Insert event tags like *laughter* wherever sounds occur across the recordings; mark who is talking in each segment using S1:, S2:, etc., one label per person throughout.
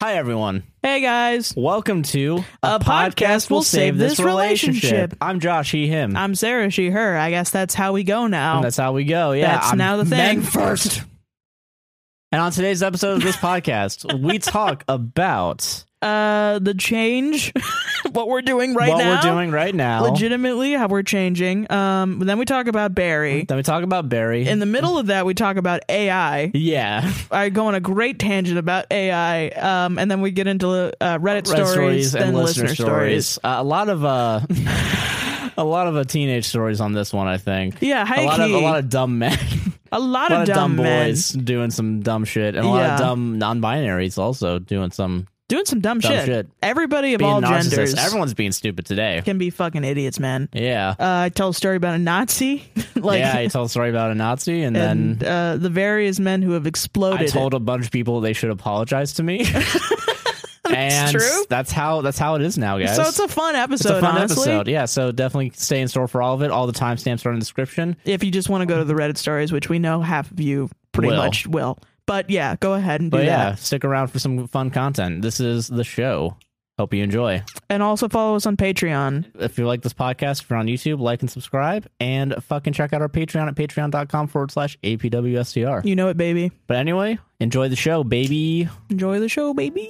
S1: Hi, everyone.
S2: Hey guys,
S1: Welcome to
S2: A Podcast Will Save This Relationship.
S1: I'm Josh, he, him.
S2: I'm Sarah. She, her. I guess that's how we go now.
S1: and that's how we go. Yeah.
S2: That's
S1: I'm
S2: now the
S1: men
S2: thing.
S1: first. And on today's episode
S2: *laughs*
S1: of this podcast, we talk about
S2: Uh, the change, *laughs* what we're doing right
S1: what
S2: now,
S1: we're doing right now.
S2: legitimately how we're changing. Um, then we talk about Barry.
S1: Then we talk about Barry.
S2: In the middle of that, we talk about AI.
S1: yeah. *laughs*
S2: I go on a great tangent about AI, um, and then we get into uh, Reddit
S1: Red
S2: stories, then
S1: and listener, stories. Uh, a lot of
S2: *laughs*
S1: uh, a lot of uh, teenage stories on this one, I think.
S2: Yeah, high
S1: a lot
S2: key.
S1: of a lot of dumb men, *laughs*
S2: A lot
S1: a lot of dumb,
S2: men
S1: boys doing some dumb shit, and a lot
S2: Yeah.
S1: of dumb non-binaries also doing some
S2: doing some dumb,
S1: Dumb
S2: shit.
S1: shit.
S2: Everybody of
S1: being
S2: all
S1: narcissists.
S2: genders
S1: Everyone's being stupid today.
S2: can be fucking idiots, man.
S1: Yeah,
S2: Uh, I tell a story about a Nazi, *laughs* like
S1: yeah. I told a story about a Nazi, and,
S2: and
S1: then
S2: uh, the various men who have exploded.
S1: I told a bunch of people they should apologize to
S2: *laughs*
S1: me. *laughs* and
S2: true.
S1: That's how that's how it is now, guys.
S2: so it's a fun
S1: It's
S2: episode.
S1: a fun
S2: honestly,
S1: episode. Yeah, so definitely stay in store for all of it. All the timestamps are in the description.
S2: if you just want to go to the Reddit stories, which we know half of you pretty
S1: Will.
S2: much will. But yeah, go ahead and do
S1: But yeah,
S2: that,
S1: stick around for some fun content. This is the show. Hope you enjoy.
S2: and also follow us on Patreon.
S1: If you like this podcast, if you're on YouTube, like and subscribe, and fucking check out our Patreon at patreon.com forward slash APWSCR.
S2: You know it, baby.
S1: But anyway, enjoy the show, baby.
S2: Enjoy the show, baby.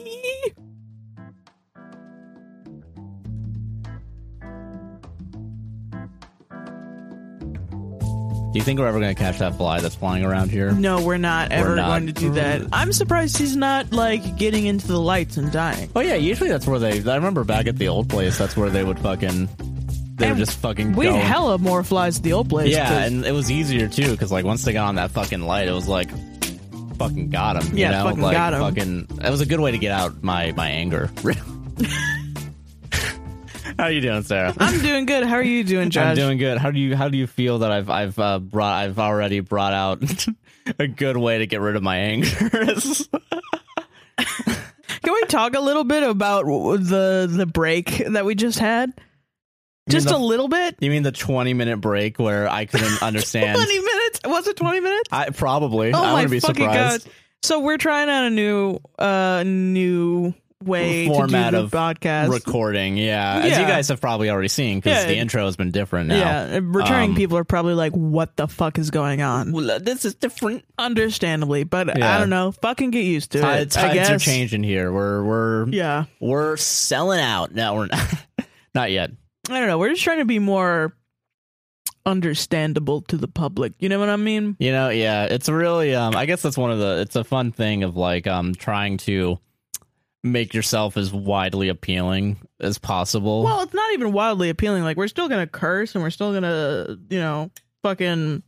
S1: Do you think we're ever going to catch that fly that's flying around here?
S2: No, we're not ever
S1: not.
S2: going to do that. I'm surprised he's not like getting into the lights and dying.
S1: Oh, yeah, usually that's where they. I remember back at the old place, that's where they would fucking. They
S2: And
S1: would just fucking
S2: We
S1: go.
S2: hella more flies at the old place.
S1: Yeah,
S2: 'cause-
S1: and it was easier too because like once they got on that fucking light, it was like fucking got him.
S2: Yeah,
S1: you know?
S2: fucking
S1: like,
S2: got 'em.
S1: Fucking, that was a good way to get out my my anger. *laughs* Really. How are you doing, Sarah?
S2: I'm doing good. How are you doing,
S1: *laughs*
S2: Josh?
S1: I'm doing good. How do you How do you feel that I've I've uh, brought I've already brought out *laughs* a good way to get rid of my anger? *laughs*
S2: Can we talk a little bit about w- the the break that we just had? Just
S1: the-
S2: a little bit.
S1: you mean the 20 minute break where I
S2: *laughs*
S1: couldn't understand?
S2: Twenty minutes? Was it twenty minutes?
S1: I probably.
S2: Oh
S1: I
S2: my
S1: wouldn't be
S2: fucking
S1: surprised.
S2: god! So we're trying out a new uh new way
S1: Format
S2: to do
S1: of
S2: the podcast.
S1: Recording, yeah. As you
S2: Yeah.
S1: guys have probably already seen, because
S2: Yeah.
S1: the intro has been different now.
S2: yeah, returning
S1: Um,
S2: people are probably like, "What the fuck is going on?"
S1: Well, uh, this is different.
S2: Understandably, but I
S1: Yeah.
S2: don't know. Fucking get used to
S1: Uh,
S2: it.
S1: times
S2: I guess.
S1: are changing here. We're we're
S2: Yeah,
S1: we're selling out. No, we're *laughs* not. not yet.
S2: I don't know. We're just trying to be more understandable to the public. You know what I mean?
S1: You know, yeah. It's really. Um, I guess that's one of the. It's a fun thing of like um trying to make yourself as widely appealing as possible.
S2: Well, it's not even wildly appealing. Like we're still gonna curse and we're still gonna, you know, fucking.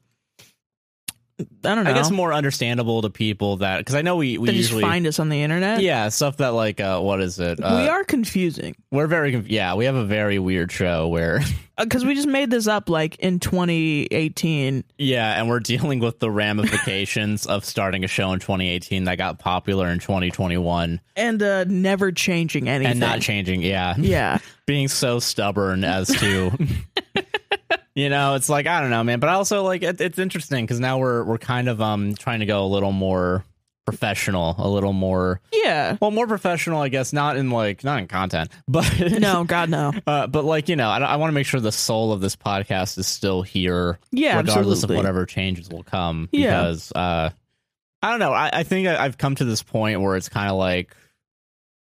S2: I don't know.
S1: I guess more understandable to people that because I know we we
S2: they just
S1: usually
S2: find us on the internet.
S1: yeah stuff that like uh what is it uh,
S2: we are confusing
S1: we're very conf- yeah we have a very weird show where *laughs*
S2: because uh, we just made this up like in 2018.
S1: Yeah, and we're dealing with the ramifications of starting a show in 2018 that got popular in 2021
S2: and uh never changing anything.
S1: and not changing. Yeah,
S2: yeah,
S1: being so stubborn as
S2: *laughs*
S1: to, you know, it's like I don't know, man. But also like it, it's interesting because now we're we're kind of um trying to go a little more professional, a little more
S2: yeah.
S1: well, more professional, I guess. Not in like not in content, *laughs* but
S2: No,
S1: *laughs*
S2: God, no.
S1: Uh, but like you know, I, I want to make sure the soul of this podcast is still here,
S2: Yeah,
S1: regardless
S2: absolutely.
S1: of whatever changes will come.
S2: Yeah.
S1: Because uh, I don't know, I, I think I, I've come to this point where it's kind of like,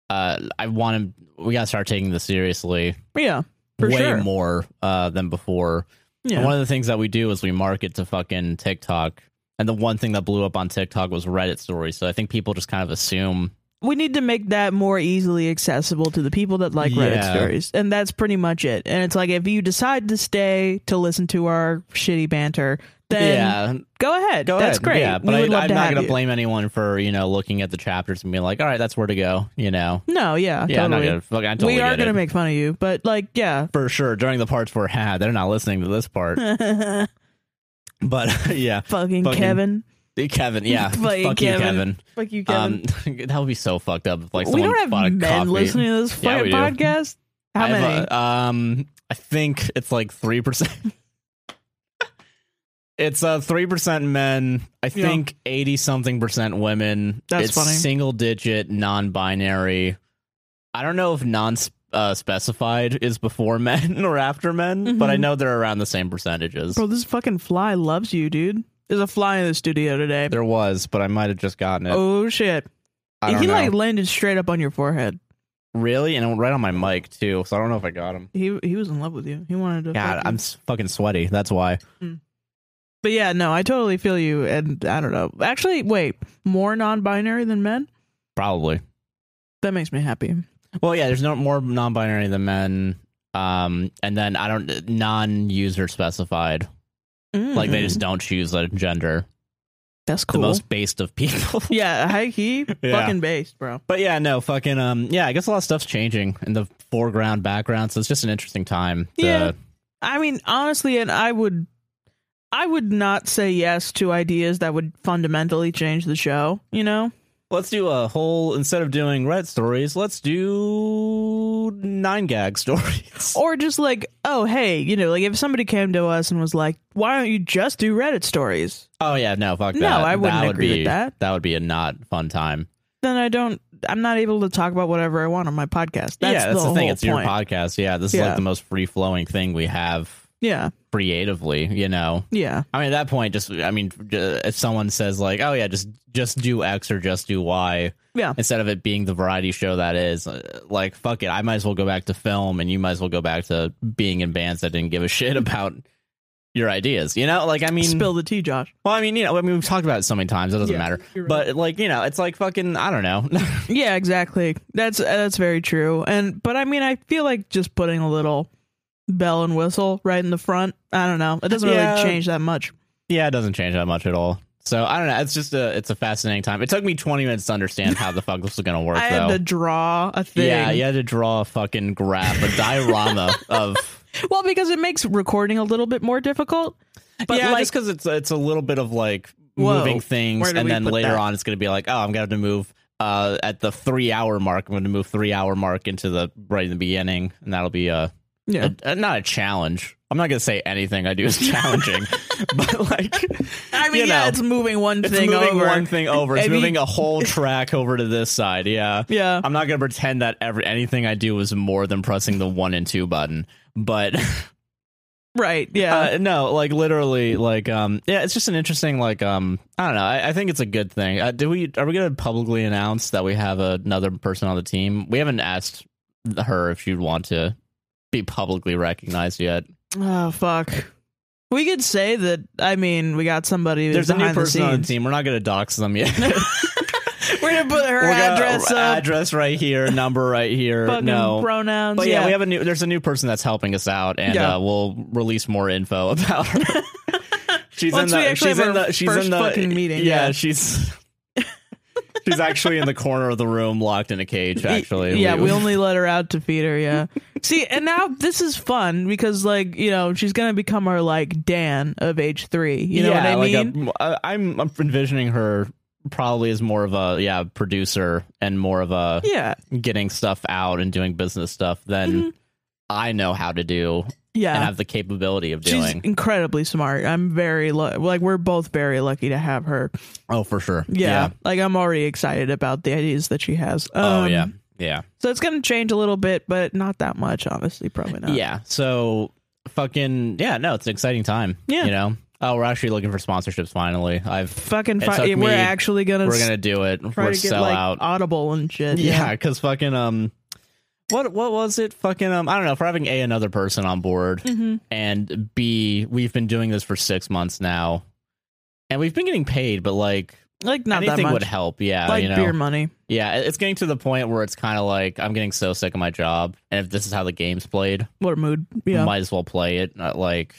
S1: uh, I want to, we gotta start taking this seriously,
S2: Yeah, for
S1: way
S2: sure.
S1: more uh, than before. And
S2: yeah.
S1: One of the things that we do is we market to fucking TikTok, and the one thing that blew up on TikTok was Reddit stories. So I think people just kind of assume
S2: we need to make that more easily accessible to the people that like Reddit
S1: Yeah.
S2: stories. And that's pretty much it. And it's like if you decide to stay to listen to our shitty banter, then
S1: yeah,
S2: go ahead.
S1: Go
S2: that's
S1: ahead.
S2: great.
S1: Yeah,
S2: We
S1: but
S2: would
S1: I,
S2: love
S1: I'm
S2: to
S1: not
S2: have
S1: going to
S2: you.
S1: blame anyone for you know looking at the chapters and being like, all right, that's where to go. You know,
S2: No, yeah,
S1: yeah, I'm not
S2: totally.
S1: gonna, fuck, I totally
S2: we are
S1: get
S2: gonna
S1: it.
S2: make fun of you, but like, yeah, *laughs*
S1: for sure during the parts where ha, they're not listening to this part,
S2: fucking,
S1: but *laughs* yeah, Fucking-
S2: Kevin,
S1: Kevin, yeah, fuck
S2: Fucking
S1: you, Kevin.
S2: Kevin. fuck you, Kevin.
S1: Um, *laughs* that would be so fucked up. If, like,
S2: we
S1: someone
S2: don't have
S1: bought a
S2: men
S1: coffee.
S2: listening to this
S1: Yeah,
S2: fucking
S1: we do.
S2: podcast. How
S1: I have
S2: many?
S1: a- um, I think it's like three percent. *laughs* It's uh three percent men. I
S2: Yeah.
S1: think eighty something percent women.
S2: That's
S1: it's
S2: funny.
S1: Single digit, non-binary. I don't know if non uh, specified is before *laughs* men or after men, but I
S2: Mhm.
S1: know they're around the same percentages.
S2: Bro, this fucking fly loves you, dude. There's a fly in the studio today.
S1: There was, but I might have just gotten it.
S2: Oh shit.
S1: I don't
S2: he
S1: know.
S2: like landed straight up on your forehead.
S1: really, and it went right on my mic too. So I don't know if I got him.
S2: He he was in love with you. He wanted to
S1: God,
S2: fuck you.
S1: I'm s- fucking sweaty. That's why.
S2: But yeah, no, I totally feel you and I don't know. Actually, wait, more non-binary than men?
S1: Probably.
S2: That makes me happy.
S1: Well, yeah, there's no more non-binary than men. Um, and then I don't non-user specified. Like they
S2: Mm.
S1: just don't choose a gender.
S2: That's cool.
S1: The most based of people. *laughs*
S2: yeah, high key,
S1: Yeah.
S2: fucking based, bro.
S1: But yeah, no, fucking um yeah, I guess a lot of stuff's changing in the foreground, background, so it's just an interesting time. to-
S2: Yeah. I mean, honestly, and I would I would not say yes to ideas that would fundamentally change the show, you know?
S1: let's do a whole instead of doing red stories, let's do nine gag *laughs* stories.
S2: Or just like, oh hey, you know, like if somebody came to us and was like, why don't you just do Reddit stories?
S1: Oh yeah, no, fuck
S2: No,
S1: that.
S2: I wouldn't
S1: that would
S2: agree with
S1: be-
S2: that.
S1: That would be a not fun time.
S2: Then I don't I'm not able to talk about whatever I want on my podcast. That's
S1: yeah, that's the, thing.
S2: whole
S1: It's your
S2: point.
S1: podcast. Yeah, this is
S2: Yeah.
S1: like the most free flowing thing we have
S2: yeah.
S1: creatively. You know,
S2: Yeah.
S1: I mean, at that point, just I mean, j- if someone says like, "Oh yeah, just just do X or just do Y,"
S2: Yeah.
S1: instead of it being the variety show that is, uh, like, fuck it, I might as well go back to film, and you might as well go back to being in bands that didn't give a shit *laughs* about your ideas. You know, like I mean,
S2: Spill the tea, Josh.
S1: well, I mean, you know, I mean, we've talked about it so many times, it doesn't
S2: Yeah,
S1: matter.
S2: you're right.
S1: But like, you know, it's like fucking, I don't know. *laughs*
S2: Yeah, exactly. That's that's very true. And but I mean, I feel like just putting a little bell and whistle right in the front. I don't know. It doesn't
S1: Yeah.
S2: really change that much.
S1: Yeah, it doesn't change that much at all. So I don't know. It's just a it's a fascinating time. It took me 20 minutes to understand how the fuck this was gonna work.
S2: *laughs* I
S1: though.
S2: had to draw a thing.
S1: Yeah, you had to draw a fucking graph, a *laughs* diorama of.
S2: Well, because it makes recording a little bit more difficult. But
S1: yeah,
S2: like,
S1: just because it's it's a little bit of like
S2: Whoa,
S1: moving things,
S2: where do
S1: and
S2: we
S1: then
S2: put
S1: later
S2: that?
S1: on, it's gonna be like, oh, I'm gonna have to move. Uh, at the three hour mark, I'm going to move three hour mark into the right in the beginning, and that'll be a,
S2: yeah,
S1: a, a- not a challenge. I'm not going to say anything I do *laughs* is challenging, but like,
S2: I mean,
S1: you
S2: yeah,
S1: know,
S2: it's moving one
S1: it's
S2: thing
S1: moving
S2: over.
S1: one thing over. It's
S2: Every-
S1: moving *laughs* a whole track over to this side. Yeah,
S2: yeah,
S1: I'm not going to pretend that every anything I do is more than pressing the one and two button, but *laughs*
S2: right. Yeah,
S1: uh, no, like literally, like um, yeah, it's just an interesting like um, I don't know. I, I think it's a good thing. Uh, do we are we going to publicly announce that we have another person on the team? We haven't asked her if she'd want to be publicly recognized yet.
S2: oh fuck. We could say that. I mean, we got somebody. who's
S1: There's a new
S2: behind the
S1: person on the
S2: scenes.
S1: team. We're not going to dox them yet.
S2: *laughs* We're gonna put
S1: *laughs*
S2: her
S1: We're gonna-
S2: address up.
S1: address right here, number right here.
S2: fucking
S1: no
S2: pronouns.
S1: But yeah, we have a new. There's a new person that's helping us out, and
S2: Yeah.
S1: uh, we'll release more info *laughs* about her. she's
S2: Once
S1: in
S2: we
S1: the.
S2: actually
S1: she's
S2: have
S1: in
S2: our
S1: the. She's
S2: first
S1: in the
S2: fucking meeting,
S1: Yeah,
S2: yeah.
S1: she's. *laughs* she's actually in the corner of the room, locked in a cage. Actually,
S2: Yeah, we only let her out to feed her.
S1: *laughs*
S2: Yeah. See, and now this is fun because, like, you know, she's gonna become our like Dan of age three. You know
S1: yeah,
S2: what I
S1: like
S2: mean?
S1: A, I, I'm I'm envisioning her probably as more of a yeah producer and more of a
S2: yeah,
S1: getting stuff out and doing business stuff than I know how to do and
S2: Mm-hmm. yeah.
S1: have the capability of
S2: She's
S1: doing.
S2: incredibly smart. I'm very lu- like we're both very lucky to have her.
S1: oh, for sure.
S2: Yeah, like I'm already excited about the ideas that she has. Um,
S1: Oh yeah. Yeah.
S2: So it's gonna change a little bit, but not that much. Honestly, probably not.
S1: Yeah. So fucking yeah, no, it's an exciting time.
S2: Yeah.
S1: You know? Oh, we're actually looking for sponsorships finally. I've
S2: Fucking.
S1: It
S2: Fi-
S1: took
S2: we're
S1: me-
S2: actually gonna.
S1: we're
S2: s-
S1: gonna do it.
S2: try
S1: We're
S2: to get
S1: sell
S2: like *laughs*
S1: out.
S2: audible and shit.
S1: Yeah, because fucking um what what was it? Fucking um I don't know, if we're having A another person on board
S2: Mm-hmm.
S1: and B, we've been doing this for six months now. And we've been getting paid, but like
S2: Like not
S1: anything
S2: that much.
S1: would help, yeah.
S2: like
S1: you know,
S2: beer money.
S1: yeah. it- It's getting to the point where it's kind of like I'm getting so sick of my job, and if this is how the game's played,
S2: What a mood. Yeah.
S1: might as well play it. Not like,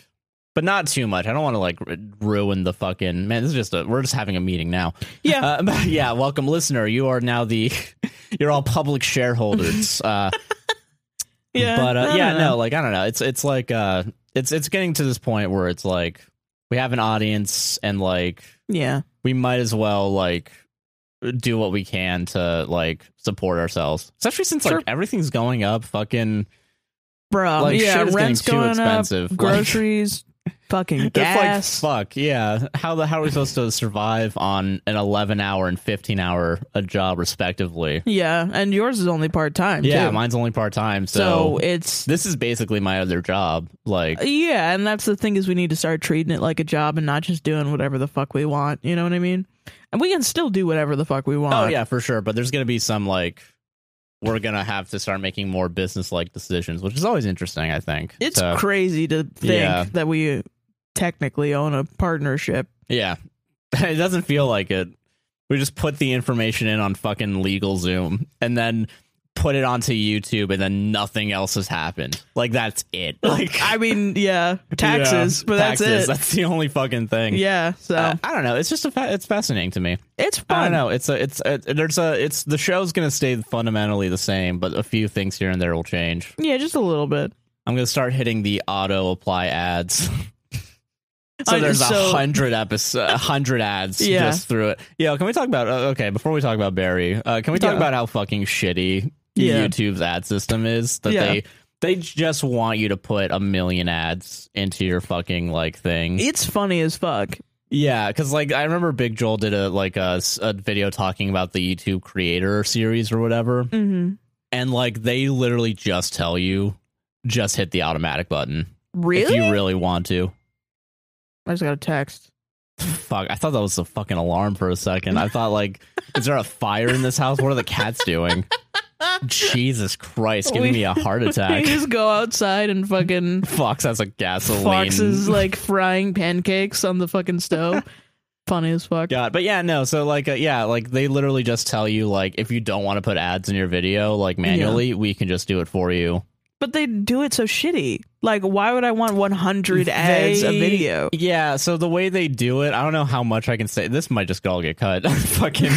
S1: but not too much. I don't want to like r- ruin the fucking man. This is just a we're just having a meeting now.
S2: yeah.
S1: Uh, *laughs* but yeah, welcome listener. You are now the *laughs* you're all public shareholders. Uh,
S2: *laughs* yeah.
S1: but uh,
S2: I
S1: yeah,
S2: don't
S1: no,
S2: know.
S1: like I don't know. It's it's like uh, it's it's getting to this point where it's like we have an audience and like
S2: Yeah.
S1: we might as well like do what we can to like support ourselves especially since
S2: Sure.
S1: like everything's going up fucking
S2: Bro.
S1: Like, shit
S2: yeah.
S1: is getting
S2: Rent's
S1: too
S2: going
S1: expensive.
S2: up.
S1: Like-
S2: Groceries. Fucking
S1: *laughs* That's
S2: gas.
S1: like fuck. Yeah. How the how are we supposed to survive on an eleven hour and fifteen hour a job respectively?
S2: yeah, and yours is only part time.
S1: Yeah,
S2: too.
S1: mine's only part time,
S2: so
S1: so,
S2: it's
S1: this is basically my other job. Like
S2: yeah, and that's the thing is we need to start treating it like a job and not just doing whatever the fuck we want. You know what I mean? And we can still do whatever the fuck we want.
S1: Oh yeah, for sure. But there's gonna be some like we're gonna have to start making more business like decisions, which is always interesting, I think.
S2: It's
S1: So,
S2: crazy to think
S1: Yeah.
S2: that we technically own a partnership.
S1: yeah. *laughs* it doesn't feel like it. We just put the information in on fucking legal Zoom and then put it onto YouTube and then nothing else has happened. Like that's it. *laughs* Like
S2: I mean, yeah, *laughs* taxes,
S1: Yeah,
S2: but that's
S1: taxes. *laughs*
S2: it.
S1: That's the only fucking thing.
S2: yeah, so
S1: Uh, I don't know. It's just a fa- it's fascinating to me.
S2: it's
S1: I
S2: fun.
S1: don't know. It's a it's a, there's a it's the show's gonna stay fundamentally the same, but a few things here and there will change.
S2: Yeah, just a little bit.
S1: I'm gonna start hitting the auto apply ads. *laughs* so
S2: I-
S1: there's
S2: Uh, so-
S1: a hundred episodes, a hundred ads
S2: Yeah.
S1: just through it. Yeah, can we talk about? Uh, okay, before we talk about Barry, uh, can we talk
S2: Yeah.
S1: about how fucking shitty
S2: Yeah.
S1: YouTube's ad system is? That
S2: Yeah.
S1: they they just want you to put a million ads into your fucking like thing.
S2: It's funny as fuck.
S1: Yeah, because like I remember Big Joel did a like a, s- a video talking about the YouTube creator series or whatever,
S2: Mm-hmm.
S1: and like they literally just tell you just hit the automatic button if
S2: Really?
S1: you really want to.
S2: I just got a text.
S1: Fuck, I thought that was a fucking alarm for a second. I thought like, is there a fire in this house? What are the cats
S2: *laughs*
S1: doing? Jesus Christ, giving
S2: We-
S1: me a heart
S2: *laughs* You
S1: attack.
S2: just go outside and fucking
S1: Fox has a gasoline. *laughs*
S2: foxes like frying pancakes on the fucking stove. funny as fuck.
S1: God, but yeah, no. So like, uh, yeah, like they literally just tell you like, if you don't want to put ads in your video like manually, we can just do it for you.
S2: But they do it so shitty. Like, why would I want 100 ads a
S1: They-
S2: video?
S1: Yeah, so the way they do it, I don't know how much I can say. This might just all get cut. *laughs* Fucking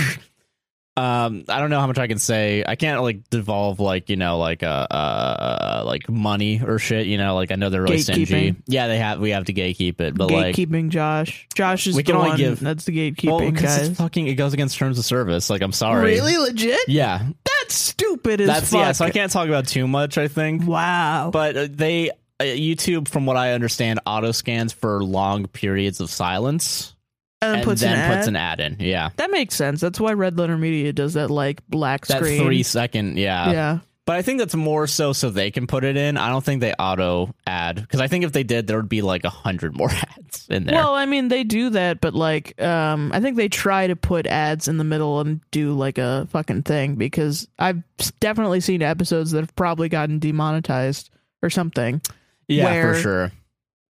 S1: um I don't know how much I can say. I can't like devolve like, you know, like uh uh like money or shit, you know, like I know they're really stingy.
S2: Gatekeeping.
S1: Yeah, they have we have to gatekeep it, but like
S2: gatekeeping Josh. Josh is
S1: We can
S2: the
S1: only
S2: one
S1: give-
S2: that's the gatekeeping
S1: well, because
S2: guys.
S1: it's fucking it goes against terms of service. Like I'm sorry.
S2: Really legit?
S1: Yeah.
S2: That's stupid as
S1: That's
S2: fuck.
S1: yeah, so I can't talk about too much, I think.
S2: wow.
S1: But uh, they uh, YouTube from what I understand auto scans for long periods of silence
S2: and then
S1: and
S2: puts,
S1: then
S2: an
S1: puts
S2: ad.
S1: an ad in. Yeah.
S2: That makes sense. That's why Red Letter Media does that like black
S1: that
S2: screen.
S1: three second yeah.
S2: yeah.
S1: but i think that's more so so they can put it in i don't think they auto add because i think if they did there would be like a hundred more *laughs* ads in there
S2: Well, I mean, they do that, but like, um, I think they try to put ads in the middle and do like a fucking thing because I've s- definitely seen episodes that have probably gotten demonetized or something.
S1: yeah
S2: where
S1: for sure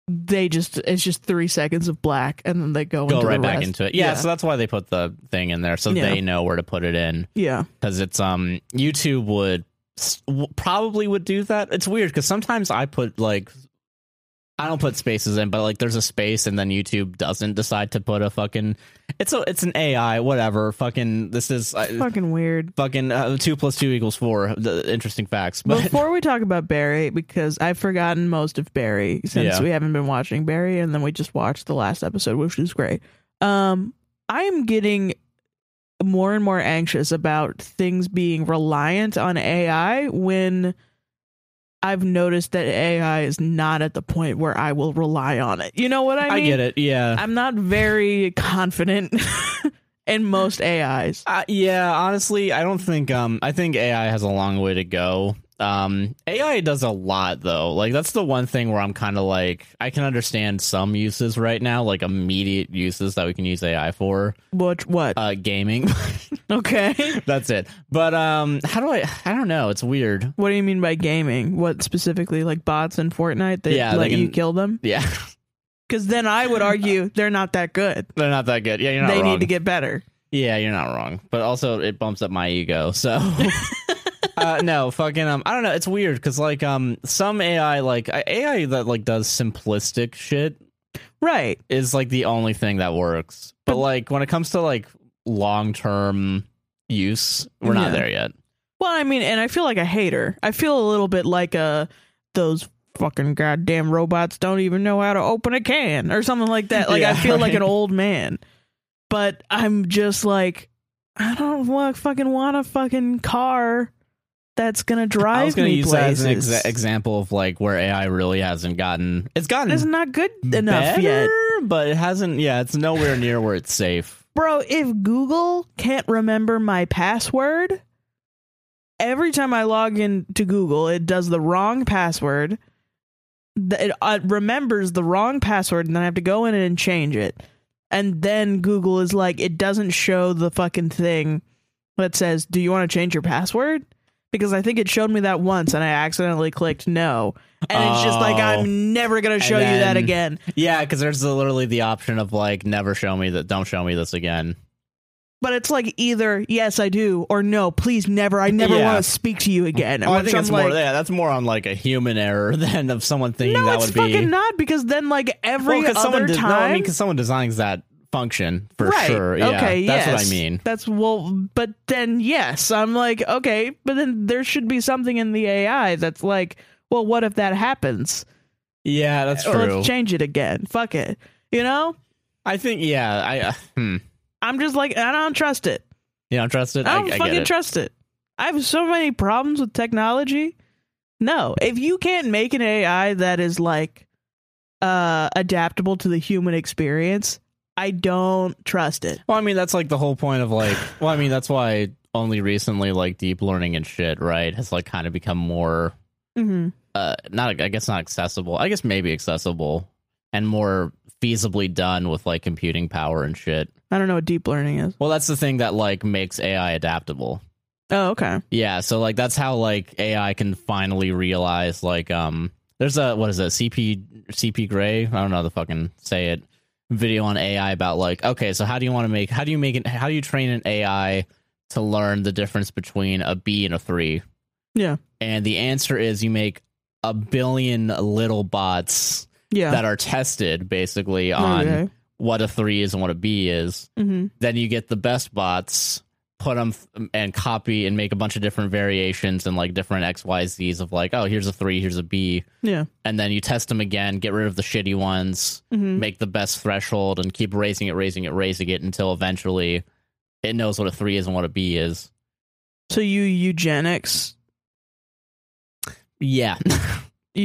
S2: They just it's just three seconds of black, and then they go
S1: go
S2: into
S1: right
S2: the
S1: back
S2: rest.
S1: into it yeah,
S2: yeah,
S1: so that's why they put the thing in there so
S2: Yeah.
S1: they know where to put it in
S2: yeah.
S1: because it's um youtube would s- w- probably would do that it's weird because sometimes i put like I don't put spaces in, but like there's a space and then YouTube doesn't decide to put a fucking it's a it's an AI whatever fucking this is I-
S2: fucking weird.
S1: fucking uh, two plus two equals four. The interesting facts, but
S2: Before we talk about Barry, because I've forgotten most of Barry since
S1: Yeah.
S2: we haven't been watching Barry, and then we just watched the last episode, which was great. Um, I am getting more and more anxious about things being reliant on AI when I've noticed that AI is not at the point where I will rely on it. You know what
S1: *laughs*
S2: I
S1: I,
S2: mean?
S1: get it. Yeah,
S2: I'm not very confident *laughs* in most AIs.
S1: uh, yeah. Honestly, I don't think. Um, I think AI has a long way to go. Um, AI does a lot though. Like that's the one thing where I'm kind of like I can understand some uses right now, like immediate uses that we can use AI for.
S2: What? What?
S1: Uh, gaming. *laughs*
S2: okay.
S1: that's it. But um, how do I? I don't know. It's weird.
S2: What do you mean by gaming? What specifically, like bots in Fortnite that
S1: Yeah, they
S2: let you
S1: can-
S2: kill them?
S1: Yeah, *laughs*
S2: Because then I would argue they're not that good.
S1: they're not that good. Yeah, you're not
S2: They
S1: wrong.
S2: need to get better.
S1: Yeah, you're not wrong, but also it bumps up my ego.
S2: *laughs*
S1: So, uh, no, fucking, um, I don't know. It's weird because like, um, some AI, like I- AI that like does simplistic shit,
S2: Right.
S1: is like the only thing that works. But like when it comes to like long term use, we're not
S2: Yeah.
S1: there yet.
S2: Well, I mean, and I feel like a hater. I feel a little bit like uh those fucking goddamn robots don't even know how to open a can or something like that. Like I
S1: Yeah,
S2: feel like an
S1: right.
S2: old man. But I'm just like I don't wa- fucking want a fucking car that's gonna
S1: I
S2: drive
S1: was going to
S2: me
S1: use
S2: places.
S1: that as an exa- example of like where AI really hasn't gotten. It's gotten
S2: it's not good
S1: Mm.
S2: enough
S1: better,
S2: yet,
S1: but it hasn't. Yeah, it's nowhere near where it's safe.
S2: bro. If Google can't remember my password, every time I log in to Google, it does the wrong password. Th- It uh, remembers the wrong password, and then I have to go in and change it. And then Google is like, it doesn't show the fucking thing that says, "Do you want to change your password?" Because I think it showed me that once, and I accidentally clicked no, and it's just like
S1: Oh.
S2: I'm never gonna show you that
S1: then-
S2: again.
S1: Yeah, because there's literally the option of like never show me that. Don't show me this again.
S2: But it's like either yes I do or no please never I never
S1: Yeah.
S2: want to speak to you again.
S1: Oh, I
S2: Which
S1: think
S2: I'm
S1: it's more.
S2: like,
S1: Yeah, that's more on like a human error *laughs* than of someone thinking
S2: no,
S1: that
S2: it's
S1: would
S2: fucking
S1: be.
S2: not because then like every
S1: well, 'cause someone
S2: other
S1: de-
S2: time.
S1: No, I mean, because someone designs that function *laughs* for
S2: right?
S1: sure. Yeah,
S2: okay,
S1: that's what I
S2: yes.
S1: mean.
S2: That's well, but then yes, I'm like okay, but then there should be something in the AI that's like, well, what if that happens?
S1: Yeah, that's
S2: Or
S1: true.
S2: Let's change it again. Fuck it. You know,
S1: I think. Yeah, I. Uh, hmm.
S2: I'm just like I don't trust it.
S1: You don't trust it.
S2: I
S1: I,
S2: don't
S1: get
S2: Oh, fucking
S1: it.
S2: trust it. I have so many problems with technology. No, if you can't make an AI that is like uh adaptable to the human experience, I don't trust it.
S1: Well, I mean, that's like the whole point of like. Well, I mean, that's why only recently like deep learning and shit, right, has like kind of become more
S2: Mm-hmm.
S1: uh not I guess not accessible. I guess maybe accessible and more feasibly done with like computing power and shit.
S2: I don't know what deep learning is.
S1: Well, that's the thing that like makes AI adaptable.
S2: Oh, okay.
S1: Yeah, so like that's how like AI can finally realize like um there's a what is it CP CP Gray I don't know how to fucking say it video on AI about like okay so how do you want to make how do you make it how do you train an AI to learn the difference between a B and a three
S2: Yeah.
S1: and the answer is you make a billion little bots
S2: Yeah. Oh,
S1: that are tested basically on
S2: okay.
S1: what a three is and what a B is
S2: hmm
S1: then you get the best bots put them and copy and make a bunch of different variations and like different xyz's of like oh here's a three here's a b
S2: Yeah.
S1: and then you test them again get rid of the shitty ones
S2: hmm
S1: make the best threshold and keep raising it raising it raising it until eventually it knows what a three is and what a b is
S2: So you eugenics,
S1: *laughs* yeah
S2: you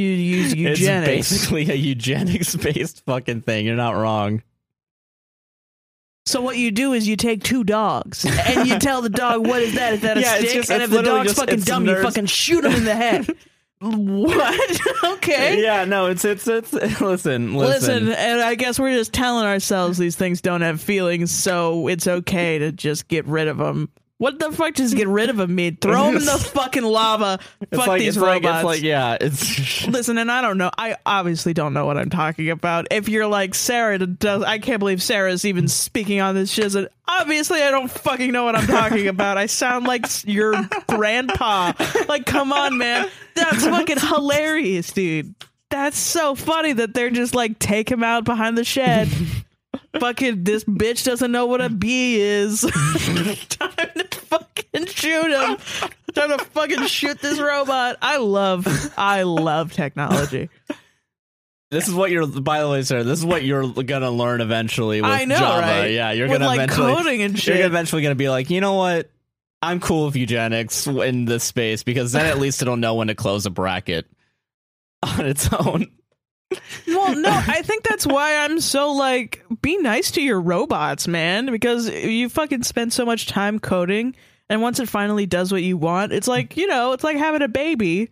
S1: *laughs*
S2: use
S1: it's
S2: eugenics.
S1: basically a eugenics based fucking thing you're not wrong
S2: So what you do is you take two dogs and you tell the dog what is that? Is that a
S1: Yeah, it's
S2: stick?
S1: just-
S2: and
S1: it's
S2: if the
S1: literally
S2: dog's
S1: just-
S2: fucking
S1: it's
S2: dumb, you
S1: nerds.
S2: fucking shoot him in
S1: *laughs*
S2: the head. what? *laughs* okay.
S1: yeah no it's it's it's *laughs* listen
S2: Listen,
S1: listen,
S2: and I guess we're just telling ourselves these things don't have feelings, so it's okay to just get rid of them. What the fuck does get rid of them mean? Throw them
S1: *laughs*
S2: in the fucking lava.
S1: it's
S2: fuck
S1: like it's
S2: these
S1: like,
S2: robots.
S1: it's like yeah it's *laughs*
S2: *laughs* Listen, and I don't know. I obviously don't know what I'm talking about. If you're like Sarah, does I can't believe Sarah's even speaking on this shizzle. Obviously, I don't fucking know what I'm talking about. I sound like s- your grandpa. Like, come on, man, that's fucking hilarious, dude. That's so funny that they're just like take him out behind the shed. fucking this bitch doesn't know what a bee is. *laughs* Time to fucking shoot him. Time to fucking shoot this robot. I love I love technology.
S1: This is what you're. By the way, sir, this is what you're gonna learn eventually with
S2: I know,
S1: Java.
S2: right?
S1: Yeah, you're
S2: With
S1: gonna
S2: like
S1: eventually.
S2: coding and
S1: *laughs* You're
S2: shit.
S1: gonna eventually gonna be like, you know what? I'm cool with eugenics in this space because then at least it'll know when to close a bracket on its *laughs* own.
S2: well, no, I think that's why I'm so like be nice to your robots, man, because you fucking spend so much time coding and once it finally does what you want, it's like, you know, it's like having a baby.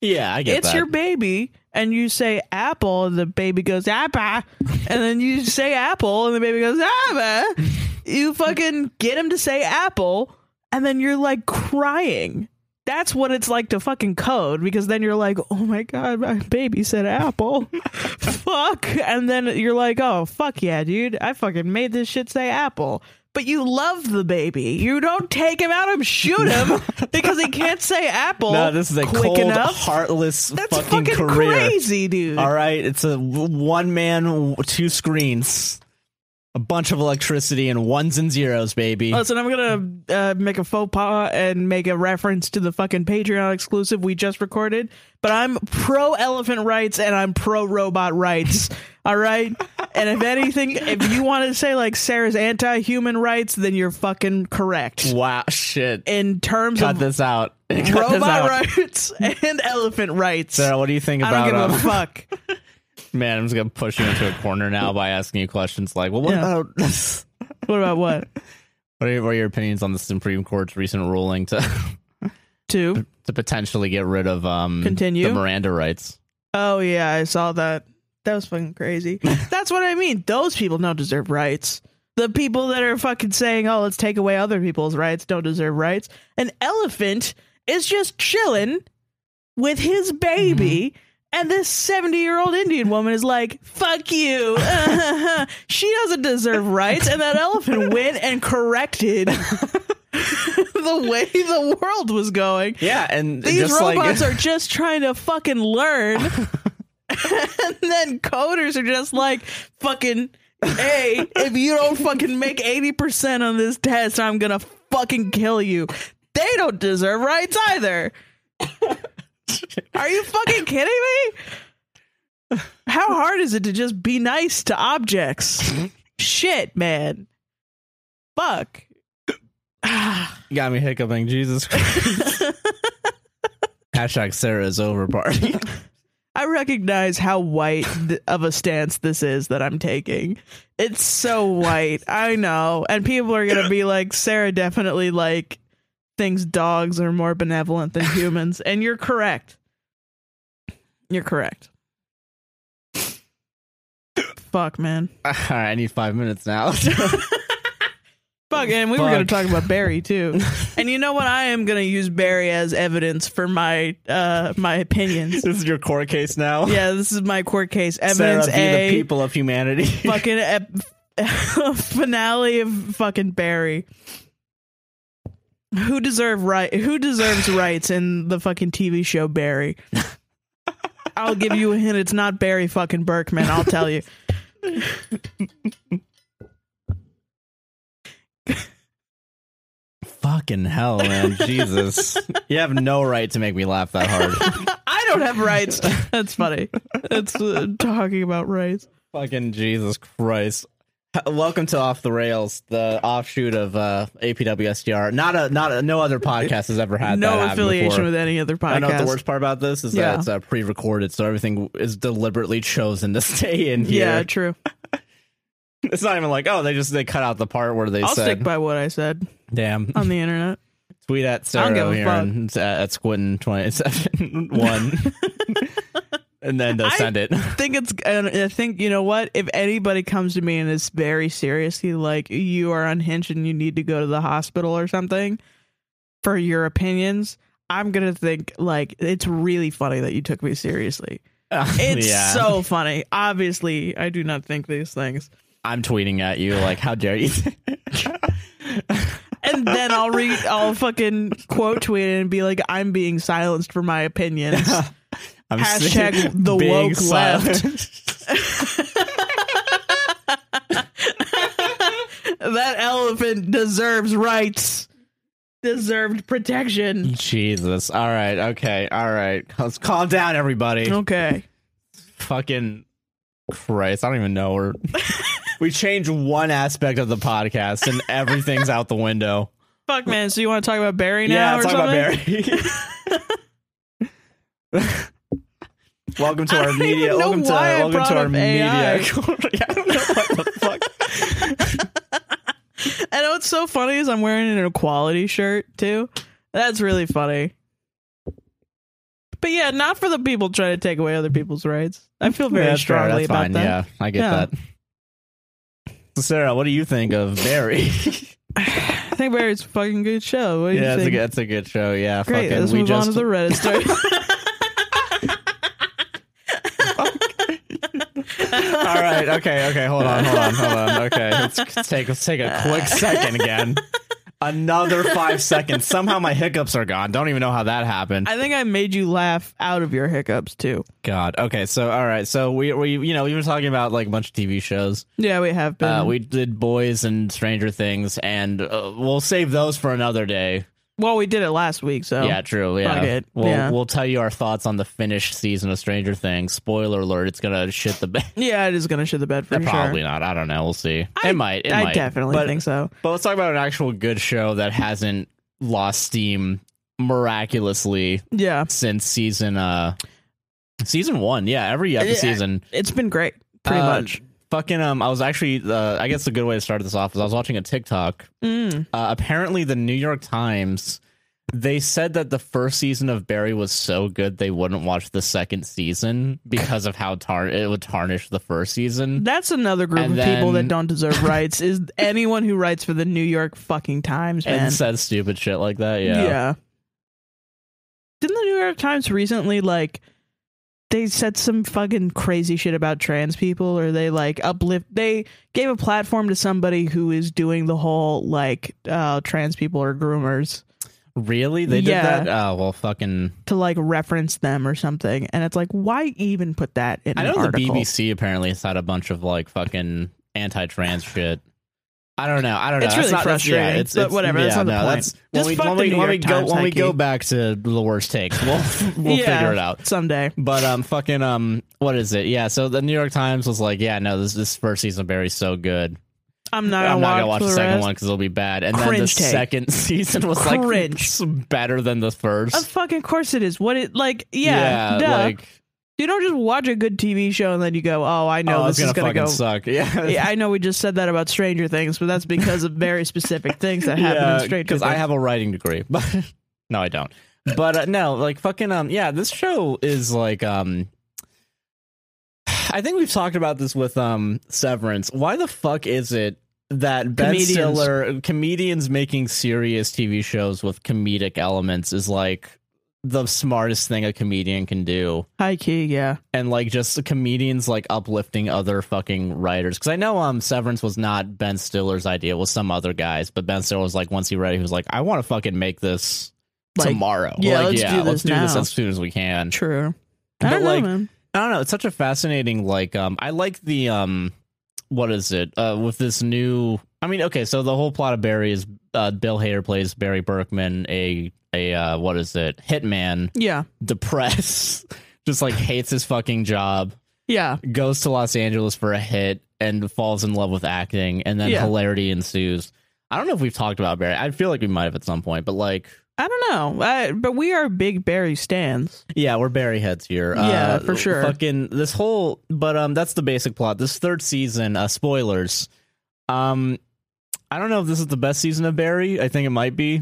S1: Yeah, I get
S2: it's
S1: that.
S2: your baby and you say apple and the baby goes apple and then you say apple and the baby goes apple you fucking get him to say apple and then you're like crying that's what it's like to fucking code because then you're like oh my god my baby said apple *laughs* fuck and then you're like oh fuck yeah dude i fucking made this shit say apple but you love the baby. You don't take him out and shoot him because he can't
S1: *laughs*
S2: say apple.
S1: no, this is a
S2: quick
S1: cold,
S2: enough.
S1: heartless
S2: That's
S1: fucking,
S2: fucking,
S1: career.
S2: crazy, dude.
S1: All right, it's a one man, two screens. a bunch of electricity and ones and zeros, baby.
S2: Listen, I'm gonna uh, make a faux pas and make a reference to the fucking Patreon exclusive we just recorded. But I'm pro elephant rights and I'm pro robot *laughs* rights. all right. And if anything, if you want to say like Sarah's anti-human rights, then you're fucking correct.
S1: wow, shit.
S2: In terms
S1: Cut
S2: of
S1: this out. *laughs* Cut this out.
S2: robot rights *laughs* and elephant rights,
S1: Sarah, what do you think
S2: I don't
S1: about?
S2: give a
S1: um,
S2: *laughs* fuck.
S1: man, I'm just gonna push you into a corner now by asking you questions like, well, what
S2: Yeah. *laughs*
S1: about?
S2: What about what?
S1: What are, your, what are your opinions on the Supreme Court's recent ruling to *laughs*
S2: Two.
S1: to potentially get rid of um
S2: Continue.
S1: the Miranda rights?
S2: Oh yeah, I saw that. That was fucking crazy. That's what I mean. Those people don't deserve rights. The people that are fucking saying, "Oh, let's take away other people's rights," don't deserve rights. An elephant is just chilling with his baby, and this seventy-year-old Indian woman is like, "Fuck you." *laughs* she doesn't deserve rights, and that elephant went and corrected *laughs* the way the world was going.
S1: Yeah, and
S2: These
S1: just like-
S2: robots are just trying to fucking
S1: *laughs*
S2: learn. *laughs* and then coders are just like, fucking, hey, if you don't fucking make 80% on this test, I'm gonna fucking kill you. They don't deserve rights either. are you fucking kidding me? How hard is it to just be nice
S1: *laughs*
S2: to objects? Shit, man.
S1: *laughs*
S2: Fuck. *sighs*
S1: You *laughs* got me hiccuping. Jesus Christ. *laughs* Hashtag Sarah's over
S2: *laughs*
S1: party.
S2: I recognize
S1: *laughs*
S2: how white th- of a stance this is that I'm taking. It's so white. I know. And people are going to be like, Sarah definitely like thinks dogs are more
S1: *laughs*
S2: benevolent than humans. And you're correct. You're correct. Fuck, man.
S1: All right, I need five minutes
S2: *laughs*
S1: now.
S2: Fuck, and we were going
S1: Fuck.
S2: to talk about
S1: *laughs*
S2: Barry too. And you know what? I am going to use Barry as evidence for my uh my
S1: *laughs*
S2: opinions.
S1: this is your court case now.
S2: Yeah, this is my court case.
S1: Sarah,
S2: Evidence
S1: be
S2: A.
S1: the people of humanity.
S2: *laughs* fucking ep- finale of fucking Barry. Who deserve right? Who *laughs* deserves rights in the fucking TV show *laughs* Barry? I'll give you a hint. It's not Barry fucking Berkman. I'll tell you.
S1: *laughs* Fucking hell, man.
S2: *laughs*
S1: Jesus. You have no right to make me laugh that hard.
S2: *laughs* I don't have rights. *laughs* That's funny. That's uh, talking about rights.
S1: Fucking Jesus Christ. H- Welcome to Off the Rails, the offshoot of uh, APWSDR. Not a not a, no other podcast has ever had that
S2: No
S1: happen
S2: affiliation
S1: before.
S2: with any other podcast.
S1: I know what the worst part about this is
S2: Yeah.
S1: that it's uh, pre-recorded, so everything is deliberately chosen to *laughs* stay in here.
S2: yeah, true.
S1: It's not even like, oh, they just they cut out the part where they
S2: I'll
S1: said,
S2: stick by what I said
S1: "Damn."
S2: on the internet.
S1: Tweet at
S2: I don't
S1: Sarah
S2: give a
S1: O'Hearn it's at, at Squintin twenty seven
S2: *laughs*
S1: one, and then they'll
S2: I-
S1: send it. *laughs*
S2: think it's and I think you know what if anybody comes to me and is very seriously like you are unhinged and you need to go to the hospital or something for your opinions I'm gonna think like it's really funny that you took me seriously it's
S1: yeah,
S2: so funny obviously I do not think these things
S1: I'm tweeting at you like, "How dare you?"
S2: and then I'll read I'll fucking quote tweet it and be like I'm being silenced for my opinions
S1: I'm *laughs*
S2: Hashtag
S1: sick-
S2: the
S1: being
S2: woke left. *laughs*
S1: silent.
S2: that elephant deserves rights deserved protection
S1: Jesus. All right. Okay. All right. Let's calm down, everybody.
S2: okay.
S1: Fucking Christ. I don't even know.
S2: *laughs*
S1: We're, we change one aspect of the podcast and everything's out the
S2: *laughs*
S1: window.
S2: Fuck, man. So you want to talk about Barry now?
S1: yeah.
S2: or
S1: Let's talk
S2: something?
S1: about Barry. *laughs* welcome to
S2: I
S1: our
S2: don't
S1: media.
S2: even know
S1: Welcome to
S2: why I
S1: welcome
S2: brought
S1: to our
S2: up AI. *laughs*
S1: media. Yeah, *laughs* I don't know what the fuck.
S2: *laughs* And what's so funny is I'm wearing an equality shirt too. That's really funny. But yeah, not for the people trying to take away other people's rights. I feel very
S1: That's fair, that's
S2: strongly about
S1: fine.
S2: that.
S1: Yeah, I get
S2: Yeah.
S1: that. So Sarah, what do you think of Barry? *laughs*
S2: *laughs* I think Barry's a fucking good show. What do
S1: yeah,
S2: you
S1: it's a,
S2: think?
S1: good- it's a good show. Yeah,
S2: Great.
S1: fucking,
S2: Let's
S1: we
S2: move
S1: just
S2: on to the Reddit story.
S1: *laughs* All
S2: *laughs*
S1: right, okay, okay, hold on, hold on, hold on. Okay, let's take let's take a quick second again. Another five seconds. Somehow my hiccups are gone. Don't even know how that happened.
S2: I think I made you laugh out of your hiccups too.
S1: God. Okay. So all right. So we we you know we were talking about like a bunch of TV shows.
S2: Yeah, we have been.
S1: Uh, we did Boys and Stranger Things, and uh, we'll save those for another day.
S2: well, we did it last week, so
S1: yeah, true. Yeah,
S2: Oh. fuck it.
S1: we'll
S2: Yeah.
S1: we'll tell you our thoughts on the finished season of Stranger Things. Spoiler alert: it's gonna shit the *laughs* bed.
S2: Yeah, it is gonna shit the bed for sure.
S1: Probably not. I don't know. We'll see.
S2: I-
S1: it might. It
S2: I
S1: might.
S2: definitely
S1: but,
S2: think so.
S1: But let's talk about an actual good show that hasn't lost steam miraculously
S2: Yeah,
S1: since season uh season one. Yeah, every other
S2: Yeah.
S1: season.
S2: it's been great, pretty
S1: Uh,
S2: much.
S1: Fucking um, I was actually uh, I guess a good way to start this off is I was watching a TikTok.
S2: Mm.
S1: Uh, apparently, the New York Times they said that the first season of Barry was so good they wouldn't watch the second season because of how tar it would tarnish the first season.
S2: *laughs* That's another group
S1: And
S2: of people
S1: then-
S2: that don't
S1: *laughs*
S2: deserve rights. Is anyone who writes for the New York fucking Times, man?
S1: And said stupid shit like that. Yeah.
S2: Didn't the New York Times recently like they said some fucking crazy shit about trans people or they like uplift they gave a platform to somebody who is doing the whole like uh trans people are groomers
S1: Really? They did
S2: Yeah.
S1: that? Oh, well, fucking.
S2: to like reference them or something and it's like why even put that in
S1: I
S2: an
S1: know the
S2: article?
S1: BBC apparently has had a bunch of like fucking anti trans shit. I don't know. I don't know.
S2: It's
S1: That's
S2: really
S1: not- that's- yeah,
S2: frustrating,
S1: it's,
S2: but
S1: it's-
S2: whatever,
S1: Yeah,
S2: that's not the
S1: no,
S2: point.
S1: That's, when
S2: Just
S1: we,
S2: fuck
S1: when
S2: the
S1: we,
S2: New
S1: when we
S2: York
S1: go
S2: Times,
S1: when we
S2: Heike.
S1: go back to the worst takes, we'll *laughs* we'll
S2: Yeah.
S1: figure it out.
S2: someday.
S1: But um, fucking um, what is it? Yeah. So the New York Times was like, yeah, no, this this first season of Barry's so good.
S2: I'm not
S1: I'm
S2: gonna
S1: not
S2: watch,
S1: gonna watch the, second
S2: rest.
S1: one because it'll be bad. And then the
S2: Cringe take.
S1: second *laughs* season was
S2: Cringe.
S1: like better than the first.
S2: Of fucking course it is. What it like? Yeah, duh.
S1: like
S2: you don't just watch a good TV show and then you go, "Oh, I know
S1: oh,
S2: this
S1: it's
S2: is
S1: gonna
S2: gonna
S1: fucking
S2: go
S1: suck. *laughs* Yeah.
S2: *laughs* yeah, I know we just said that about Stranger Things, but that's because of very specific things that happen in Stranger Things.
S1: because I have a writing degree, *laughs* but no, I don't. But uh, no, like fucking um, yeah, this show is like um. I think we've talked about this with um Severance. Why the fuck is it that Ben
S2: Comedians.
S1: Stiller comedians making serious TV shows with comedic elements is like the smartest thing a comedian can do?
S2: high key, yeah.
S1: and like just the comedians like uplifting other fucking writers because i know um severance was not ben stiller's idea it was some other guys but ben stiller was like once he read it he was like i want to fucking make this
S2: Like,
S1: tomorrow
S2: yeah,
S1: like
S2: let's do this
S1: let's do this
S2: now.
S1: as soon as we can
S2: True.
S1: But,
S2: I don't know,
S1: like,
S2: man.
S1: i don't know it's such a fascinating like um i like the um what is it uh with this new i mean okay so the whole plot of barry is uh bill hader plays barry berkman a a uh what is it hitman
S2: Yeah,
S1: depressed *laughs* just like hates his fucking job
S2: yeah,
S1: goes to Los Angeles for a hit and falls in love with acting, and then
S2: Yeah.
S1: hilarity ensues. I don't know if we've talked about Barry. I feel like we might have at some point, but like,
S2: I don't know, I, but we are big Barry stands.
S1: yeah, we're Barry heads here. Uh,
S2: Yeah, for sure.
S1: Fucking this whole, but um, that's the basic plot. This third season, uh, spoilers. Um, I don't know if this is the best season of Barry. I think it might *sighs* be.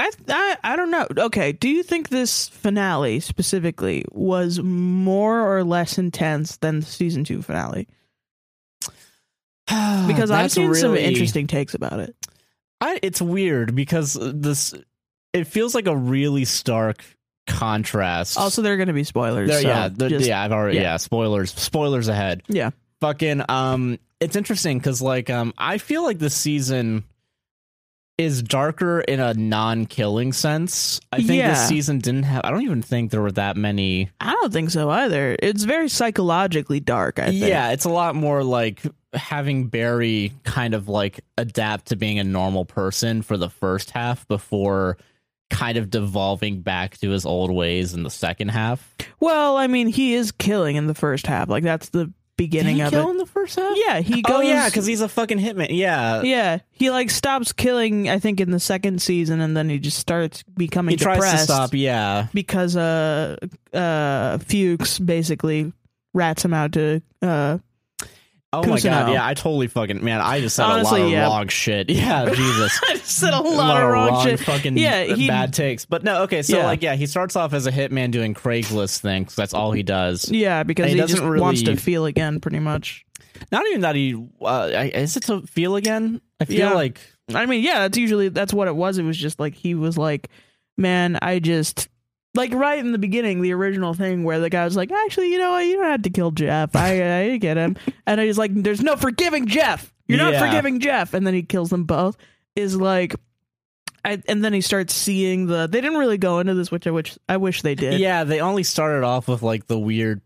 S2: I, I I don't know. Okay, do you think this finale specifically was more or less intense than the season two finale? Because I've
S1: Ah, That's
S2: seen some
S1: really-
S2: interesting takes about it.
S1: I, it's weird because this, it feels like a really stark contrast.
S2: Also, there are going to be spoilers.
S1: There-
S2: so
S1: yeah, there-
S2: just-
S1: yeah, I've already yeah.
S2: yeah.
S1: spoilers, spoilers ahead.
S2: Yeah.
S1: fucking. Um, it's interesting because like um, I feel like this season is darker in a non-killing sense. I think
S2: Yeah.
S1: this season didn't have. I don't even think there were that many.
S2: I don't think so either. It's very psychologically dark. I think.
S1: Yeah, it's a lot more like having Barry kind of like adapt to being a normal person for the first half before kind of devolving back to his old ways in the second half.
S2: Well, I mean, he is killing in the first half. Like that's the beginning
S1: Did he
S2: of
S1: kill
S2: it.
S1: in the first half?
S2: Yeah, he goes.
S1: oh yeah, uh, because he's a fucking hitman. Yeah,
S2: yeah, he like stops killing. I think in the second season, and then he just starts becoming
S1: he tries
S2: depressed
S1: to stop. Yeah,
S2: because uh uh Fuchs basically rats him out to
S1: *laughs*
S2: uh
S1: Oh my god,
S2: Cousineau.
S1: yeah, I totally fucking man, I just said a lot
S2: Honestly,
S1: of
S2: yeah.
S1: wrong shit. *laughs*
S2: *laughs*
S1: Yeah, Jesus.
S2: I just said a
S1: A
S2: lot, of wrong, shit.
S1: fucking
S2: Yeah, he-
S1: bad takes. But no, okay, so
S2: Yeah.
S1: like yeah, he starts off as a hitman doing Craigslist things. That's all he does.
S2: Yeah, because
S1: He
S2: he, just
S1: doesn't really-
S2: wants to feel again, pretty much.
S1: Not even that he uh, I- is it to feel again? I feel
S2: Yeah.
S1: like
S2: I mean, yeah, that's usually that's what it was. It was just like he was like, man, I just like right in the beginning, the original thing where the guy was like, actually, you know, what? you don't have to kill Jeff. I, *laughs* I get him, and he's like, there's no forgiving Jeff. You're not
S1: Yeah.
S2: forgiving Jeff, and then he kills them both. Is like I, and then he starts seeing the. They didn't really go into this, which I wish I wish they did.
S1: yeah, they only started off with like the weird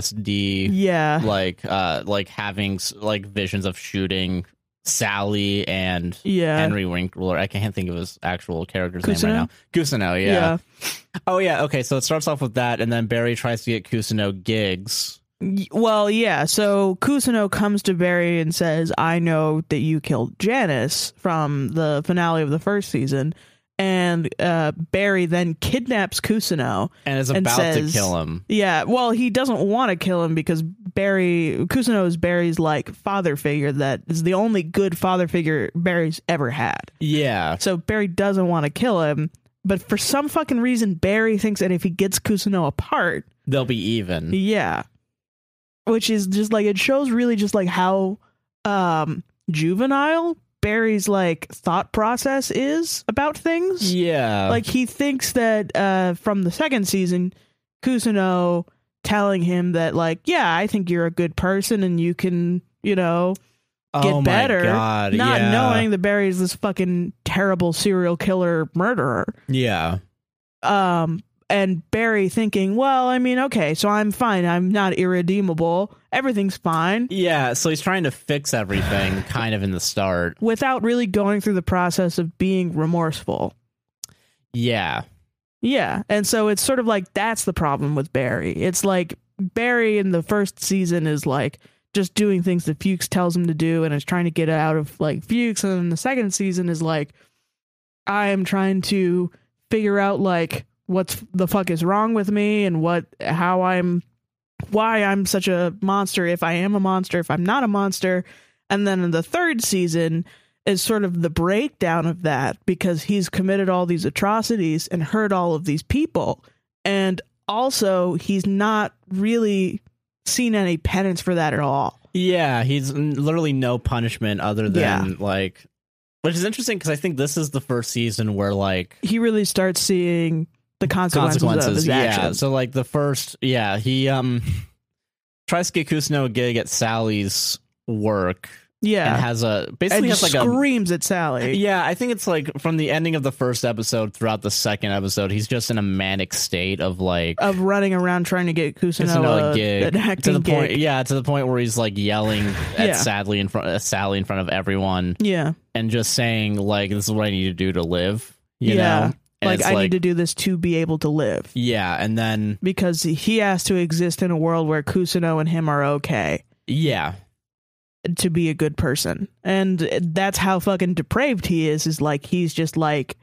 S1: PTSD,
S2: yeah,
S1: like uh, like having s- like visions of shooting Sally and
S2: yeah.
S1: Henry Winkler. I can't think of his actual character's name right now. Cousineau, yeah.
S2: yeah.
S1: Oh yeah, okay. So it starts off with that, and then Barry tries to get Cousineau gigs.
S2: Y- Well, yeah. So Kusuno comes to Barry and says, "I know that you killed Janice from the finale of the first season," and uh, Barry then kidnaps Kusuno.
S1: and is
S2: And
S1: about
S2: says-
S1: to kill him.
S2: Yeah. Well, he doesn't want to kill him because Barry Kusuno is Barry's like father figure that is the only good father figure Barry's ever had.
S1: Yeah.
S2: So Barry doesn't want to kill him, but for some fucking reason Barry thinks that if he gets Kusuno apart,
S1: They'll be even.
S2: yeah. Which is just like it shows really just like how um juvenile Barry's like thought process is about things.
S1: Yeah.
S2: Like he thinks that uh from the second season, Kusuno telling him that like, yeah, I think you're a good person and you can, you know, get
S1: oh my
S2: better,
S1: God,
S2: not
S1: yeah.
S2: knowing that Barry's this fucking terrible serial killer murderer.
S1: Yeah.
S2: um and Barry thinking, well, I mean, okay, so I'm fine. I'm not irredeemable. Everything's fine
S1: Yeah. So he's trying to fix
S2: *sighs*
S1: everything kind of in the start.
S2: without really going through the process of being remorseful.
S1: Yeah.
S2: Yeah. And so it's sort of like that's the problem with Barry. It's like Barry in the first season is like just doing things that Fuchs tells him to do and is trying to get out of like Fuchs. And then the second season is like, I am trying to figure out like what's the fuck is wrong with me and what, how I'm, why I'm such a monster, if I am a monster, if I'm not a monster. And then in the third season, is sort of the breakdown of that because he's committed all these atrocities and hurt all of these people. And also, he's not really seen any penance for that at all.
S1: Yeah. He's n- literally no punishment other than like, which is interesting because I think this is the first season where like
S2: He really starts seeing the consequences, of his
S1: yeah.
S2: actions.
S1: So like the first, yeah, he um tries to get Kusno a gig at Sally's work
S2: Yeah.
S1: and
S2: And,
S1: has a basically has
S2: just
S1: like a
S2: screams at Sally.
S1: Yeah, I think it's like from the ending of the first episode throughout the second episode, he's just in a manic state of like
S2: Of running around trying to get
S1: just another
S2: Kusunoa
S1: gig
S2: an
S1: to
S2: acting
S1: the
S2: gig.
S1: point. Yeah, to the point where he's like
S2: *laughs*
S1: yelling at
S2: Yeah.
S1: Sally in front at Sally in front of everyone
S2: Yeah,
S1: and just saying like this is what I need to do to live. You
S2: Yeah.
S1: know, and
S2: like
S1: it's
S2: I need to do this to be able to live
S1: yeah, and then
S2: because he has to exist in a world where Kusuno and him are okay.
S1: yeah,
S2: to be a good person. And that's how fucking depraved he is, is like he's just like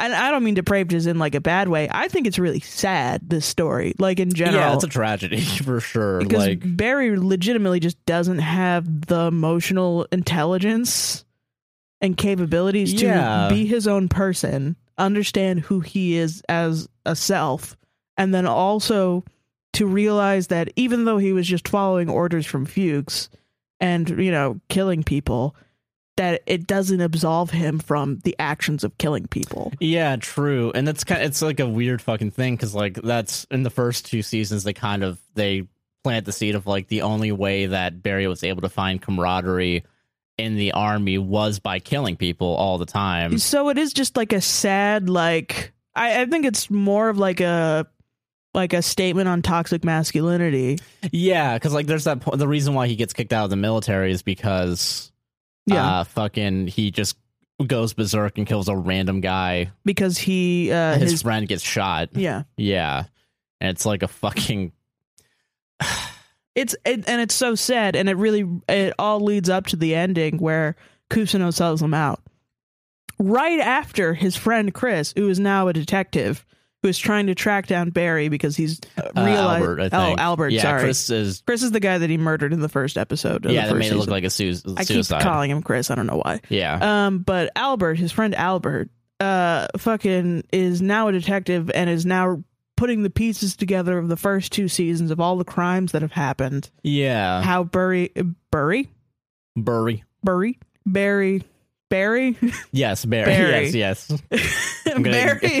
S2: and I don't mean depraved as in like a bad way. I think it's really sad, this story, like in general.
S1: yeah, it's a tragedy *laughs* for sure.
S2: because
S1: Like
S2: Barry legitimately just doesn't have the emotional intelligence and capabilities to
S1: Yeah.
S2: be his own person, understand who he is as a self, and then also to realize that even though he was just following orders from Fuchs and, you know, killing people, that it doesn't absolve him from the actions of killing people.
S1: Yeah, true. And that's kind it's like a weird fucking thing cuz like that's in the first two seasons they kind of they plant the seed of like the only way that Barry was able to find camaraderie in the army was by killing people all the time.
S2: so it is just like a sad like I, I think it's more of like a like a statement on toxic masculinity
S1: Yeah, cuz like there's that po- the reason why he gets kicked out of the military is because
S2: yeah
S1: uh fucking he just goes berserk and kills a random guy.
S2: because he uh
S1: his,
S2: his,
S1: friend gets shot.
S2: yeah
S1: Yeah. And it's like a fucking
S2: it's it, and it's so sad and it really it all leads up to the ending where kusuno sells him out right after his friend chris who is now a detective who is trying to track down barry because he's
S1: uh,
S2: realized
S1: Albert, I think.
S2: oh albert
S1: yeah,
S2: sorry chris,
S1: Chris is
S2: is the guy that he murdered in the first episode of
S1: yeah,
S2: the
S1: that
S2: first
S1: made it look
S2: season.
S1: like a su-
S2: i keep
S1: suicide.
S2: calling him chris i don't know why
S1: yeah,
S2: Um, but Albert, his friend Albert, uh, fucking is now a detective and is now putting the pieces together of the first two seasons of all the crimes that have happened.
S1: yeah.
S2: How Burry, Burry,
S1: Burry.
S2: Burry, Barry, *laughs* Barry,
S1: *laughs* Yes, Barry.
S2: Barry.
S1: Yes, yes. I'm gonna,
S2: *laughs* Barry.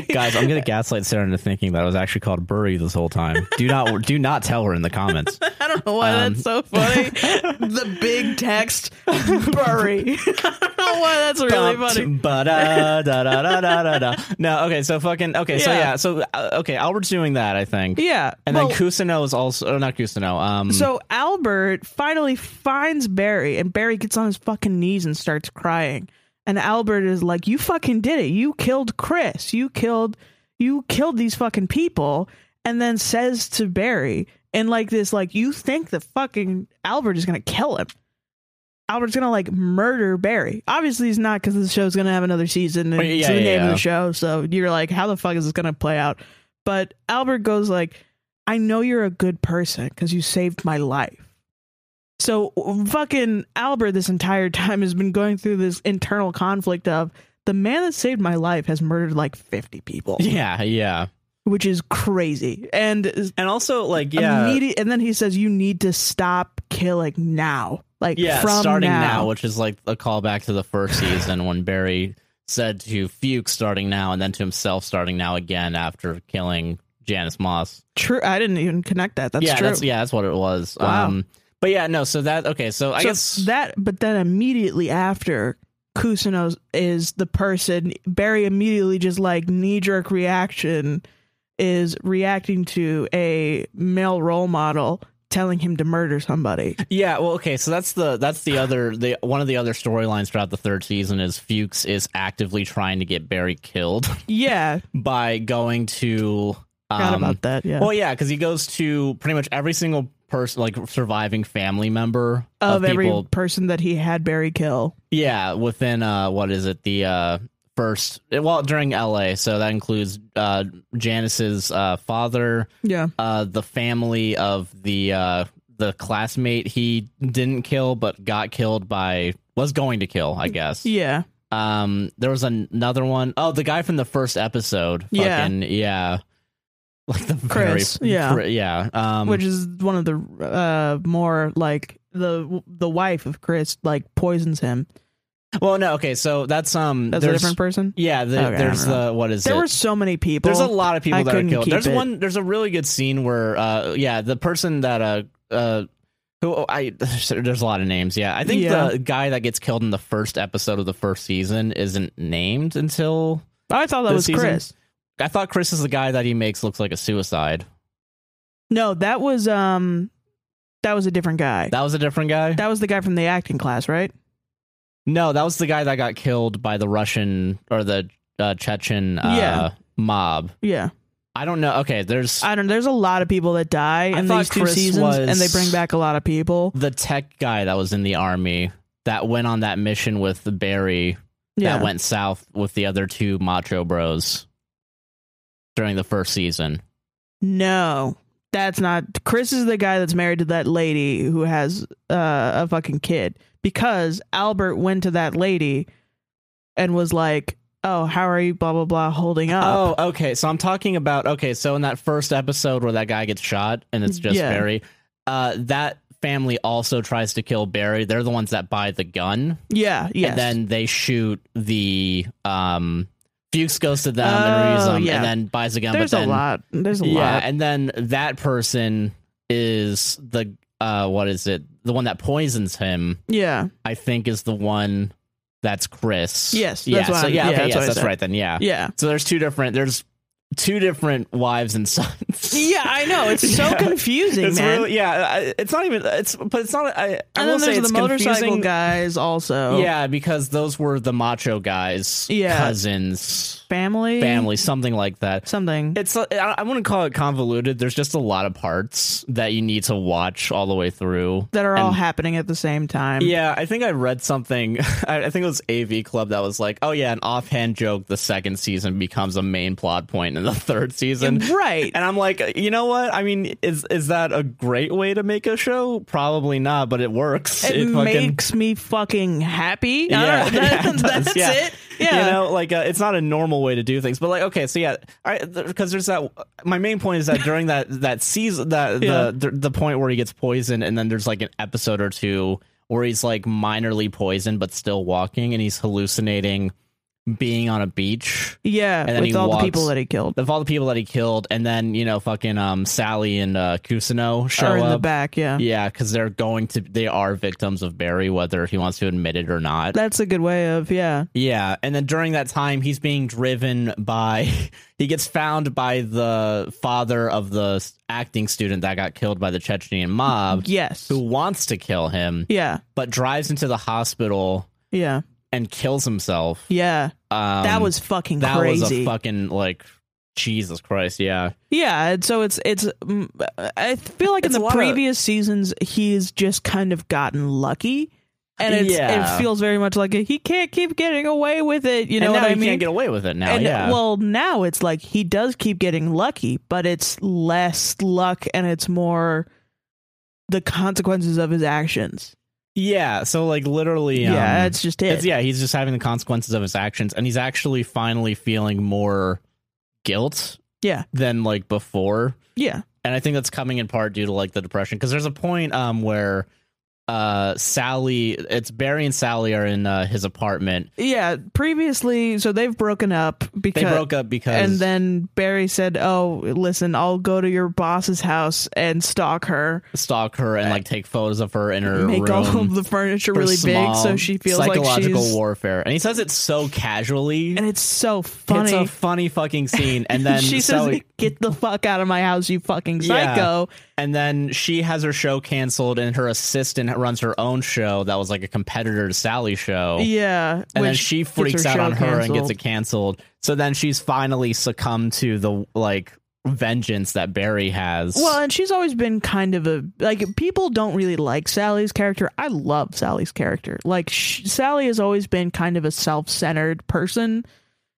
S1: *laughs* guys, I'm gonna gaslight Sarah into thinking that I was actually called Burry this whole time. Do not, *laughs* do not tell her in the comments.
S2: I don't know why
S1: Um,
S2: that's
S1: *laughs*
S2: so funny. the big text bury. *laughs* I don't know why that's *laughs* really
S1: Bumped, *laughs*
S2: funny.
S1: ba-da, uh, da, da, da, da, da, da. No, okay, so fucking okay, so
S2: Yeah.
S1: yeah, so uh, okay, Albert's doing that, I think,
S2: Yeah.
S1: and
S2: well,
S1: then Kusino is also oh, not Kusino. Um,
S2: so Albert finally finds Barry and Barry gets on his fucking knees and starts crying. And Albert is like, "You fucking did it. You killed Chris. You killed you killed these fucking people." And then says to Barry and like this like, "You think the fucking Albert is going to kill him?" Albert's gonna like murder Barry. Obviously, he's not because the show's gonna have another season and
S1: Well, Oh, yeah,
S2: it's the
S1: yeah,
S2: name of
S1: yeah.
S2: the show. So you're like, how the fuck is this gonna play out? But Albert goes like, I know you're a good person because you saved my life. So fucking Albert, this entire time has been going through this internal conflict of the man that saved my life has murdered like 50 people,
S1: yeah, yeah,
S2: which is crazy. And
S1: and also like yeah,
S2: immediate, and then he says, "You need to stop killing now." Like
S1: yeah,
S2: from
S1: starting now.
S2: now
S1: which is like a callback to the first season when Barry said to Fuke starting now, and then to himself starting now again after killing Janice Moss.
S2: True. I didn't even connect that. That's
S1: yeah,
S2: true.
S1: that's yeah, that's what it was.
S2: Wow.
S1: Um, but yeah, no, so that okay, so I
S2: So
S1: guess
S2: that, but then immediately after, Kusino is the person. Barry immediately just like knee jerk reaction is reacting to a male role model telling him to murder somebody.
S1: Yeah, well, okay, so that's the that's the other the one of the other storylines throughout the third season is Fuchs is actively trying to get Barry killed *laughs*
S2: Yeah,
S1: by going to
S2: forgot
S1: um,
S2: about that. Yeah,
S1: well, yeah, because he goes to pretty much every single person, like surviving family member
S2: of, every
S1: people.
S2: person that he had Barry kill.
S1: Yeah, within uh, what is it the uh first well during L.A. So that includes uh Janice's uh father,
S2: Yeah,
S1: uh, the family of the uh, the classmate he didn't kill but got killed by was going to kill, I guess.
S2: yeah,
S1: Um, there was an- another one oh the guy from the first episode.
S2: Yeah.
S1: Fucking, yeah. *laughs* Like the very-
S2: Chris, yeah.
S1: Chri- yeah. Um,
S2: which is one of the uh more like the the wife of Chris like poisons him.
S1: well, no, okay, so that's um,
S2: That's a
S1: there's
S2: different person.
S1: yeah, the,
S2: Okay, I
S1: there's
S2: don't know.
S1: the what is
S2: There
S1: it?
S2: were so many people.
S1: There's a lot of people
S2: I
S1: that are
S2: couldn't
S1: killed.
S2: keep
S1: There's
S2: it.
S1: one. There's a really good scene where, uh, yeah, the person that, uh, uh, who oh, I *laughs* there's a lot of names. Yeah, I think
S2: Yeah.
S1: the guy that gets killed in the first episode of the first season isn't named until
S2: I thought that
S1: this
S2: was
S1: season?
S2: Chris.
S1: I thought Chris is the guy that he makes looks like a suicide.
S2: No, that was um, that was a different guy. That,
S1: That was a different guy.
S2: was the guy from the acting class, right?
S1: no, that was the guy that got killed by the Russian or the uh, Chechen uh,
S2: Yeah.
S1: mob.
S2: Yeah,
S1: I don't know. Okay, there's
S2: I don't. There's a lot of people that die
S1: I
S2: in
S1: thought
S2: these two
S1: Chris
S2: seasons,
S1: was-
S2: and they bring back a lot of people.
S1: the tech guy that was in the army that went on that mission with Barry.
S2: Yeah,
S1: that went south with the other two Macho Bros during the first season.
S2: no, that's not. Chris is the guy that's married to that lady who has uh, a fucking kid because Albert went to that lady and was like, "Oh, how are you?" Blah blah blah, holding up.
S1: Oh, okay. So I'm talking about okay. So in that first episode where that guy gets shot and it's just
S2: Yeah.
S1: Barry, uh, that family also tries to kill Barry. They're the ones that buy the gun,
S2: yeah, yes.
S1: and then they shoot the um. Fuchs goes to them and
S2: Oh,
S1: reviews them,
S2: yeah.
S1: and then buys a gun.
S2: there's
S1: but then,
S2: a lot. There's a
S1: yeah,
S2: lot.
S1: and then that person is the uh, what is it? The one that poisons him.
S2: Yeah.
S1: I think is the one that's Chris.
S2: Yes, that's
S1: yeah,
S2: what
S1: so,
S2: I'm-
S1: yeah,
S2: yeah,
S1: okay,
S2: that's
S1: yes,
S2: what I
S1: that's
S2: said.
S1: right then. Yeah.
S2: Yeah.
S1: *laughs* So there's two different there's two different wives and *laughs* sons.
S2: Yeah, I know. It's so
S1: Yeah.
S2: confusing,
S1: It's
S2: man.
S1: really, yeah, I- it's not even it's but it's not I, I
S2: and
S1: will
S2: then
S1: say
S2: there's
S1: it's
S2: the motorcycle
S1: confusing.
S2: guys also.
S1: Yeah, because those were the macho guys,
S2: Yeah.
S1: cousins,
S2: Family.
S1: family, something like that.
S2: Something.
S1: It's I I wouldn't call it convoluted. There's just a lot of parts that you need to watch all the way through.
S2: that are all
S1: and-
S2: happening at the same time.
S1: Yeah, I think I read something. *laughs* I, I think it was AV Club that was like, "Oh yeah, an offhand joke. The second season becomes a main plot point in the *laughs* third season."
S2: Right.
S1: And I'm like, you know what? I mean, is is that a great way to make a show? Probably not, but it works.
S2: It, makes me fucking happy. I
S1: Yeah,
S2: don't know.
S1: *laughs* yeah, it does,
S2: *laughs* that's
S1: yeah.
S2: it. Yeah.
S1: You know, like uh, it's not a normal way to do things, but like okay, so yeah, because there's that. My main point is that during that that season, that
S2: Yeah.
S1: the, the the point where he gets poisoned, and then there's like an episode or two where he's like minorly poisoned but still walking, and he's hallucinating being on a beach
S2: Yeah,
S1: And then
S2: with
S1: he
S2: all
S1: walks-
S2: the people that he killed
S1: of all the people that he killed, and then you know, fucking um, Sally and uh, Kusuno show
S2: are in the
S1: up.
S2: back. Yeah.
S1: Yeah, because they're going to they are victims of Barry, whether he wants to admit it or not.
S2: that's a good way of yeah.
S1: Yeah, and then during that time, he's being driven by. *laughs* He gets found by the father of the s- acting student that got killed by the Chechnyan
S2: *laughs*
S1: mob,
S2: Yes.
S1: who wants to kill him,
S2: Yeah.
S1: but drives into the hospital
S2: Yeah.
S1: and kills himself.
S2: Yeah.
S1: Um,
S2: that was fucking
S1: that
S2: crazy.
S1: was a fucking like Jesus Christ, yeah,
S2: Yeah, and so it's it's. mm, I feel like
S1: It's
S2: in
S1: a
S2: the
S1: lot of-
S2: previous seasons he's just kind of gotten lucky, and it's,
S1: Yeah.
S2: it feels very much like he can't keep getting away with it. You know
S1: and
S2: what
S1: now
S2: I
S1: he
S2: mean?
S1: can't get away with it now.
S2: and uh,
S1: yeah,
S2: well, now it's like he does keep getting lucky, but it's less luck and it's more the consequences of his actions.
S1: yeah. So like literally, um,
S2: yeah, it's just it.
S1: It's- yeah, he's just having the consequences of his actions, and he's actually finally feeling more guilt.
S2: Yeah.
S1: Than like before,
S2: yeah,
S1: and I think that's coming in part due to like the depression. Because there's a point um where uh Sally, it's Barry and Sally are in uh, his apartment.
S2: yeah. Previously, so they've broken up
S1: They
S2: because
S1: broke up because
S2: and then Barry said, "Oh, listen, I'll go to your boss's house and stalk her,
S1: stalk her and like take photos of her in her
S2: make
S1: room.
S2: all of the furniture really
S1: Her small
S2: big, so she feels like
S1: psychological
S2: she's."
S1: warfare. And he says it so casually.
S2: and it's so
S1: It's
S2: funny.
S1: a funny fucking scene.
S2: *laughs*
S1: And then
S2: she
S1: Sally-
S2: says, "Get the fuck out of my house, you fucking
S1: Yeah.
S2: psycho!"
S1: And then she has her show canceled, and her assistant runs her own show that was like a competitor to Sally's show.
S2: Yeah,
S1: and then
S2: which
S1: she
S2: gets
S1: freaks out
S2: show
S1: on her and gets
S2: canceled.
S1: it canceled. So then she's finally succumbed to the like vengeance that Barry has.
S2: Well, and she's always been kind of a like people don't really like Sally's character. I love Sally's character. Like sh- Sally has always been kind of a self-centered person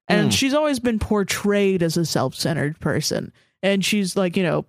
S2: and
S1: Mm.
S2: she's always been portrayed as a self-centered person. And she's like, you know,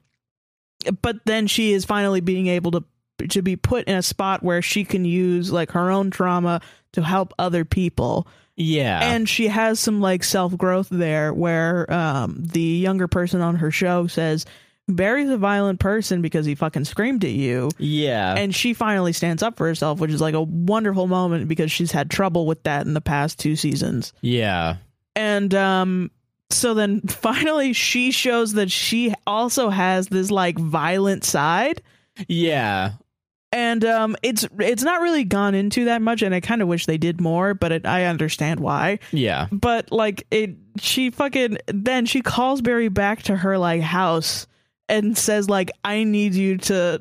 S2: but then she is finally being able to to be put in a spot where she can use like her own trauma to help other people
S1: yeah,
S2: and she has some like self growth there where um the younger person on her show says Barry's a violent person because he fucking screamed at you
S1: yeah,
S2: and she finally stands up for herself which is like a wonderful moment because she's had trouble with that in the past two seasons
S1: yeah,
S2: and um so then *laughs* finally she shows that she also has this like violent side
S1: yeah.
S2: and um it's it's not really gone into that much and I kind of wish they did more but it, I understand why
S1: Yeah.
S2: but like it she fucking then she calls barry back to her like house and says like i need you to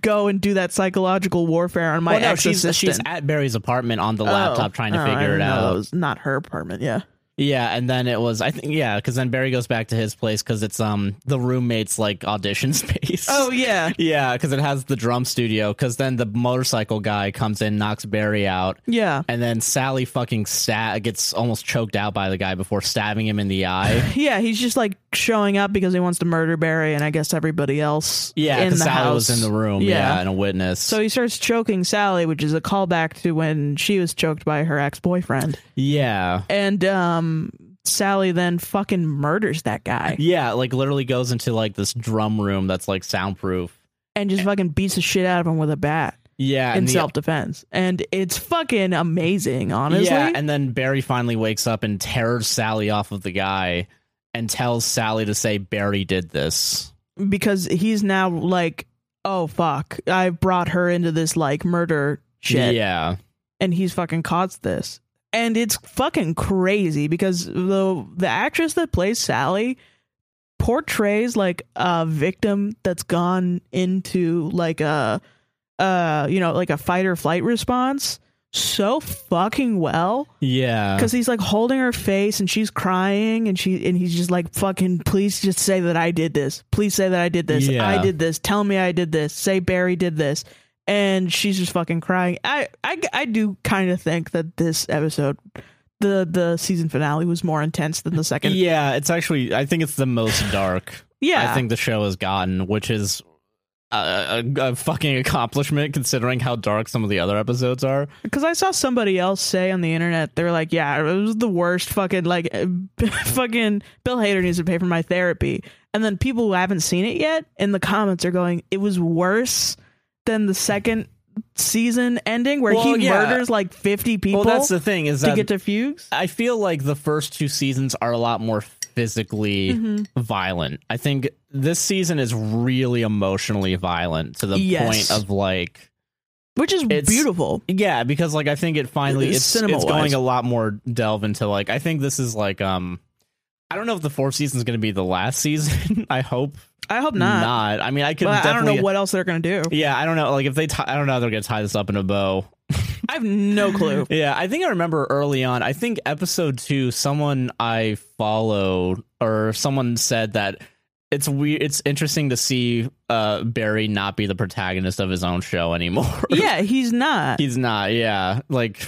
S2: go and do that psychological warfare on my
S1: well, no,
S2: ex
S1: she's
S2: assistant
S1: she's at Barry's apartment on the
S2: Oh.
S1: laptop trying to
S2: Oh, I
S1: figure it
S2: didn't know
S1: out.
S2: that was not her apartment yeah
S1: Yeah, and then it was I think yeah, because then Barry goes back to his place because it's um the roommate's like audition *laughs* space.
S2: oh yeah
S1: Yeah, because it has the drum studio. Because then the motorcycle guy comes in, knocks Barry out,
S2: *laughs* yeah
S1: and then Sally fucking sta- gets almost choked out by the guy before stabbing him in the eye.
S2: yeah he's just like showing up because he wants to murder barry and i guess everybody else
S1: *laughs* Yeah,
S2: in the
S1: because Sally
S2: house
S1: was in the room. Yeah.
S2: Yeah.
S1: and a witness.
S2: so he starts choking sally which is a callback to when she was choked by her ex-boyfriend
S1: yeah,
S2: and um sally then fucking murders that guy
S1: yeah, like literally goes into like this drum room that's like soundproof.
S2: and just fucking beats the shit out of him with a bat
S1: Yeah,
S2: in
S1: and the- uh,
S2: self defense. And it's fucking amazing, honestly.
S1: Yeah, and then Barry finally wakes up and tears Sally off of the guy and tells Sally to say Barry did this.
S2: because he's now like, oh fuck, I brought her into this like murder shit,
S1: Yeah.
S2: and he's fucking caused this. And it's fucking crazy because the the actress that plays Sally portrays like a victim that's gone into like a uh you know like a fight or flight response so fucking well
S1: Yeah.
S2: because he's like holding her face and she's crying and she and he's just like fucking please just say that i did this please say that i did this
S1: Yeah.
S2: i did this tell me i did this say barry did this and she's just fucking crying i i, I do kind of think that this episode the the season finale was more intense than the second
S1: yeah, it's actually I think it's the most dark
S2: yeah
S1: I think the show has gotten, which is a, a, a fucking accomplishment considering how dark some of the other episodes are.
S2: because i saw somebody else say on the internet they were like yeah it was the worst fucking like *laughs* fucking bill hader needs to pay for my therapy and then people who haven't seen it yet in the comments are going it was worse than the second season ending where
S1: Well,
S2: he
S1: yeah.
S2: murders like 50 people
S1: Well, that's the thing is
S2: to
S1: that
S2: get to Fugues?
S1: I feel like the first two seasons are a lot more physically
S2: Mhm.
S1: violent. I think this season is really emotionally violent to the
S2: Yes.
S1: point of like
S2: Which is
S1: It's-
S2: beautiful.
S1: yeah, because like I think it finally it's it's
S2: Cinema-wise.
S1: going a lot more delve into like I think this is like um I don't know if the fourth season is going to be the last season. *laughs* I hope
S2: I hope
S1: not.
S2: not.
S1: I mean, I could
S2: but I don't
S1: definitely
S2: know what else they're going
S1: *laughs*
S2: to do.
S1: Yeah, I don't know like if they tie I don't know how they're going to tie this up in a bow.
S2: I have
S1: *laughs*
S2: no clue.
S1: Yeah, I think I remember early on. I think episode two, someone I followed or someone said that it's weird. It's interesting to see uh, Barry not be the protagonist of his own show anymore.
S2: yeah, he's not.
S1: *laughs* he's not. Yeah, like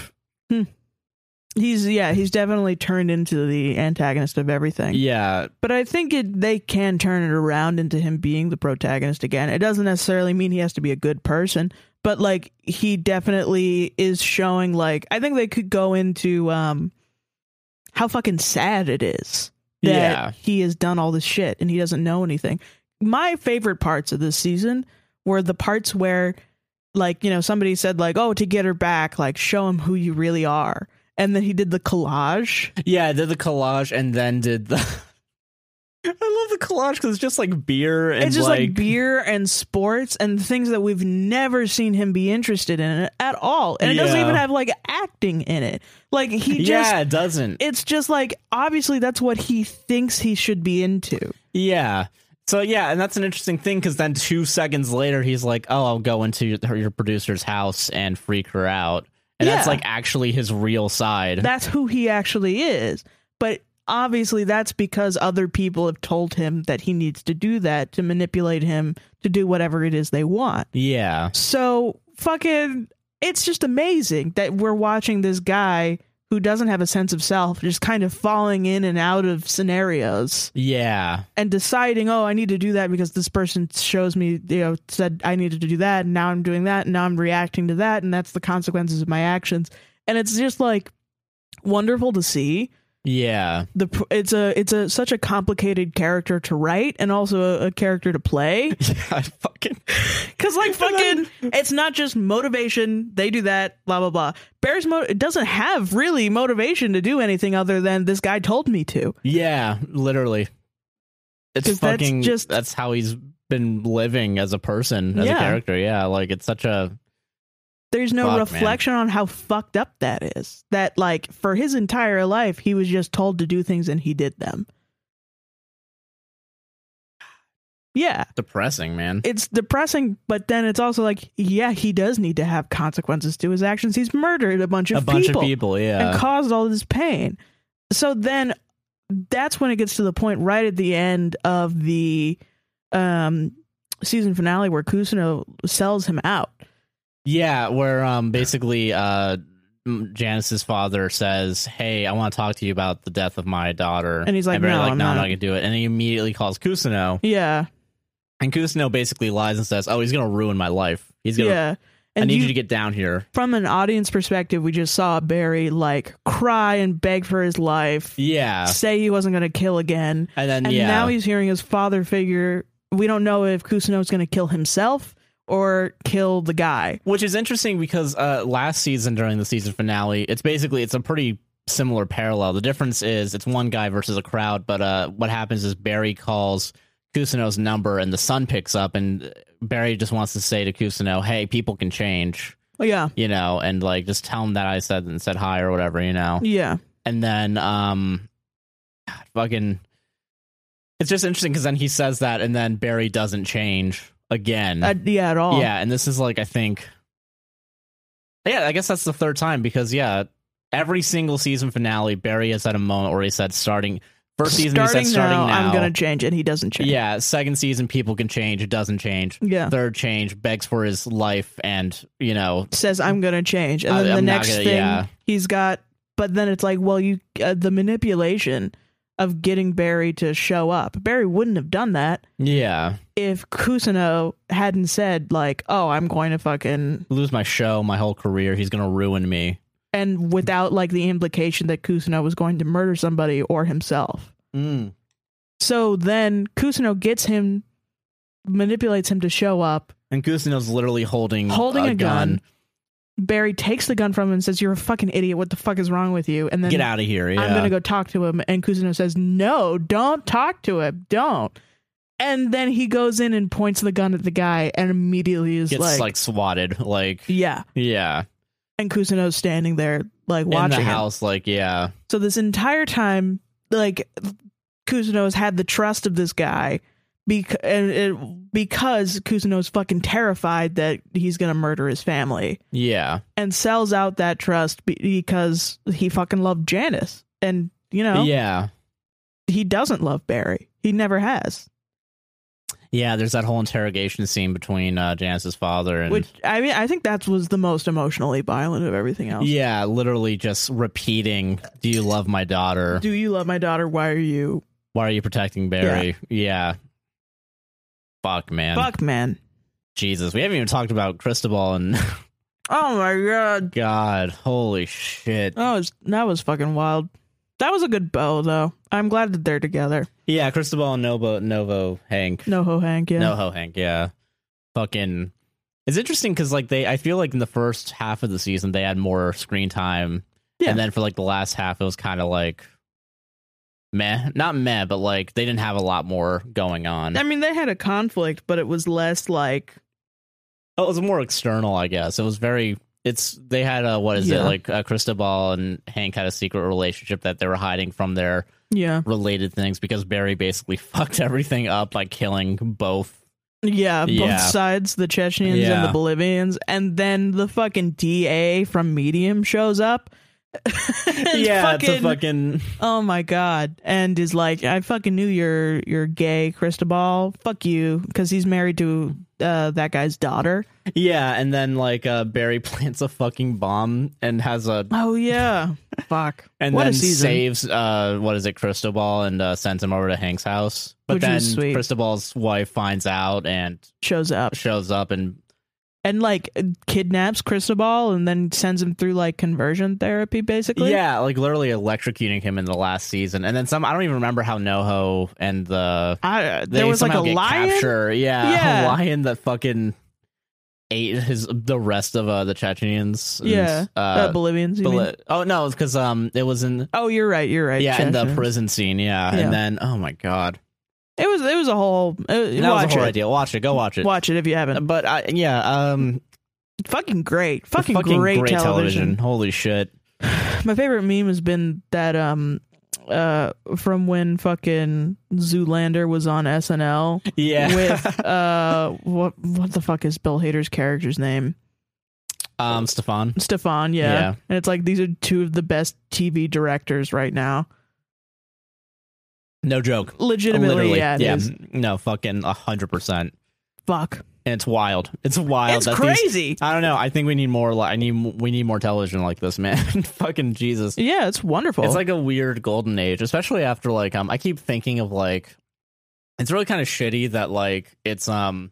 S2: He's yeah, he's definitely turned into the antagonist of everything.
S1: yeah,
S2: But I think it, they can turn it around into him being the protagonist again. It doesn't necessarily mean he has to be a good person, but like he definitely is showing like I think they could go into um how fucking sad it is that
S1: Yeah.
S2: he has done all this shit and he doesn't know anything. My favorite parts of this season were the parts where like, you know, somebody said like, "Oh, to get her back, like show him who you really are." And then he did the collage.
S1: yeah. Did the collage and then did the. *laughs* I love the collage because it's just like beer and
S2: it's just like,
S1: like,
S2: beer and sports and things that we've never seen him be interested in at all. And it doesn't
S1: Yeah.
S2: even have like acting in it. Like he just
S1: yeah, it doesn't.
S2: it's just like obviously that's what he thinks he should be into.
S1: Yeah. So yeah, and that's an interesting thing because then two seconds later he's like, "Oh, I'll go into your, her- your producer's house and freak her out," and that's
S2: Yeah.
S1: like actually his real side.
S2: That's who he actually is. But obviously that's because other people have told him that he needs to do that to manipulate him to do whatever it is they want.
S1: yeah,
S2: So fucking, it's just amazing that we're watching this guy who doesn't have a sense of self, just kind of falling in and out of scenarios
S1: yeah,
S2: and deciding, oh, I need to do that because this person shows me, you know, said I needed to do that, and now I'm doing that, and now I'm reacting to that, and that's the consequences of my actions. And it's just like wonderful to see *laughs*
S1: yeah,
S2: the pr- it's a it's a such a complicated character to write and also a, a character to play
S1: yeah. I fucking
S2: Cause
S1: *laughs*
S2: like
S1: And
S2: fucking, it's not just motivation. They do that, blah blah blah. Bears mo- it doesn't have really motivation to do anything other than this guy told me to.
S1: yeah, literally.
S2: 'Cause
S1: It's
S2: that's
S1: fucking
S2: just-
S1: that's how he's been living as a person, as
S2: Yeah.
S1: a character. Yeah, like it's such a
S2: There's no
S1: Fuck, man.
S2: reflection on how fucked up that is. That like for his entire life, he was just told to do things and he did them. Yeah,
S1: depressing man.
S2: it's depressing, but then it's also like, yeah, he does need to have consequences to his actions. He's murdered a bunch of
S1: a bunch
S2: people.
S1: of people,
S2: and
S1: yeah,
S2: caused all this pain. So then that's when it gets to the point right at the end of the um season finale where Kusuno sells him out.
S1: Yeah, where um basically uh m- Janice's father says, "Hey, I want to talk to you about the death of my daughter,"
S2: And he's like,
S1: Barry's
S2: "No, I'm
S1: no, I'm
S2: not."
S1: not gonna do it." And he immediately calls Kusino,
S2: Yeah.
S1: and Kusino basically lies and says, "Oh, he's gonna ruin my life. He's gonna.
S2: yeah.
S1: I
S2: And
S1: need you,
S2: you,
S1: to get down here."
S2: from an audience perspective, we just saw Barry like cry and beg for his life,
S1: Yeah,
S2: say he wasn't going to kill again.
S1: and then
S2: And
S1: yeah,
S2: now he's hearing his father figure. We don't know if Kusuno's going to kill himself or kill the guy.
S1: which is interesting because uh last season during the season finale, it's basically it's a pretty similar parallel. The difference is it's one guy versus a crowd, but uh what happens is Barry calls Kusino's number and the son picks up and Barry just wants to say to Kusino, "Hey, people can change."
S2: Oh, yeah.
S1: You know, and like just tell him that I said and said hi or whatever, you know.
S2: Yeah.
S1: And then um God, fucking it's just interesting cuz then he says that and then Barry doesn't change again.
S2: Uh, yeah, at all.
S1: Yeah, and this is like I think Yeah, I guess that's the third time because yeah, every single season finale Barry has had a moment where he said starting first season he said starting now.
S2: I'm gonna change it. He doesn't change.
S1: yeah, second season people can change, it doesn't change.
S2: yeah.
S1: Third change begs for his life and, you know,
S2: Says I'm gonna change, and
S1: I-
S2: then the
S1: I'm not
S2: next
S1: gonna-
S2: thing
S1: yeah.
S2: he's got. But then it's like, well, you uh, the manipulation of getting Barry to show up. Barry wouldn't have done that
S1: yeah,
S2: if Kusuno hadn't said like, "Oh, I'm going to fucking,"
S1: lose my show, my whole career, he's going to ruin me.
S2: and without like the implication that Kusuno was going to murder somebody or himself. Mm. So then Kusuno gets him, manipulates him to show up,
S1: And Gusino's literally holding
S2: Holding
S1: a,
S2: a gun. Barry takes the gun from him and says, You're a fucking idiot. What the fuck is wrong with you? And then
S1: Get out of here! Yeah,
S2: I'm going to go talk to him. And Cousineau says, No, don't talk to him. Don't. And then he goes in and points the gun at the guy and immediately is
S1: gets
S2: like,
S1: like, swatted. Like
S2: Yeah.
S1: yeah,
S2: And Cousineau's standing there, like,
S1: in
S2: watching.
S1: the
S2: him.
S1: house. Like yeah,
S2: So this entire time, like, Cousineau has had the trust of this guy bec- and it, because Cousineau's fucking terrified that he's going to murder his family.
S1: yeah.
S2: and sells out that trust be- because he fucking loved Janice. And, you know,
S1: Yeah.
S2: he doesn't love Barry. He never has.
S1: Yeah, there's that whole interrogation scene between uh, Janice's father and
S2: Which, I mean, I think that was the most emotionally violent of everything else.
S1: yeah, literally just repeating, "Do you love my daughter?
S2: Do you love my daughter? Why are you?
S1: Why are you protecting Barry?" Yeah. Fuck, man.
S2: Fuck, man.
S1: Jesus, we haven't even talked about Cristobal and
S2: Oh, my
S1: *laughs*
S2: God.
S1: God, holy shit.
S2: Oh, it's- that was fucking wild. That was a good bow, though. I'm glad that they're together.
S1: Yeah, Cristobal and Novo Novo Hank.
S2: No ho Hank, yeah.
S1: Noho Hank, yeah. Fucking It's interesting cuz like they I feel like in the first half of the season they had more screen time.
S2: Yeah.
S1: And then for like the last half it was kind of like meh, not meh, but like they didn't have a lot more going on.
S2: I mean, they had a conflict, but it was less like
S1: it was more external, I guess. It was very it's they had a what is it
S2: Yeah.
S1: like uh, Cristobal and Hank had a secret relationship that they were hiding from their
S2: yeah,
S1: related things because Barry basically *laughs* fucked everything up by killing both
S2: Yeah,
S1: Yeah.
S2: both sides, the Chechens and
S1: Yeah.
S2: the Bolivians, and then the fucking DA from Medium shows up. *laughs* And
S1: yeah, it's a
S2: fucking-
S1: fucking
S2: oh my god, and is like, I fucking knew you're you're gay, Cristobal. Fuck you, because he's married to uh, that guy's daughter.
S1: Yeah, and then like uh, Barry *laughs* plants a fucking bomb and has a *laughs*
S2: Oh yeah, fuck.
S1: and
S2: what
S1: then
S2: a season.
S1: saves uh what is it Cristobal and uh, sends him over to Hank's house. But
S2: Which
S1: then
S2: was sweet.
S1: Cristobal's wife finds out and
S2: shows up
S1: shows up and
S2: and like kidnaps Cristobal and then sends him through like conversion therapy, basically.
S1: yeah, like literally electrocuting him in the last season. And then some I don't even remember how Noho and the
S2: I, uh,
S1: they
S2: there was like a
S1: somehow get
S2: lion.
S1: capture. Yeah, a
S2: Yeah.
S1: lion that fucking ate his the rest of uh, the Chechens. and,
S2: Yeah,
S1: uh,
S2: Uh, Bolivians. You mean?
S1: Bali- oh no, it's because um it was in
S2: Oh, you're right. You're right.
S1: yeah, in the
S2: Chechens.
S1: prison scene. Yeah.
S2: Yeah.
S1: and then oh my god,
S2: It was it was a whole uh,
S1: that was
S2: watch
S1: a whole
S2: it.
S1: idea. Watch it, go watch it.
S2: Watch it if you haven't.
S1: But I, yeah, um,
S2: Fucking great. Fucking, great, television.
S1: Holy shit!
S2: My favorite meme has been that um uh from when fucking Zoolander was on SNL
S1: *laughs* Yeah,
S2: with uh what what the fuck is Bill Hader's character's name?
S1: um, Stefan.
S2: Stefan, yeah.
S1: Yeah.
S2: And it's like these are two of the best TV directors right now.
S1: No joke.
S2: Legitimately,
S1: Literally,
S2: yeah. it is.
S1: no, fucking hundred percent.
S2: Fuck.
S1: And it's wild. It's wild.
S2: it's
S1: that these-
S2: crazy.
S1: I don't know. I think we need more. Like, I need. We need more television like this, man. *laughs* fucking Jesus.
S2: yeah, it's wonderful.
S1: It's like a weird golden age, especially after like um I keep thinking of like it's really kind of shitty that like it's um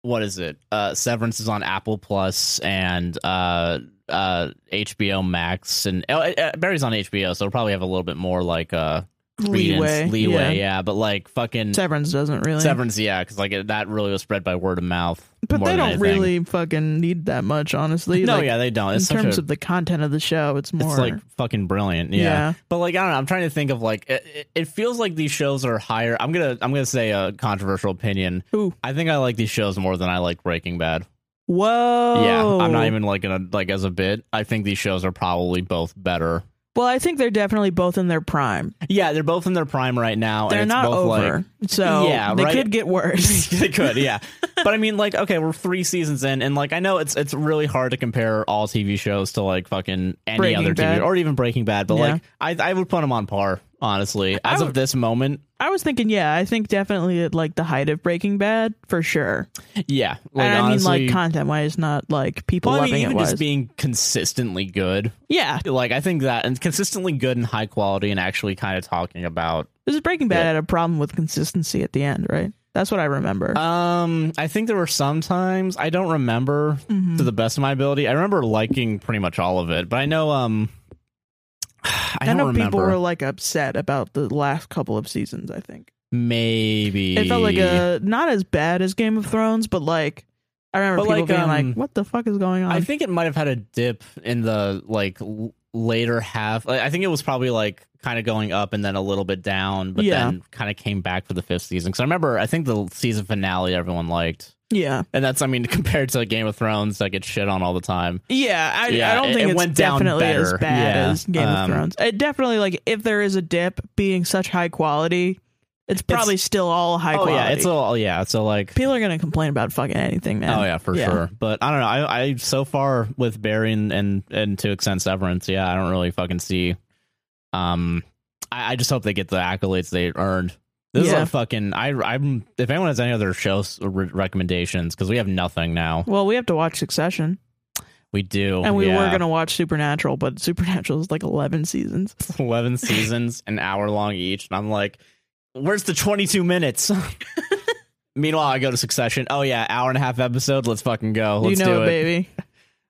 S1: what is it? Uh Severance is on Apple Plus and uh uh HBO Max and oh, uh, Barry's on HBO, so it'll probably have a little bit more like uh credence,
S2: leeway.
S1: leeway, yeah.
S2: yeah.
S1: but like fucking
S2: Severance doesn't really.
S1: Severance, yeah, because like it, that really was spread by word of mouth.
S2: But
S1: more
S2: they
S1: than
S2: don't
S1: anything.
S2: really fucking need that much, honestly.
S1: No,
S2: Like,
S1: yeah, they don't.
S2: in
S1: It's such
S2: terms
S1: a-
S2: of the content of the show, it's more
S1: it's like fucking brilliant, yeah. But like I don't know, I'm trying to think of like it, it- it feels like these shows are higher. I'm gonna I'm gonna say a controversial opinion.
S2: Ooh.
S1: I think I like these shows more than I like Breaking Bad.
S2: Whoa.
S1: Yeah, I'm
S2: Oh.
S1: not even like gonna like as a bit. I think these shows are probably both better.
S2: Well, I think they're definitely both in their prime.
S1: Yeah, they're both in their prime right now.
S2: They're
S1: and it's
S2: not
S1: both
S2: over, so
S1: Yeah,
S2: they
S1: right.
S2: could
S1: *laughs*
S2: get worse.
S1: Like, *laughs* they could, yeah. but I mean, like, okay, we're three seasons in, and like I know it's it's really hard to compare all TV shows to like fucking any
S2: Breaking
S1: other
S2: Bad.
S1: TV or even Breaking Bad. But
S2: Yeah.
S1: like, I I would put them on par, honestly,
S2: I
S1: as
S2: would-
S1: of this moment.
S2: I was thinking, yeah, I think definitely at like the height of Breaking Bad for sure.
S1: Yeah,
S2: and I mean,
S1: honestly-
S2: like content wise, not like people
S1: Well, I
S2: loving
S1: mean, even
S2: it wise.
S1: just being consistently good.
S2: yeah,
S1: Like, I think that, and consistently good and high quality, and actually kind of talking about.
S2: this is Breaking Bad
S1: Yeah.
S2: had a problem with consistency at the end, right? That's what I remember.
S1: Um, I think there were some times I don't remember
S2: Mhm.
S1: to the best of my ability. I remember liking pretty much all of it, but I know, um, *sighs* I
S2: I
S1: don't
S2: know
S1: remember.
S2: people were like upset about the last couple of seasons. I think.
S1: Maybe E.
S2: It felt like a not as bad as Game of Thrones, but like I remember
S1: But,
S2: people
S1: like,
S2: being
S1: um,
S2: like, "What the fuck is going on?"
S1: I think it might have had a dip in the like l- later half. I I think it was probably like kind of going up and then a little bit down, but
S2: Yeah.
S1: then kind of came back for the fifth season. Because I remember, I think the season finale everyone liked,
S2: yeah,
S1: and that's I mean *laughs* compared to Game of Thrones, I get shit on all the time.
S2: yeah. I,
S1: Yeah,
S2: I don't
S1: it-
S2: think
S1: it
S2: it's
S1: went down
S2: definitely as
S1: better.
S2: bad
S1: Yeah.
S2: as Game
S1: Um,
S2: of Thrones. It definitely like if there is a dip, being such high quality, it's probably still all high
S1: oh
S2: quality.
S1: yeah, it's all yeah. So like,
S2: people are gonna complain about fucking anything, man.
S1: oh yeah, for
S2: Yeah.
S1: sure. But I don't know. I, I so far with Barry and and, and to extent Severance, yeah, I don't really fucking see. Um, I, I just hope they get the accolades they earned. This is
S2: Yeah.
S1: a fucking. I I'm. If anyone has any other shows or re- recommendations, because we have nothing now.
S2: Well, we have to watch Succession,
S1: We do,
S2: and we
S1: yeah.
S2: were gonna watch Supernatural, but Supernatural is like eleven seasons.
S1: *laughs* eleven seasons, an hour long each, and I'm like, where's the 22 minutes? *laughs* Meanwhile, I go to Succession. Oh yeah, hour and a half episode. Let's fucking go. Let's
S2: you know
S1: do
S2: it,
S1: it.
S2: baby.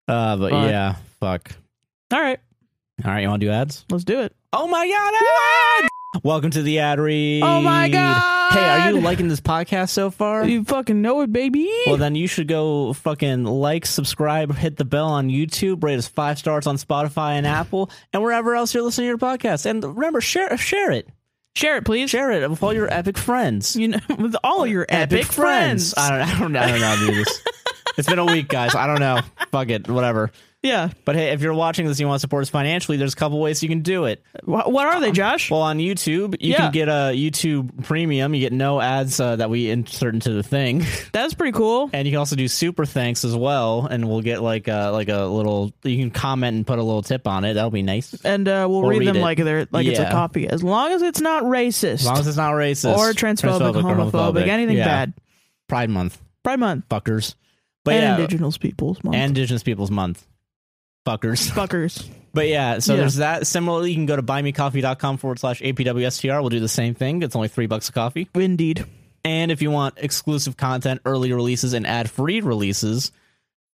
S1: Uh, but
S2: Fuck.
S1: yeah, fuck.
S2: All right,
S1: All right, you want to do ads?
S2: let's do it.
S1: Oh my god, ads! Welcome to the ad read.
S2: Oh my god!
S1: Hey, are you liking this podcast so far?
S2: You fucking know it, baby.
S1: Well, then you should go fucking like, subscribe, hit the bell on YouTube, rate us five stars on Spotify and Apple, and wherever else you're listening to your podcast. And remember, share share it,
S2: Share it, please.
S1: share it with all your epic friends.
S2: *laughs* You know, with all your epic, friends.
S1: I don't, I don't, I don't know how to do this. it's been a week, guys. I don't know. Fuck it, whatever.
S2: yeah.
S1: But hey, if you're watching this and you want to support us financially, there's a couple ways you can do it.
S2: What, what are they, Josh?
S1: Uh, Well, on YouTube, you
S2: Yeah.
S1: can get a YouTube Premium. You get no ads uh, that we insert into the thing, *laughs*
S2: That's pretty cool.
S1: and you can also do super thanks as well. And we'll get like a like a little. You can comment and put a little tip on it. That'll be nice. As
S2: And uh, we'll
S1: Or
S2: read
S1: read
S2: them
S1: it.
S2: like they're like it's a
S1: Yeah.
S2: copy, as long as it's not racist
S1: long as it's not racist
S2: or transphobic, homophobic, anything
S1: Yeah.
S2: bad.
S1: Pride Month,
S2: Pride Month
S1: fuckers. But
S2: and
S1: yeah,
S2: Indigenous Peoples Month.
S1: and Indigenous Peoples Month, fuckers. *laughs*
S2: fuckers.
S1: But yeah, so
S2: Yeah.
S1: there's that. Similarly, you can go to buymecoffee.com forward slash APWSTR. We'll do the same thing. It's only three bucks a coffee.
S2: Indeed.
S1: And if you want exclusive content, early releases, and ad free releases,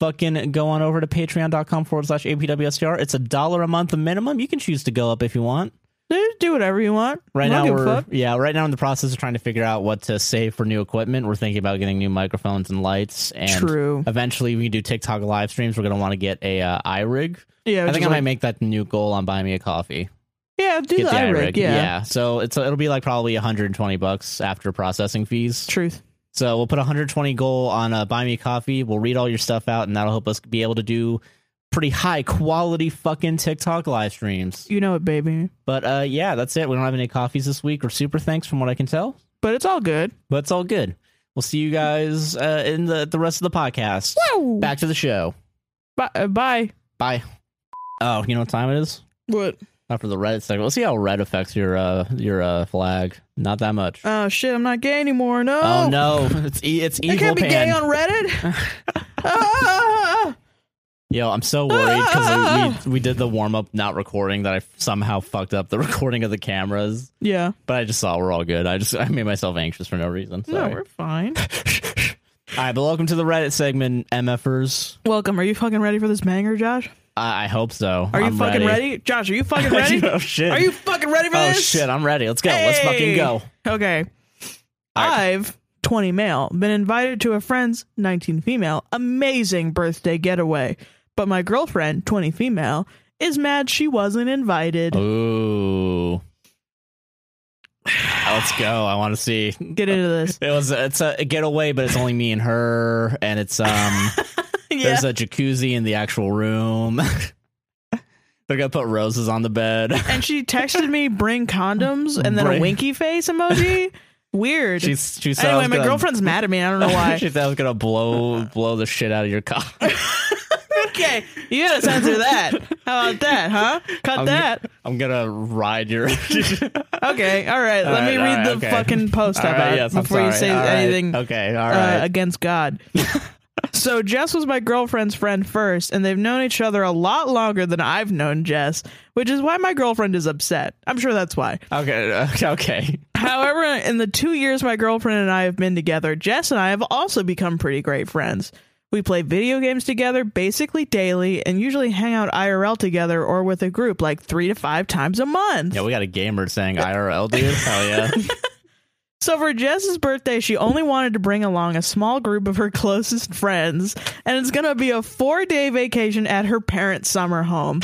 S1: fucking go on over to patreon.com forward slash APWSTR. It's a dollar a month the minimum. You can choose to go up if you want.
S2: Dude, Do whatever you want.
S1: Right
S2: I don't
S1: now,
S2: give a
S1: we're
S2: fuck.
S1: yeah. Right now, in the process of trying to figure out what to save for new equipment, we're thinking about getting new microphones and lights. And
S2: True.
S1: eventually, we can do TikTok live streams. We're gonna want to get a uh, iRig.
S2: Yeah,
S1: I
S2: which
S1: think
S2: is
S1: I might
S2: like-
S1: make that new goal on Buy Me a Coffee.
S2: yeah, do the,
S1: get the
S2: iRig.
S1: iRig.
S2: Yeah.
S1: So it's it'll be like probably 120 bucks after processing fees.
S2: truth.
S1: So we'll put 120 goal on uh, Buy Me a Coffee. We'll read all your stuff out, and that'll help us be able to do pretty high quality fucking TikTok live streams.
S2: You know it, baby.
S1: But uh, yeah, that's it. We don't have any coffees this week or super thanks from what I can tell.
S2: But it's all good.
S1: But it's all good. We'll see you guys uh, in the the rest of the podcast.
S2: Woo!
S1: Back to the show.
S2: Bye. uh, bye.
S1: Bye. Oh, you know what time it is?
S2: What?
S1: Not for the red second. We'll see how red affects your uh, your uh, flag. Not that much.
S2: Oh shit! I'm not gay anymore. No.
S1: Oh no, it's e- it's
S2: I
S1: evil
S2: can't be
S1: pan.
S2: gay on Reddit.
S1: *laughs*
S2: Ah!
S1: Yo, I'm so worried because
S2: *laughs*
S1: we we did the warm up not recording that I somehow fucked up the *laughs* recording of the cameras.
S2: Yeah.
S1: But I just saw we're all good. I just I made myself anxious for no reason.
S2: No,
S1: Sorry. *laughs*
S2: we're fine.
S1: all right, but welcome to the Reddit segment, MFers.
S2: *laughs* Welcome. Are you fucking ready for this banger, Josh?
S1: I, I hope so.
S2: Are you
S1: I'm
S2: fucking ready. Josh, are you
S1: *laughs*
S2: fucking ready?
S1: oh shit.
S2: Are you fucking ready for
S1: Oh
S2: this?
S1: shit! I'm ready. Let's go. Let's
S2: Hey!
S1: fucking go.
S2: Okay.
S1: right.
S2: I've 20 male been invited to a friend's 19 female amazing birthday getaway, but my girlfriend 20 female is mad she wasn't invited.
S1: Oh, Ooh. *sighs* Let's go. I want to see.
S2: Get
S1: *laughs*
S2: into this.
S1: It was it's a getaway, but it's only me and her, and it's um.
S2: yeah.
S1: There's a jacuzzi in the actual room. *laughs* They're gonna put roses on the bed. *laughs*
S2: and she texted me bring condoms and then a
S1: Bring-
S2: winky
S1: *laughs*
S2: face emoji. Weird.
S1: She's she said I
S2: anyway,
S1: was
S2: my
S1: gonna-
S2: girlfriend's mad at me. I
S1: *laughs*
S2: don't know why.
S1: she thought I was gonna
S2: *laughs*
S1: blow blow the shit out of your cock.
S2: okay, you gotta
S1: *laughs*
S2: censor that. How about that, huh? Cut
S1: I'm,
S2: that.
S1: *laughs* I'm gonna ride *laughs*
S2: *laughs*
S1: your.
S2: Okay, all right. let me
S1: All right,
S2: read the
S1: okay.
S2: fucking post
S1: All right,
S2: about it
S1: yes, I'm
S2: before you
S1: sorry.
S2: say
S1: All right,
S2: anything
S1: Okay, all
S2: uh,
S1: right.
S2: against God. *laughs* so Jess was my girlfriend's friend first, and they've known each other a lot longer than I've known Jess, which is why my girlfriend is upset. I'm sure that's why.
S1: okay, okay, okay.
S2: However, in the two years my girlfriend and I have been together, Jess and I have also become pretty great friends. We play video games together basically daily and usually hang out IRL together or with a group like three to five times a month. *laughs*
S1: Yeah, we got a gamer saying IRL, dude. Hell yeah.
S2: So for Jess's birthday, she only wanted to bring along a small group of her *laughs* closest friends, and it's going to be a four day vacation at her parents' summer home.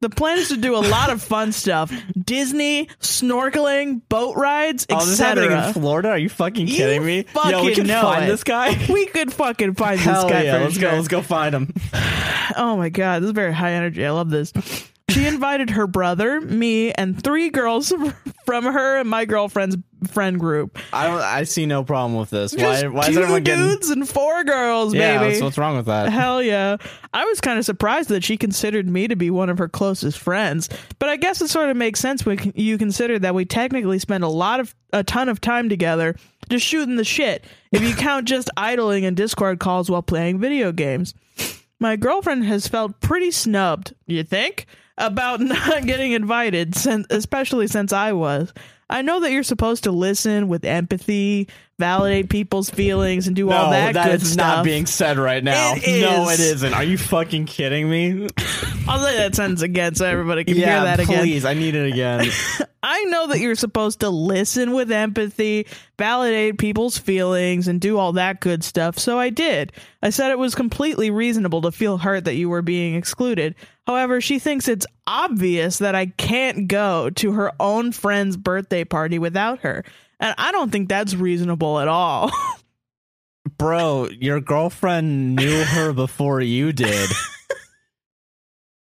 S2: The plan is to do a lot of fun stuff: Disney, snorkeling, boat rides,
S1: All this happening in
S2: etc.
S1: Florida? Are you fucking
S2: You
S1: kidding me? Yo,
S2: fucking
S1: we can
S2: know
S1: find
S2: it.
S1: this guy.
S2: *laughs* We could fucking find
S1: Hell
S2: this guy.
S1: yeah,
S2: for
S1: let's
S2: sure.
S1: go. Let's go find him.
S2: Oh my god, this is very high energy. I love this. She invited her brother, me, and three girls *laughs* from her and my girlfriend's friend group.
S1: I don't. I see no problem with this.
S2: Just
S1: why? Why
S2: two
S1: is everyone getting?
S2: dudes and four girls,
S1: yeah,
S2: baby.
S1: what's, what's wrong with that? *laughs*
S2: Hell yeah. I was kind of surprised that she considered me to be one of her closest friends, but I guess it sort of makes sense when you consider that we technically spend a lot of a ton of time together just shooting the shit if
S1: *laughs*
S2: you count just idling and Discord calls while playing video games. My girlfriend has felt pretty snubbed, you think, about *laughs* not getting invited, since, especially since I was. I know that you're supposed to listen with empathy, validate people's feelings, and do all
S1: no,
S2: that,
S1: that
S2: good
S1: is
S2: stuff.
S1: not being said right now.
S2: It
S1: no,
S2: is.
S1: it isn't. Are you fucking kidding me?
S2: I'll say that sentence again so everybody can hear that again.
S1: please. I need it *laughs* again.
S2: I know that you're supposed to listen with empathy, validate people's feelings, and do all that good stuff, so I did. I said it was completely reasonable to feel hurt that you were being excluded. However, she thinks it's obvious that I can't go to her own friend's birthday party without her. And I don't think that's reasonable at all. *laughs*
S1: Bro, your girlfriend knew her before you did.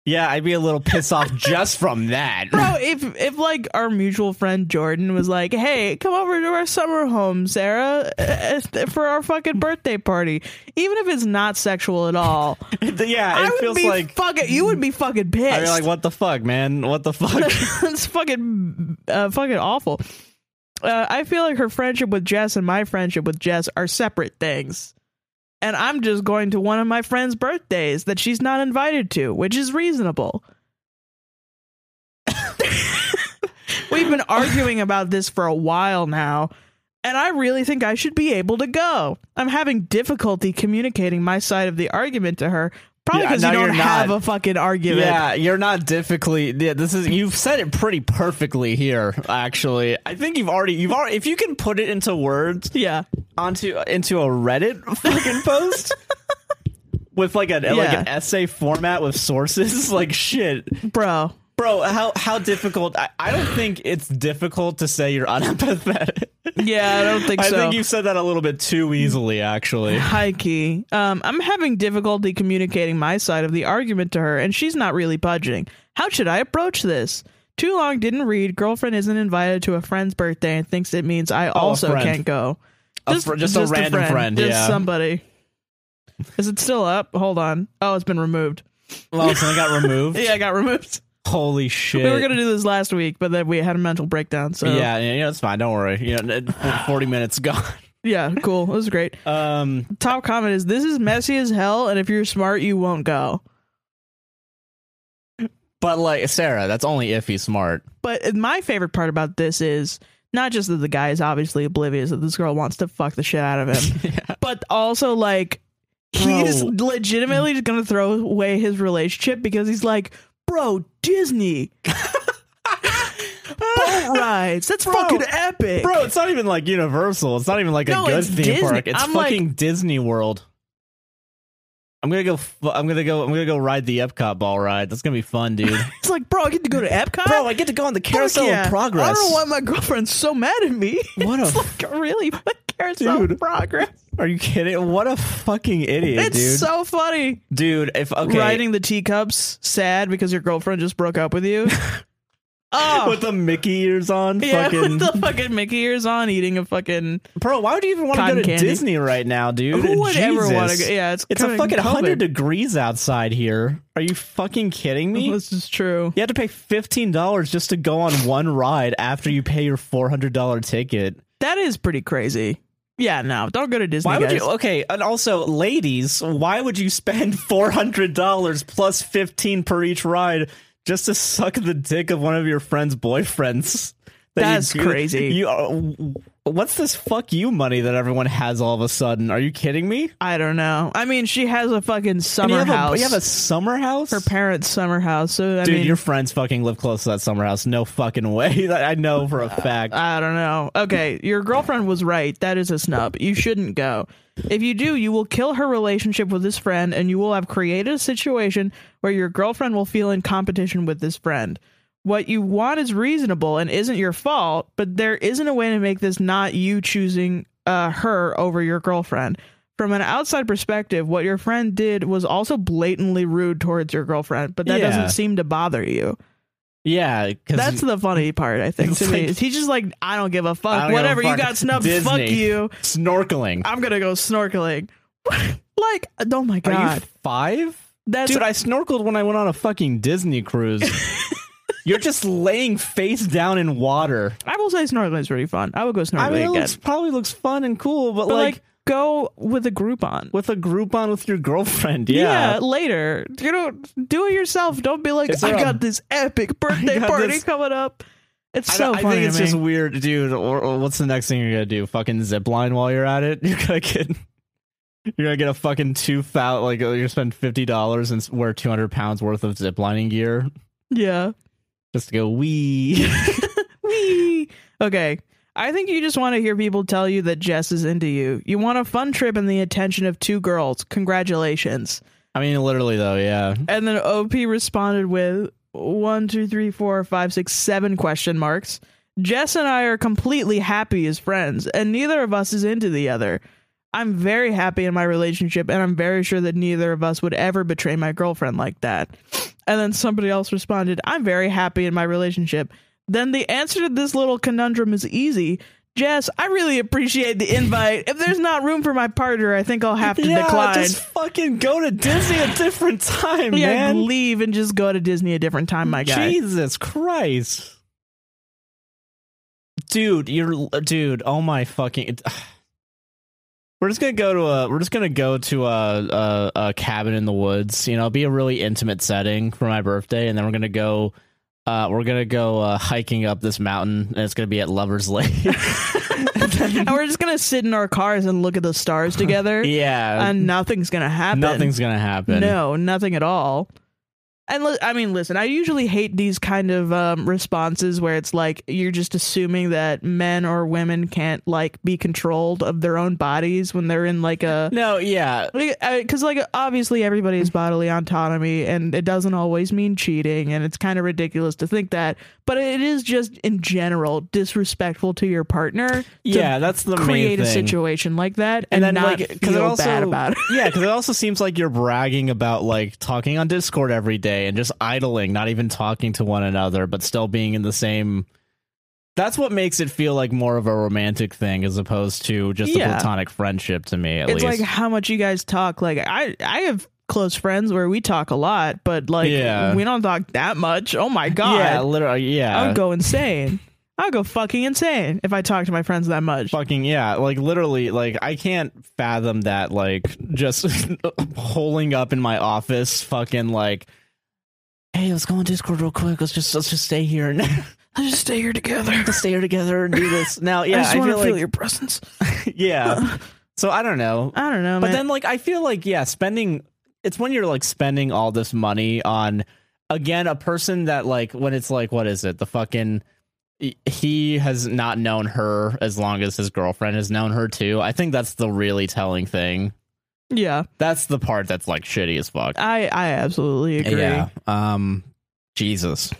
S1: yeah, I'd be a little pissed off just from that.
S2: Bro, if if like our mutual friend Jordan was like, "Hey, come over to our summer home, Sarah, uh, uh, for our fucking birthday party," even if it's not sexual at all,
S1: *laughs* yeah,
S2: I
S1: it
S2: would
S1: feels
S2: be
S1: like
S2: fucking. You would be fucking
S1: I'd be
S2: pissed.
S1: like, what the fuck, man? What the *laughs* fuck?
S2: *laughs* it's fucking uh, fucking awful. Uh, I feel like her friendship with Jess and my friendship with Jess are separate things. And I'm just going to one of my friend's birthdays that she's not invited to, which is reasonable. *laughs* We've been arguing about this for a while now, and I really think I should be able to go. I'm having difficulty communicating my side of the argument to her, probably
S1: Yeah,
S2: because
S1: no,
S2: you don't
S1: you're not.
S2: have a fucking argument.
S1: Yeah, you're not diffically. Yeah, this is you've said it pretty perfectly here. Actually, I think you've already you've already if you can put it into words
S2: yeah.
S1: onto into a Reddit
S2: *laughs*
S1: fucking post with like an like
S2: Yeah.
S1: an essay format with sources. *laughs* Like shit,
S2: Bro.
S1: bro. How how difficult? I, I don't think it's difficult to say you're unempathetic.
S2: Yeah, I don't think
S1: I
S2: so.
S1: think you said that a little bit too easily. Actually,
S2: Hi, Key. Um, I'm having difficulty communicating my side of the argument to her, and she's not really budging. How should I approach this? Too long didn't read. Girlfriend isn't invited to a friend's birthday and thinks it means I also
S1: Oh, friend.
S2: can't go.
S1: A fr- just a random friend,
S2: Just
S1: yeah.
S2: somebody. Is it still up? Hold on. Oh, it's been removed.
S1: well, something got *laughs* removed.
S2: Yeah, it got removed.
S1: Holy shit.
S2: We were gonna do this last week, but then we had a mental breakdown. So
S1: yeah, yeah, yeah, it's fine. Don't worry. You know, forty minutes
S2: *laughs*
S1: gone.
S2: yeah, cool. It was great.
S1: Um,
S2: Top comment is this is messy as hell, and if you're smart, you won't go.
S1: but like Sarah, that's only if he's
S2: *laughs*
S1: smart.
S2: But uh, my favorite part about this is not just that the guy is obviously oblivious that this girl wants to fuck the shit out of
S1: *laughs*
S2: him, but also like he's
S1: Bro.
S2: legitimately just gonna throw away his relationship because he's like, bro, Disney. *laughs* Boat rides. That's fucking epic.
S1: Bro, it's not even like Universal. It's not even like
S2: No,
S1: a good
S2: it's
S1: theme
S2: Disney.
S1: park. It's
S2: I'm like-
S1: fucking Disney World. I'm gonna go. f- I'm gonna go. I'm gonna go ride the Epcot ball ride. That's gonna be fun,
S2: *laughs*
S1: dude.
S2: It's like, bro, I get to go to Epcot.
S1: Bro, I get to go on the
S2: Fuck
S1: carousel
S2: yeah.
S1: of progress.
S2: I don't know why my girlfriend's so mad at me.
S1: What a
S2: *laughs* it's like really my carousel of
S1: Dude.
S2: progress.
S1: Are you kidding? What a fucking idiot,
S2: It's
S1: dude.
S2: so funny.
S1: dude, if okay,
S2: riding the teacups sad because your girlfriend just broke up with you. oh,
S1: *laughs* with the Mickey ears on,
S2: yeah, *laughs*
S1: fucking
S2: with the fucking Mickey ears on, eating a fucking.
S1: bro. Why would you even want to go
S2: Cotton
S1: to
S2: candy.
S1: Disney right now, dude?
S2: Who would ever
S1: Jesus.
S2: want to go? Yeah, it's
S1: It's a
S2: kinda
S1: fucking
S2: COVID.
S1: 100 degrees outside here. Are you fucking kidding me?
S2: This is true.
S1: You have to pay $15 just to go on one ride after you pay your $400 ticket.
S2: That is pretty crazy. Yeah, no, don't go to Disney.
S1: Why would
S2: guys.
S1: you? Okay, and also, ladies, why would you spend *laughs* $400 plus 15 per each ride just to suck the dick of one of your friend's boyfriends? That you
S2: That's
S1: go-
S2: crazy.
S1: You are, What's this fuck you money that everyone has all of a sudden? Are you kidding me?
S2: I don't know. I mean, she has a fucking
S1: And
S2: summer
S1: you have
S2: house.
S1: A, you have a summer house?
S2: her parents' summer house. So I
S1: Dude,
S2: mean,
S1: your friends fucking live close to that summer house. No fucking way. *laughs* That Uh, I know for a fact.
S2: I don't know. Okay, your girlfriend was right. That is a snub. You shouldn't go. If you do, you will kill her relationship with this friend, and you will have created a situation where your girlfriend will feel in competition with this friend. What you want is reasonable and isn't your fault, but there isn't a way to make this not you choosing uh, her over your girlfriend. From an outside perspective, what your friend did was also blatantly rude towards your girlfriend, but that
S1: Yeah.
S2: doesn't seem to bother you.
S1: yeah, because
S2: That's the funny part, I
S1: *laughs*
S2: think,
S1: It's
S2: to me.
S1: like-
S2: Is he's just like, I don't give a
S1: I
S2: fuck.
S1: don't give a
S2: Whatever, you
S1: fuck.
S2: got snubbed.
S1: Disney.
S2: Fuck you.
S1: snorkeling.
S2: I'm going to go snorkeling. *laughs* like, oh my
S1: Are you
S2: God.
S1: five?
S2: That's
S1: Dude, I snorkeled when I went on a fucking Disney *laughs* cruise. You're just laying face down in water.
S2: I will say snorkeling is really fun. I would go snorkeling
S1: I mean, it
S2: again.
S1: looks, probably looks fun and cool, Oh but,
S2: but
S1: like,
S2: like, go with a Groupon.
S1: with a Groupon with your girlfriend,
S2: Yeah.
S1: yeah.
S2: later. You know, do it yourself. Don't be like,
S1: Is
S2: I
S1: there a-
S2: got this
S1: *laughs*
S2: epic birthday
S1: got
S2: party
S1: this-
S2: coming up. It's
S1: I,
S2: so
S1: I
S2: funny.
S1: think it's
S2: to me.
S1: just weird, dude. Or, or what's the next thing you're gonna do? Fucking zip line while you're at it? *laughs* You're gonna get, you're gonna get a fucking two thousand. Like you're gonna spend fifty dollars and s- wear two hundred pounds worth of zip lining gear
S2: yeah.
S1: just to go wee. *laughs*
S2: Whee! *laughs* Okay. I think you just want to hear people tell you that Jess is into you. You want a fun trip and the attention of two girls. Congratulations.
S1: I mean, literally though, yeah.
S2: And then OP responded with one, two, three, four, five, six, seven question marks. Jess and I are completely happy as friends, and neither of us is into the other. I'm very happy in my relationship, and I'm very sure that neither of us would ever betray my girlfriend like that. And then somebody else responded, I'm very happy in my relationship. Then the answer to this little conundrum is easy. Jess, I really appreciate the invite. If there's not room for my partner, I think I'll have to decline.
S1: just fucking go to Disney a different time,
S2: Yeah,
S1: man.
S2: leave and just go to Disney a different time, my guy.
S1: Jesus Christ, dude, you're dude. Oh my fucking. it- *sighs* We're just gonna go to a. We're just gonna go to a, a a cabin in the woods. You know, be a really intimate setting for my birthday, and then we're gonna go. Uh, we're gonna go uh, hiking up this mountain, and it's gonna be at Lover's *laughs* Lake.
S2: and we're just gonna sit in our cars and look at
S1: *laughs*
S2: the stars together,
S1: yeah,
S2: and nothing's gonna happen.
S1: nothing's gonna happen.
S2: No, nothing at all. And li- I mean, listen, I usually hate these kind of um, responses where it's like you're just assuming that men or women can't like be controlled of their own bodies when they're in like a
S1: no, yeah,
S2: because like obviously
S1: *laughs*
S2: everybody has bodily autonomy and it doesn't always mean cheating and it's kind of ridiculous to think that but it is just in general disrespectful to your partner to
S1: yeah. That's the main
S2: create a
S1: thing.
S2: situation like that and, not feel bad about it
S1: yeah, because it also seems like you're bragging about like talking on Discord every day and just idling, not even talking to one another, but still being in the same. That's what makes it feel like more of a romantic thing as opposed to just
S2: Yeah.
S1: a platonic friendship to me. *laughs* At
S2: it's
S1: least,
S2: like how much you guys talk like i i have close friends where we talk a lot but like
S1: Yeah.
S2: we don't talk that much oh my god
S1: yeah, literally,
S2: i
S1: yeah,
S2: would go insane i would go fucking insane if i talk to my friends that much
S1: fucking yeah, like literally, like I can't fathom that, like just *laughs* holing up in my office, fucking like. Hey, let's go on Discord real quick. Let's just let's just stay here and *laughs*
S2: let's just stay here together
S1: to stay here together and do this. Now, yeah,
S2: i
S1: I,
S2: just want to
S1: feel
S2: feel
S1: like
S2: your presence *laughs*
S1: yeah. So I don't know,
S2: I don't know,
S1: but
S2: man.
S1: then like I feel like yeah, spending it's when you're like spending all this money on again a person that like when it's like what is it the fucking he has not known her as long as his girlfriend has known her too. I think that's the really telling thing.
S2: yeah,
S1: That's the part that's like shitty as fuck.
S2: I I absolutely agree.
S1: Yeah. Um. Jesus.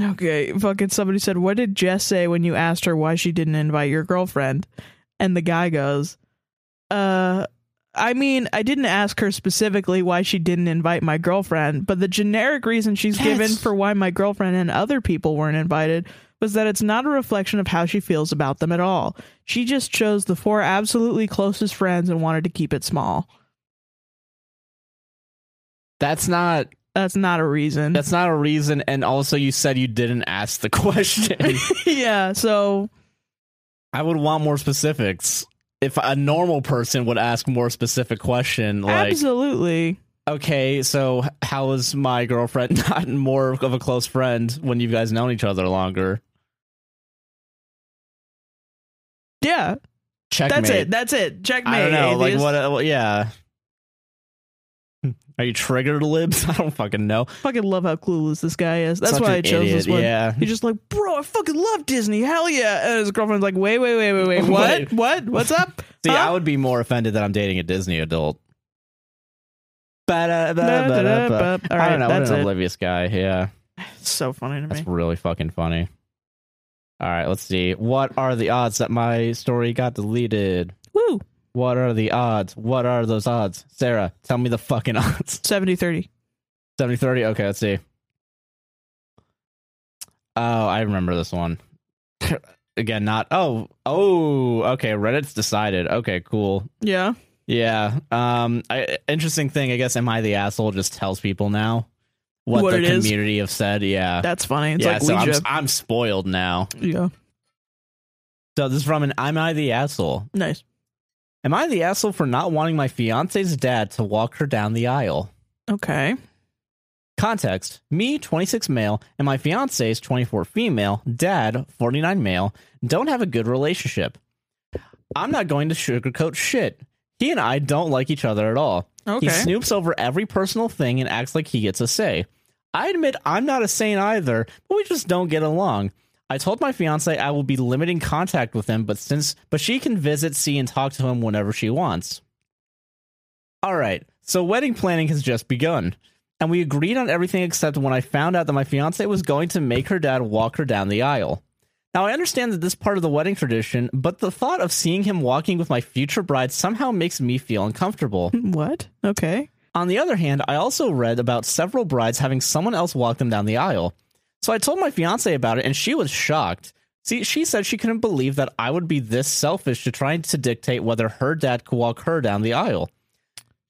S2: Okay, fucking somebody said, "What did Jess say when you asked her why she didn't invite your girlfriend?" And the guy goes, "Uh, I mean, I didn't ask her specifically why she didn't invite my girlfriend, but the generic reason she's
S1: Yes.
S2: given for why my girlfriend and other people weren't invited was that it's not a reflection of how she feels about them at all. She just chose the four absolutely closest friends and wanted to keep it small.
S1: That's not
S2: That's not a reason.
S1: that's not a reason. And also, you said you didn't ask the *laughs* question.
S2: *laughs* yeah, so
S1: I would want more specifics. If a normal person would ask more specific question, like,
S2: absolutely.
S1: okay, so h- how is my girlfriend *laughs* not more of a close friend when you guys known each other longer?
S2: Yeah,
S1: Checkmate.
S2: that's it. That's it. Checkmate.
S1: I don't know. Like
S2: atheist.
S1: what? Uh, well, yeah. *laughs* Are you triggered, libs? *laughs* I don't fucking know.
S2: Fucking love how clueless this guy is. That's
S1: Such
S2: why
S1: an
S2: I chose
S1: idiot.
S2: this one. *laughs*
S1: Yeah.
S2: He's just like, bro, I fucking love Disney. Hell yeah! And his girlfriend's like, wait, wait, wait,
S1: *laughs*
S2: wait, wait. What?
S1: Wait.
S2: What? What's up? *laughs*
S1: See,
S2: Huh?
S1: I would be more offended that I'm dating a Disney adult. Ba-da-ba, ba-da-ba.
S2: Ba-da-ba. All
S1: I
S2: right,
S1: don't know. What
S2: that's
S1: an
S2: it.
S1: oblivious guy. Yeah,
S2: It's so funny to me.
S1: that's really fucking funny. All right, let's see. What are the odds that my story got deleted?
S2: Woo.
S1: What are the odds? What are those odds? Sarah, tell me the fucking *laughs* odds.
S2: 70 30.
S1: 70 30 okay let's see oh i remember this one *laughs* again not oh oh okay reddit's decided okay cool
S2: Yeah.
S1: yeah um I, interesting thing i guess am i the asshole just tells people now what,
S2: What
S1: the
S2: it is?
S1: community have said yeah
S2: That's funny. It's
S1: Uh, yeah
S2: like
S1: so I'm,
S2: Ouija.
S1: I'm spoiled now
S2: yeah.
S1: so this is from an am i the asshole
S2: Nice.
S1: am i the asshole for not wanting my fiance's dad to walk her down the aisle
S2: Okay.
S1: Context Me, 26 male, and my fiance's 24 female, dad, 49 male, don't have a good relationship. I'm not going to sugarcoat shit. He and I don't like each other at all.
S2: Okay.
S1: He snoops over every personal thing and acts like he gets a say. I admit I'm not a saint either, but we just don't get along. I told my fiance I will be limiting contact with him, but since but she can visit, see, and talk to him whenever she wants. All right, so wedding planning has just begun, and we agreed on everything except when I found out that my fiance was going to make her dad walk her down the aisle. Now I understand that this is part of the wedding tradition, but the thought of seeing him walking with my future bride somehow makes me feel uncomfortable.
S2: *laughs* what? Okay.
S1: On the other hand, I also read about several brides having someone else walk them down the aisle. So I told my fiance about it and she was shocked. See, she said she couldn't believe that I would be this selfish to try to dictate whether her dad could walk her down the aisle.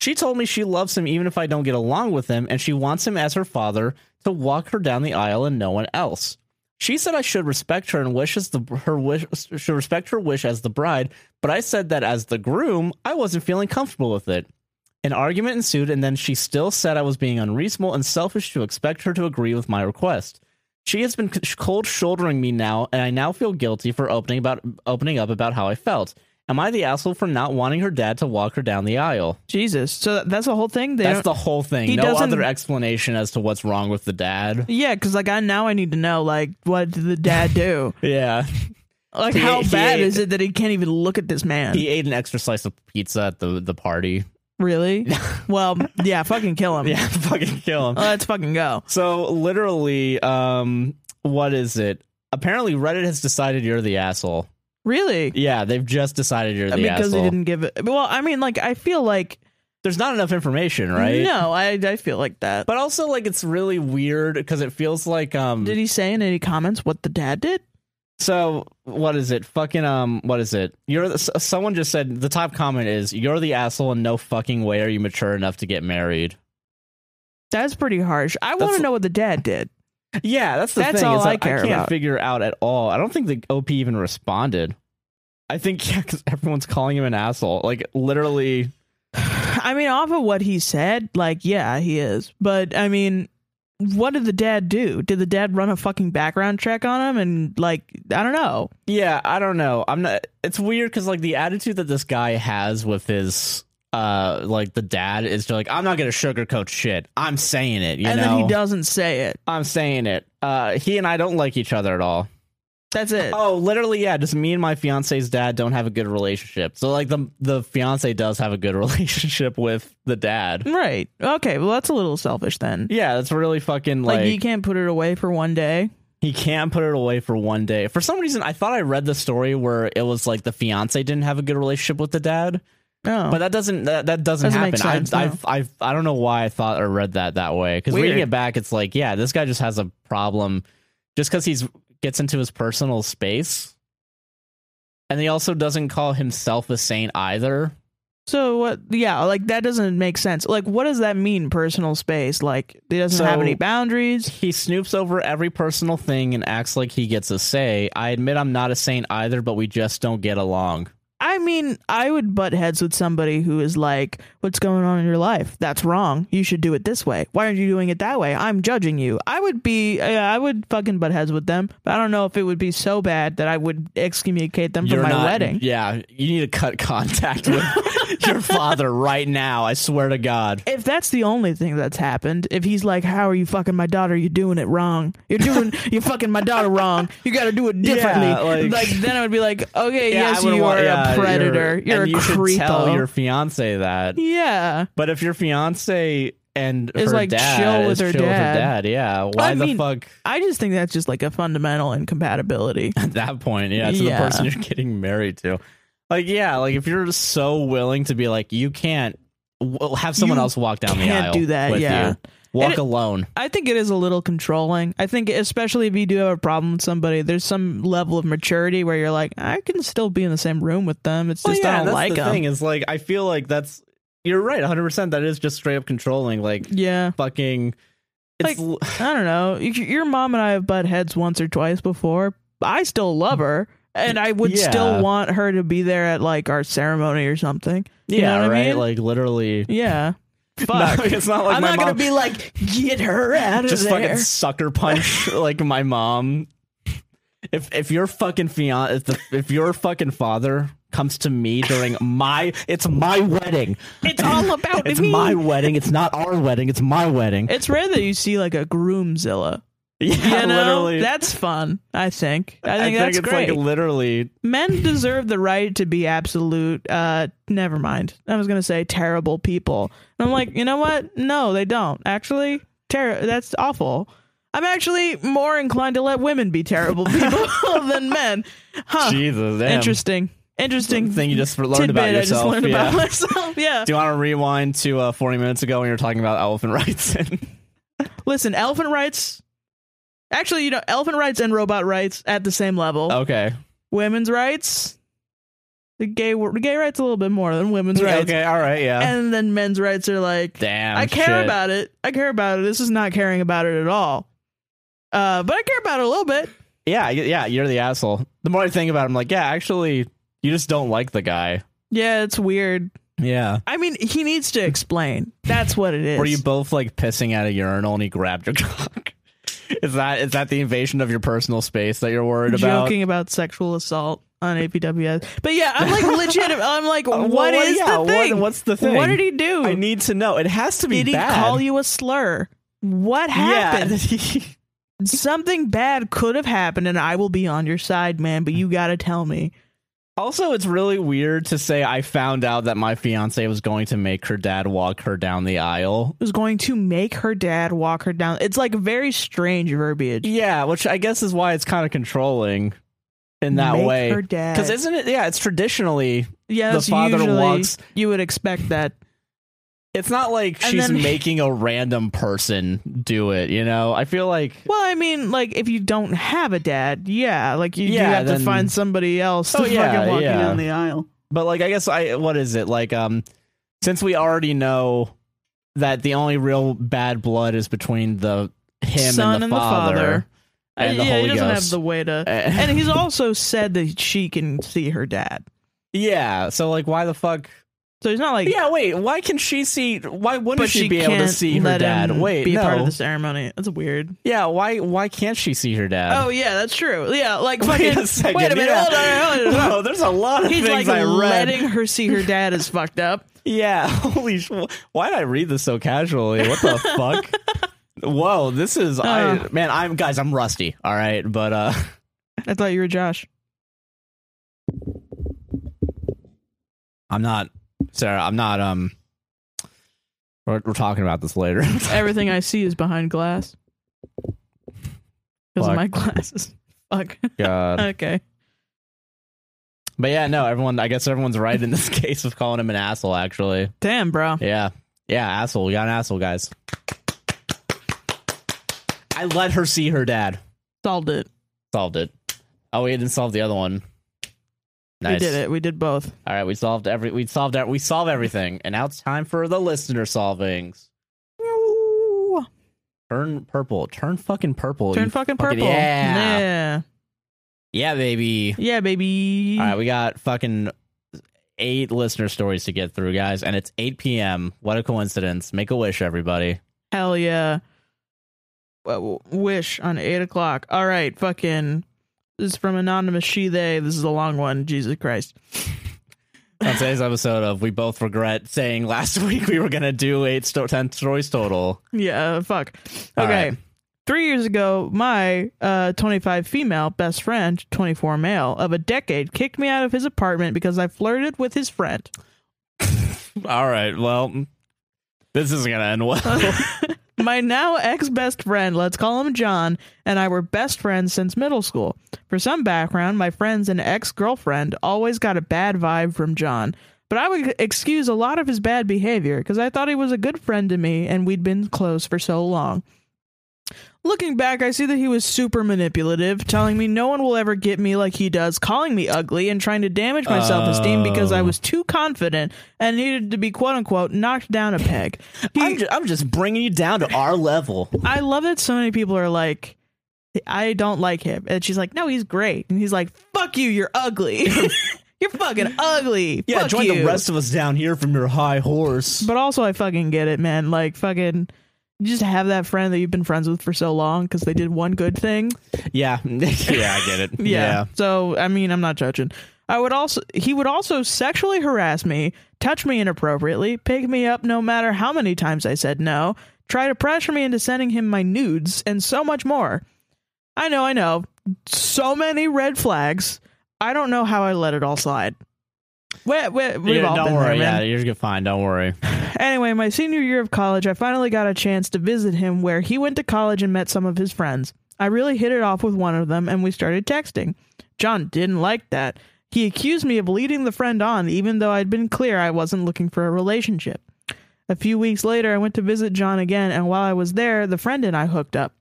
S1: She told me she loves him even if I don't get along with him and she wants him as her father to walk her down the aisle and no one else. She said I should respect her and wishes the her wish should respect her wish as the bride, but I said that as the groom, I wasn't feeling comfortable with it. An argument ensued, and then she still said I was being unreasonable and selfish to expect her to agree with my request. She has been c- cold shouldering me now, and I now feel guilty for opening about opening up about how I felt. Am I the asshole for not wanting her dad to walk her down the aisle?
S2: Jesus. So that- that's the whole thing. They
S1: That's
S2: don't-
S1: the whole thing.
S2: he
S1: No
S2: doesn't-
S1: other explanation as to what's wrong with the dad.
S2: yeah, because like I now I need to know like what did the dad do?
S1: *laughs*
S2: *laughs*
S1: Yeah,
S2: Like
S1: He-
S2: how
S1: he
S2: bad
S1: ate-
S2: is it that he can't even look at this man?
S1: he ate an extra slice of pizza at the the party. *laughs*
S2: really? well, yeah. Fucking kill him.
S1: Yeah, fucking kill him.
S2: Let's *laughs* fucking go.
S1: *laughs* So literally, um, what is it? Apparently, Reddit has decided you're the asshole.
S2: Really?
S1: Yeah, they've just decided you're the
S2: because
S1: asshole.
S2: he didn't give it. Well, I mean, like I feel like
S1: There's not enough information, right?
S2: No, I I feel like that.
S1: But also, like, it's really weird because it feels like um.
S2: did he say in any comments what the dad did?
S1: so what is it? Fucking um. What is it? You're the- s- someone just said the top comment is you're the asshole and no fucking way are you mature enough to get married.
S2: That's pretty harsh. I want
S1: That's-
S2: to know what the dad did.
S1: Yeah, that's the
S2: That's
S1: thing.
S2: all
S1: is
S2: I
S1: that
S2: care
S1: I can't
S2: about.
S1: figure out at all. I don't think the OP even responded. I think *laughs* yeah, because everyone's calling him an asshole. Like literally,
S2: I mean, off of what he said, like, yeah, he is. But I mean, what did the dad do? Did the dad run a fucking background check on him? And like, I don't know.
S1: Yeah, I don't know. I'm not. It's weird because like the attitude that this guy has with his uh like the dad is like I'm not gonna sugarcoat shit. I'm saying it. You
S2: and
S1: know,
S2: then he doesn't say it.
S1: I'm saying it. Uh, he and I don't like each other at all.
S2: That's it.
S1: Oh, literally, yeah. Just me and my fiance's dad don't have a good relationship. So like the the fiance does have a good *laughs* relationship with the dad.
S2: Right. Okay. Well, that's a little selfish then.
S1: Yeah, that's really fucking
S2: Like,
S1: like,
S2: you can't put it away for one day.
S1: He can't put it away for one day. For some reason, I thought I read the story where it was like the fiance didn't have a good relationship with the dad.
S2: No.
S1: But that doesn't that, that doesn't,
S2: Oh. Doesn't make
S1: happen. I-
S2: sense,
S1: I,
S2: no.
S1: I, I don't know why I thought or read that that way because
S2: Weird.
S1: reading it back, it's like yeah, this guy just has a problem just because he's gets into his personal space, and he also doesn't call himself a saint either.
S2: so what? Yeah. Like that doesn't make sense. Like, what does that mean? Personal space. Like, he doesn't have
S1: So-
S2: any boundaries.
S1: He snoops over every personal thing and acts like he gets a say. I admit I'm not a saint either, but we just don't get along.
S2: I mean, I would butt heads with somebody who is like, "What's going on in your life? That's wrong. You should do it this way. Why aren't you doing it that way? I'm judging you." I would be, yeah, I would fucking butt heads with them, but I don't know if it would be so bad that I would excommunicate them from
S1: You're
S2: my
S1: not-
S2: wedding.
S1: Yeah, you need to cut *laughs* contact with your father right now. I swear to God.
S2: if that's the only thing that's happened, if he's like, "How are you fucking my daughter? You're doing it wrong. You're doing
S1: *laughs*
S2: you're fucking my daughter wrong. You got to do it differently."
S1: Yeah, like-
S2: like, then I would be like, "Okay,
S1: Yeah,
S2: yes,
S1: I would
S2: you
S1: want-
S2: are
S1: yeah,
S2: a predator. You're,
S1: and
S2: a
S1: you should tell
S2: creepo."
S1: your fiance that.
S2: yeah,
S1: But if your fiance and
S2: Is,
S1: her
S2: like,
S1: dad
S2: chill with
S1: is
S2: her
S1: chill
S2: dad.
S1: dad, yeah, why
S2: I
S1: the
S2: mean-
S1: fuck *laughs*
S2: I just think that's just like a fundamental incompatibility.
S1: at that point? Yeah, to
S2: Yeah.
S1: the person you're getting married to. Like, yeah, like if you're so willing to be like, you can't well, have someone
S2: You
S1: else walk down the
S2: can't
S1: aisle.
S2: do that,
S1: with
S2: yeah.
S1: you. walk
S2: it-
S1: alone.
S2: I think it is a little controlling. I think, especially if you do have a problem with somebody, there's some level of maturity where you're like, I can still be in the same room with them. It's
S1: Well,
S2: just
S1: yeah,
S2: I don't
S1: that's
S2: like
S1: the
S2: them.
S1: thing is like I feel like that's you're right, 100. percent That is just straight up controlling, like
S2: Yeah.
S1: fucking. It's
S2: Like, I don't know. Y- Your mom and I have butt heads once or twice before. I still love her, and I would
S1: Yeah.
S2: still want her to be there at like our ceremony or something.
S1: yeah,
S2: you know what I
S1: right.
S2: mean?
S1: Like literally,
S2: Yeah.
S1: *laughs*
S2: Fuck.
S1: No, it's not like
S2: I'm
S1: my
S2: not
S1: mom
S2: gonna be like, get her out of
S1: just
S2: there.
S1: fucking sucker punch like my mom. If if your fucking fiance, if, the, if your fucking father comes to me during my, it's my wedding.
S2: *laughs* it's all about
S1: It's
S2: me.
S1: my wedding. It's not our wedding. It's my wedding.
S2: it's rare that you see like a groomzilla.
S1: *laughs* yeah,
S2: *laughs* You know,
S1: literally.
S2: that's fun. I think. I think that's
S1: it's
S2: great.
S1: like literally.
S2: Men deserve the right to be absolute. Uh, never mind. I was gonna say terrible people. And I'm like, you know what? No, they don't. Actually, ter- That's awful. I'm actually more inclined to let women be terrible people
S1: *laughs*
S2: *laughs* than men. Huh?
S1: Jesus, damn.
S2: Interesting. Interesting
S1: thing you just learned about
S2: tidbit
S1: yourself.
S2: I just learned
S1: yeah.
S2: about myself. Yeah.
S1: *laughs* Do you want to rewind to uh, 40 minutes ago when you were talking about elephant rights?
S2: *laughs*
S1: And
S2: Listen, elephant rights. Actually, you know, elephant rights and robot rights at the same level.
S1: okay.
S2: Women's rights. The gay the gay rights a little bit more than women's rights.
S1: Okay. All right. Yeah.
S2: and then men's rights are like
S1: Damn.
S2: i care
S1: shit.
S2: about it i care about it this is not caring about it at all uh but i care about it a little bit
S1: Yeah. y- Yeah. You're the asshole. The more I think about it, I'm like, yeah, actually, you just don't like the guy.
S2: yeah it's weird
S1: Yeah.
S2: i mean he needs to explain that's what it is
S1: Were you both like pissing at a urinal and he grabbed your *laughs* cock? Is that is that the invasion of your personal space that you're worried about?
S2: joking about sexual assault on apws but yeah
S1: *laughs*
S2: i'm like legit i'm like
S1: Uh, well,
S2: what is
S1: yeah,
S2: the thing
S1: What, what's the thing?
S2: What did he do
S1: I need to know. It has to be
S2: did he
S1: bad.
S2: call you a slur what happened
S1: Yeah. *laughs*
S2: something bad could have happened and i will be on your side man but you gotta tell me
S1: Also, it's really weird to say I found out that my fiance was going to make her dad walk her down the aisle.
S2: was going to make her dad walk her down. It's like very strange verbiage.
S1: Yeah, which I guess is why it's kind of controlling in that
S2: make
S1: way.
S2: her dad.
S1: Because isn't it? Yeah, it's traditionally.
S2: yeah,
S1: the
S2: that's
S1: father
S2: usually-
S1: walks-
S2: You would expect that.
S1: It's not like
S2: And
S1: she's
S2: then- *laughs*
S1: making a random person do it. You know, I feel like.
S2: Well, I mean, like if you don't have a dad, yeah, like you
S1: Yeah,
S2: do have
S1: then-
S2: to find somebody else to
S1: Oh, yeah,
S2: fucking walk
S1: yeah.
S2: you down the aisle.
S1: But like, I guess I. What is it like? Um, since we already know that the only real bad blood is between the him
S2: Son
S1: and the father, and
S2: Uh,
S1: the
S2: yeah,
S1: Holy
S2: he doesn't
S1: Ghost.
S2: have the way to.
S1: *laughs* Eh.
S2: and he's also said that she can see her dad,
S1: yeah, so like, why the fuck?
S2: so he's not like.
S1: Yeah, wait. Why can she see? Why wouldn't
S2: But
S1: she,
S2: she
S1: be
S2: can't
S1: able to see her
S2: let
S1: dad?
S2: him
S1: Wait,
S2: be a
S1: no.
S2: part of the ceremony. That's weird.
S1: Yeah, why? Why can't she see her dad?
S2: Oh yeah, that's true. Yeah, like Oh, fucking.
S1: *laughs* wait a second.
S2: wait a minute.
S1: yeah.
S2: Hold on, hold on, hold
S1: *laughs*
S2: on.
S1: Whoa, there's a lot of
S2: He's
S1: things
S2: like
S1: I read.
S2: letting her see her dad is fucked up.
S1: Yeah, *laughs* holy. Sh- why did I read this so casually? What the fuck? Whoa, this is I
S2: Uh.
S1: man. I'm guys. I'm rusty. All right, but uh, *laughs*
S2: I thought you were Josh.
S1: I'm not. Sarah, I'm not. Um, we're, we're talking about this later. *laughs* Oh
S2: Everything I see is behind glass because
S1: Fuck.
S2: of my glasses. *laughs* Fuck.
S1: God.
S2: okay.
S1: But yeah, no, everyone. I guess everyone's right in this *laughs* case of calling him an asshole. Actually,
S2: Damn, bro.
S1: yeah, yeah, asshole. We got an asshole, guys. I let her see her dad.
S2: Solved it.
S1: Solved it. Oh, we didn't solve the other one. Nice.
S2: We did it. We did both.
S1: All right, we solved every. We solved. ev- We solve everything, and now it's time for the listener solvings. Turn purple. Turn fucking purple.
S2: Turn
S1: you-
S2: fucking
S1: fucking-
S2: purple.
S1: yeah.
S2: yeah.
S1: yeah, baby.
S2: Yeah, baby.
S1: All right, we got fucking eight listener stories to get through, guys, and it's 8 p.m. What a coincidence! Make a wish, everybody.
S2: Hell yeah. Well, Wish on eight o'clock. All right, fucking. This is from anonymous she they. This is a long one. Jesus Christ.
S1: On today's episode of We Both Regret Saying Last *laughs* Week We Were Gonna Do Eight sto- Ten Stories Total.
S2: Yeah. uh, Fuck.
S1: All
S2: Okay.
S1: right.
S2: Three years ago, my uh, 25 female best friend, 24 male of a decade, kicked me out of his apartment because I flirted with his friend.
S1: All right. Well, this isn't gonna end well.
S2: *laughs* My now ex best friend, let's call him John, and I were best friends since middle school. For some background, my friend's an ex girlfriend always got a bad vibe from John, but I would excuse a lot of his bad behavior because I thought he was a good friend to me and we'd been close for so long. Looking back, I see that he was super manipulative, telling me no one will ever get me like he does, calling me ugly, and trying to damage my self esteem because I
S1: Oh.
S2: was too confident and needed to be quote unquote knocked down a peg.
S1: *laughs*
S2: He-
S1: I'm, ju- I'm just bringing you down to our level.
S2: I love that so many people are like, I don't like him. And she's like, no, he's great. And he's like, fuck you, you're
S1: *laughs*
S2: ugly. *laughs* you're fucking ugly.
S1: Yeah,
S2: Fuck
S1: join the
S2: you."
S1: rest of us down here from your high horse.
S2: But also, I fucking get it, man. Like, fucking, you just have that friend that you've been friends with for so long because they did one good thing.
S1: yeah, *laughs* yeah, I get it.
S2: Yeah. So I mean, I'm not judging. I would also he would also sexually harass me, touch me inappropriately, pick me up no matter how many times I said no, try to pressure me into sending him my nudes and so much more. I know, I know. So many red flags. I don't know how I let it all slide. We, we, we've
S1: Yeah,
S2: all
S1: don't
S2: been
S1: worry.
S2: there, man.
S1: yeah, you're gonna fine. Don't worry.
S2: Anyway, my senior year of college, I finally got a chance to visit him where he went to college and met some of his friends. I really hit it off with one of them and we started texting. John didn't like that. He accused me of leading the friend on, even though I'd been clear I wasn't looking for a relationship. A few weeks later, I went to visit John again, and while I was there, the friend and I hooked up.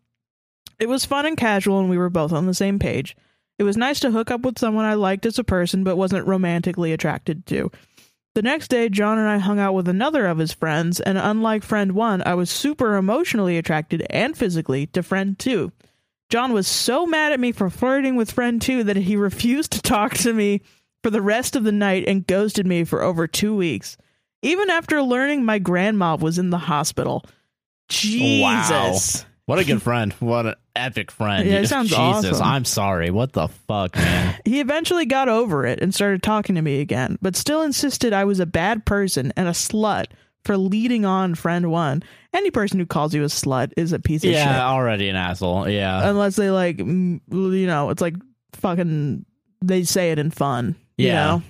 S2: It was fun and casual, and we were both on the same page. It was nice to hook up with someone I liked as a person but wasn't romantically attracted to. The next day, John and I hung out with another of his friends, and unlike friend one, I was super emotionally attracted and physically to friend two. John was so mad at me for flirting with friend two that he *laughs* refused to talk to me for the rest of the night and ghosted me for over two weeks, even after learning my grandma was in the hospital. Jesus.
S1: What a good *laughs* friend. What an epic friend.
S2: Yeah, it
S1: *laughs*
S2: sounds
S1: Jesus,
S2: awesome.
S1: I'm sorry. What the fuck, man?
S2: He eventually got over it and started talking to me again, but still insisted I was a bad person and a slut for leading on friend one. Any person who calls you a slut is a piece
S1: *laughs*
S2: of
S1: yeah, Uh,
S2: shit.
S1: already an asshole. Yeah.
S2: Unless they like, mm, you know, it's like fucking, they say it in fun. You
S1: Yeah.
S2: know,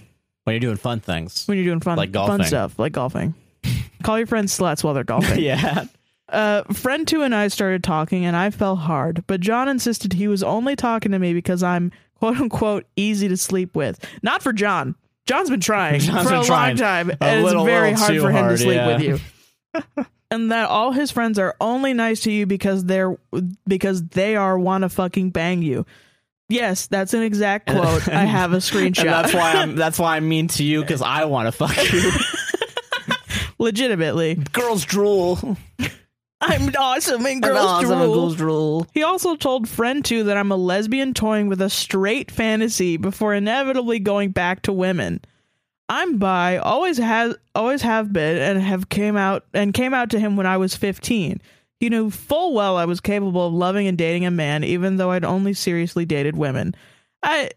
S1: when you're doing fun things.
S2: when you're doing fun,
S1: Like golfing.
S2: fun stuff, like golfing. *laughs* Call your friends sluts while they're
S1: *laughs*
S2: golfing.
S1: yeah.
S2: Uh, friend two and I started talking, and I fell hard. But John insisted he was only talking to me because I'm quote unquote easy to sleep with. Not for John. John's been trying
S1: John's
S2: for
S1: been
S2: a
S1: trying.
S2: long time,
S1: A
S2: and
S1: little-
S2: it's very
S1: little
S2: hard
S1: too
S2: for him
S1: hard,
S2: to sleep
S1: yeah.
S2: with you. *laughs* and that all his friends are only nice to you because they're because they are want to fucking bang you. Yes, that's
S1: *laughs*
S2: an exact quote. I have a
S1: And
S2: screenshot.
S1: that's why *laughs* I'm that's why I'm mean to you because I want to *laughs* fuck you.
S2: *laughs* Legitimately,
S1: Girls drool.
S2: I'm awesome and girls drool.
S1: drool.
S2: He also told friend two that I'm a lesbian toying with a straight fantasy before inevitably going back to women. I'm bi, always has always have been and have came out and came out to him when I was 15. He knew full well I was capable of loving and dating a man even though I'd only seriously dated women. I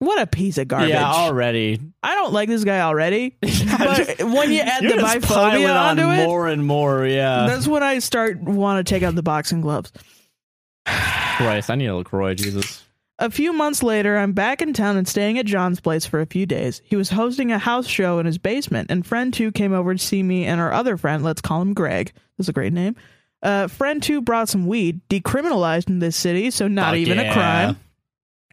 S2: what a piece of garbage.
S1: Yeah, already.
S2: I don't like this
S1: *laughs*
S2: guy already. but when you add the
S1: You're just piling
S2: biphobia
S1: on
S2: onto it,
S1: more and more. Yeah.
S2: that's when I start want to take out the boxing gloves.
S1: Christ, I need a LaCroix, Jesus.
S2: A few months later, I'm back in town and staying at John's place for a few days. He was hosting a house show in his basement, and friend two came over to see me and our other friend, let's call him Greg. That's a great name. Uh, friend two brought some weed, decriminalized in this city, so not
S1: Fuck
S2: even
S1: yeah.
S2: a crime.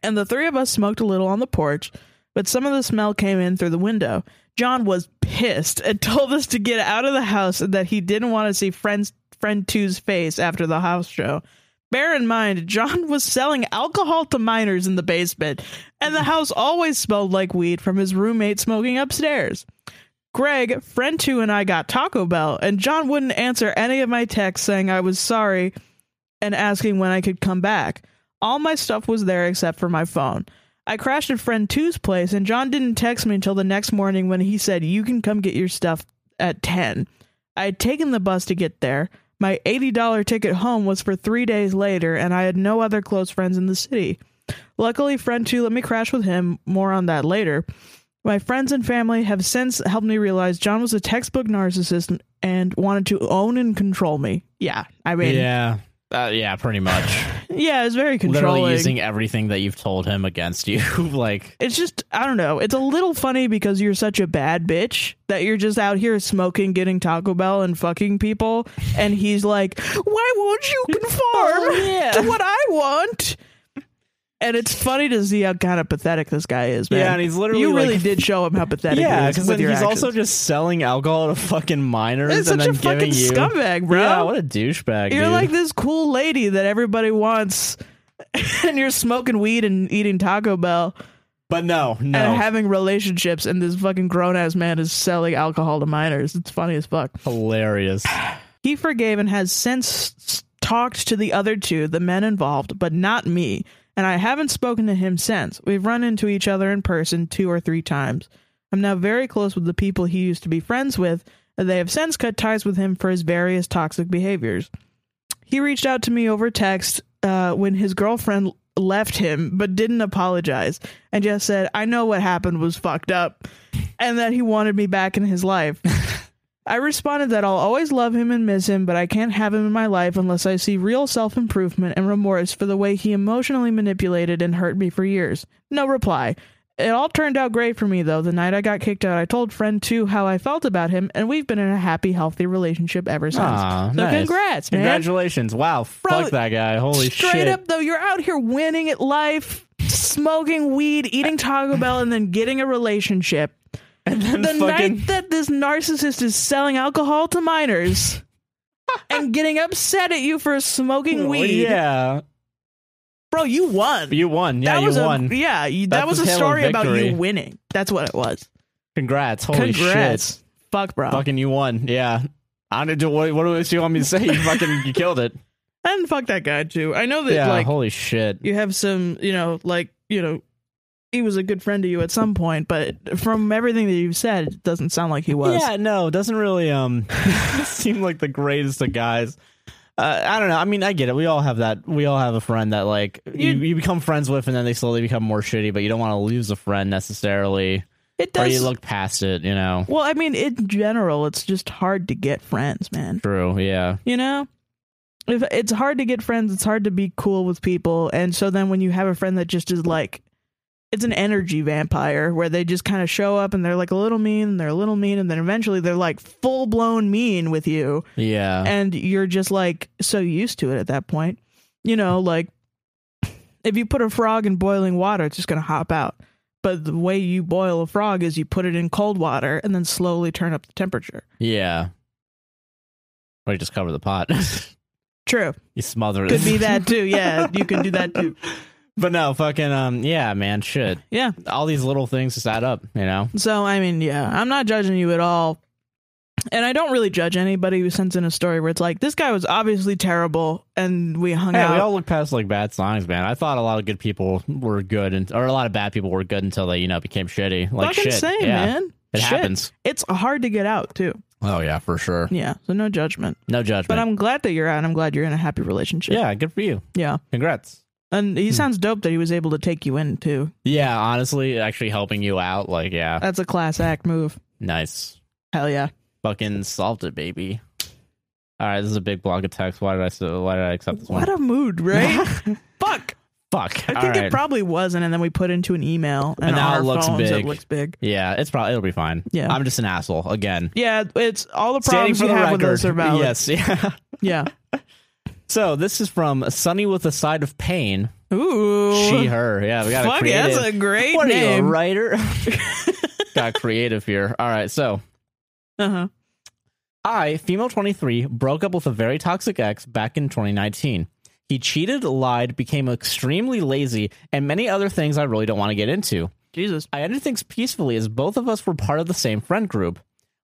S2: And the three of us smoked a little on the porch, but some of the smell came in through the window. John was pissed and *laughs* told us to get out of the house and that he didn't want to see friends, friend two's face after the house show. Bear in mind, John was selling alcohol to minors in the basement, and the house always smelled like weed from his roommate smoking upstairs. Greg, friend two, and I got Taco Bell, and John wouldn't answer any of my texts saying I was sorry and asking when I could come back. All my stuff was there except for my phone. I crashed at friend two's place, and John didn't text me until the next morning when he said, You can come get your stuff at 10. I had taken the bus to get there. My $80 ticket home was for three days later, and I had no other close friends in the city. Luckily, friend two let me crash with him. More on that later. My friends and family have since helped me realize John was a textbook narcissist and wanted to own and control me. Yeah, I mean, yeah,
S1: yeah. Uh, yeah, pretty much.
S2: it was very
S1: Literally
S2: controlling.
S1: using everything that you've told him against you. *laughs* like,
S2: it's just I don't know. It's a little funny because you're such a bad bitch that you're just out here smoking, getting Taco Bell, and fucking people, and he's like, "Why
S1: *laughs*
S2: won't you conform
S1: Oh, yeah.
S2: to what I want?" And it's funny to see how kind of pathetic this guy is, man.
S1: Yeah, and he's literally,
S2: you really
S1: like-
S2: did show him how pathetic.
S1: *laughs* yeah,
S2: he is
S1: because
S2: with
S1: then
S2: your
S1: he's
S2: actions.
S1: also just selling alcohol to fucking minors
S2: It's
S1: and
S2: such
S1: then
S2: a fucking
S1: giving you.
S2: scumbag, bro.
S1: Yeah, what a douchebag.
S2: you're
S1: dude.
S2: like this cool lady that everybody wants, *laughs* and you're smoking weed and eating Taco Bell.
S1: but no, no.
S2: and having relationships, and this fucking grown ass man is selling alcohol to minors. It's funny as fuck.
S1: Hilarious.
S2: He forgave and has since s- talked to the other two, the men involved, but not me. And I haven't spoken to him since. We've run into each other in person two or three times. I'm now very close with the people he used to be friends with, and they have since cut ties with him for his various toxic behaviors. He reached out to me over text uh, when his girlfriend left him, but didn't apologize and just said, I know what happened was fucked up and that he wanted me back in his
S1: *laughs*
S2: life. I responded that I'll always love him and miss him, but I can't have him in my life unless I see real self improvement and remorse for the way he emotionally manipulated and hurt me for years. No reply. It all turned out great for me, though. The night I got kicked out, I told friend two how I felt about him, and we've been in a happy, healthy relationship ever since.
S1: Aw,
S2: so,
S1: nice.
S2: congrats, man.
S1: Congratulations. Wow.
S2: Bro,
S1: fuck that guy. Holy
S2: Straight
S1: shit.
S2: up though, you're out here winning at life, smoking weed, eating Taco Bell, and then getting a relationship.
S1: and then
S2: The
S1: fucking.
S2: night that this narcissist is selling alcohol
S1: *laughs*
S2: to minors and getting upset at you for smoking
S1: Well,
S2: weed,
S1: Yeah.
S2: bro, you won.
S1: You won. Yeah,
S2: that was
S1: you
S2: a,
S1: won.
S2: Yeah, you,
S1: That's
S2: that was
S1: the
S2: a
S1: tale of
S2: story about
S1: victory.
S2: you winning. That's what it was.
S1: Congrats. Holy
S2: Congrats,
S1: shit.
S2: fuck, bro.
S1: Fucking you won. Yeah. I don't know what, what else you want me to say? You fucking you killed it.
S2: And fuck that guy too. I know that
S1: Yeah.
S2: *laughs* like
S1: holy shit.
S2: you have some, you know, like, you know, he was a good friend to you at some point, but from everything that you've said, it doesn't sound like he was.
S1: Yeah, no, doesn't really um *laughs* seem like the greatest of guys. Uh, I don't know. I mean, I get it. We all have that. We all have a friend that like you,
S2: You-
S1: you become friends with, and then they slowly become more shitty. But you don't want to lose a friend necessarily,
S2: it
S1: or
S2: does.
S1: you look past it. You know,
S2: well, I mean, in general, it's just hard to get friends, man.
S1: true. Yeah,
S2: You know? If it's hard to get friends, it's hard to be cool with people. And so then when you have a friend that just is like it's an energy vampire where they just kind of show up and they're like a little mean and they're a little mean and then eventually they're like full blown mean with you.
S1: yeah.
S2: and you're just like so used to it at that point. You know, like if you put a frog in boiling water, it's just going to hop out. But the way you boil a frog is you put it in cold water and then slowly turn up the temperature.
S1: Yeah. Or you just cover the pot. *laughs*
S2: True.
S1: you smother it.
S2: Could be that too. Yeah, you can do that too.
S1: *laughs* But no, fucking um yeah, man, shit.
S2: Yeah.
S1: All these little things just add up, you know?
S2: So, I mean, yeah, I'm not judging you at all. And I don't really judge anybody who sends in a story where it's like, this guy was obviously terrible and we hung
S1: Yeah,
S2: out.
S1: we all look past like bad signs, man. I thought a lot of good people were good and or a lot of bad people were good until they, you know, became shitty. Like
S2: Fucking
S1: shit.
S2: same,
S1: yeah.
S2: man.
S1: It
S2: Shit.
S1: happens.
S2: It's hard to get out too.
S1: Oh yeah, for sure.
S2: Yeah. So, no judgment.
S1: No judgment.
S2: But I'm glad that you're out. and I'm glad you're in a happy relationship.
S1: yeah, Hmm. good for you.
S2: Yeah.
S1: Congrats.
S2: And he sounds dope that he was able to take you in too.
S1: Yeah, honestly, actually helping you out, like yeah.
S2: That's a class act move.
S1: Nice.
S2: Hell yeah.
S1: Fucking solved it, baby. All right, this is a big block of text. Why did I so why did I accept this one?
S2: What a mood, right? *laughs* Fuck.
S1: Fuck.
S2: I think it probably wasn't, and then we put into an email and,
S1: And now
S2: on our
S1: it looks
S2: phones,
S1: big.
S2: It looks big.
S1: Yeah, it's probably it'll be fine.
S2: Yeah.
S1: I'm just an asshole again.
S2: Yeah, it's all the
S1: Standing
S2: problems
S1: for
S2: you
S1: the
S2: have
S1: record.
S2: with us are valid.
S1: Yes, *laughs* yeah.
S2: Yeah.
S1: So this is from Sunny with a side of pain.
S2: Ooh.
S1: She, her. Yeah, we got
S2: Fuck,
S1: creative.
S2: that's a great
S1: what are you, a
S2: name. *laughs*
S1: writer? got creative here. All right, so
S2: uh-huh.
S1: I, female 23, broke up with a very toxic ex back in 2019. He cheated, lied, became extremely lazy, and many other things I really don't want to get into.
S2: Jesus.
S1: I ended things peacefully as both of us were part of the same friend group.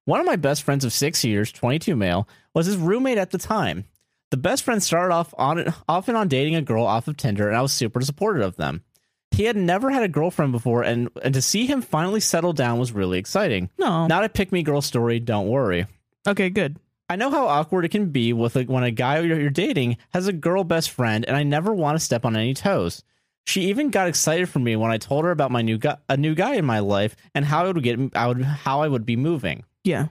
S1: One of my best friends of six years, 22 male, was his roommate at the time. The best friend started off on often on dating a girl off of Tinder, and I was super supportive of them. he had never had a girlfriend before, and and to see him finally settle down was really exciting.
S2: No.
S1: Not a pick me girl story. Don't worry.
S2: okay, good.
S1: I know how awkward it can be with a, when a guy you're, you're dating has a girl best friend, and I never want to step on any toes. She even got excited for me when I told her about my new guy, a new guy in my life, and how it would get, I would, how I would be moving.
S2: Yeah.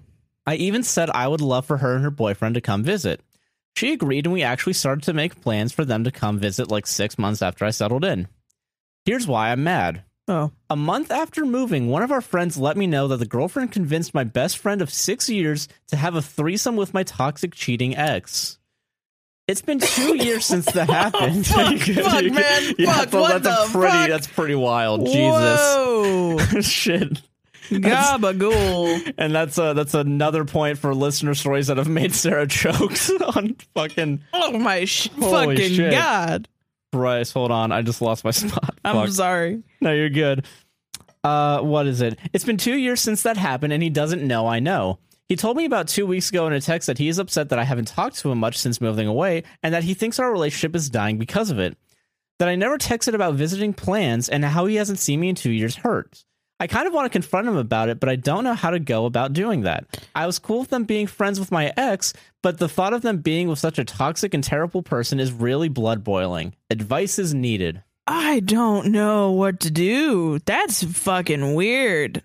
S1: I even said I would love for her and her boyfriend to come visit. She agreed, and we actually started to make plans for them to come visit like six months after I settled in. Here's why I'm mad.
S2: Oh.
S1: A month after moving, one of our friends let me know that the girlfriend convinced my best friend of six years to have a threesome with my toxic cheating ex. It's been two years since that
S2: *laughs*
S1: happened.
S2: Fuck, fuck, man, fuck,
S1: but
S2: what
S1: that's a
S2: the
S1: pretty,
S2: fuck?
S1: that's pretty wild. *laughs*
S2: Whoa.
S1: Jesus, shit.
S2: Gabagool.
S1: *laughs* And that's uh that's another point for listener stories that have made Sarah *laughs* chokes on fucking
S2: Oh my sh-
S1: Holy
S2: fucking
S1: shit.
S2: god.
S1: Bryce. Hold on, I just lost my *laughs* spot.
S2: I'm
S1: Fuck.
S2: sorry.
S1: *laughs* No, you're good. Uh, what is it? It's been two years since that happened, and he doesn't know I know. He told me about two weeks ago in a text that he is upset that I haven't talked to him much since moving away, and that he thinks our relationship is dying because of it. That I never texted about visiting plans and how he hasn't seen me in two years hurts. I kind of want to confront him about it, but I don't know how to go about doing that. I was cool with them being friends with my ex, but the thought of them being with such a toxic and terrible person is really blood boiling. Advice is needed.
S2: I don't know what to do. That's fucking weird.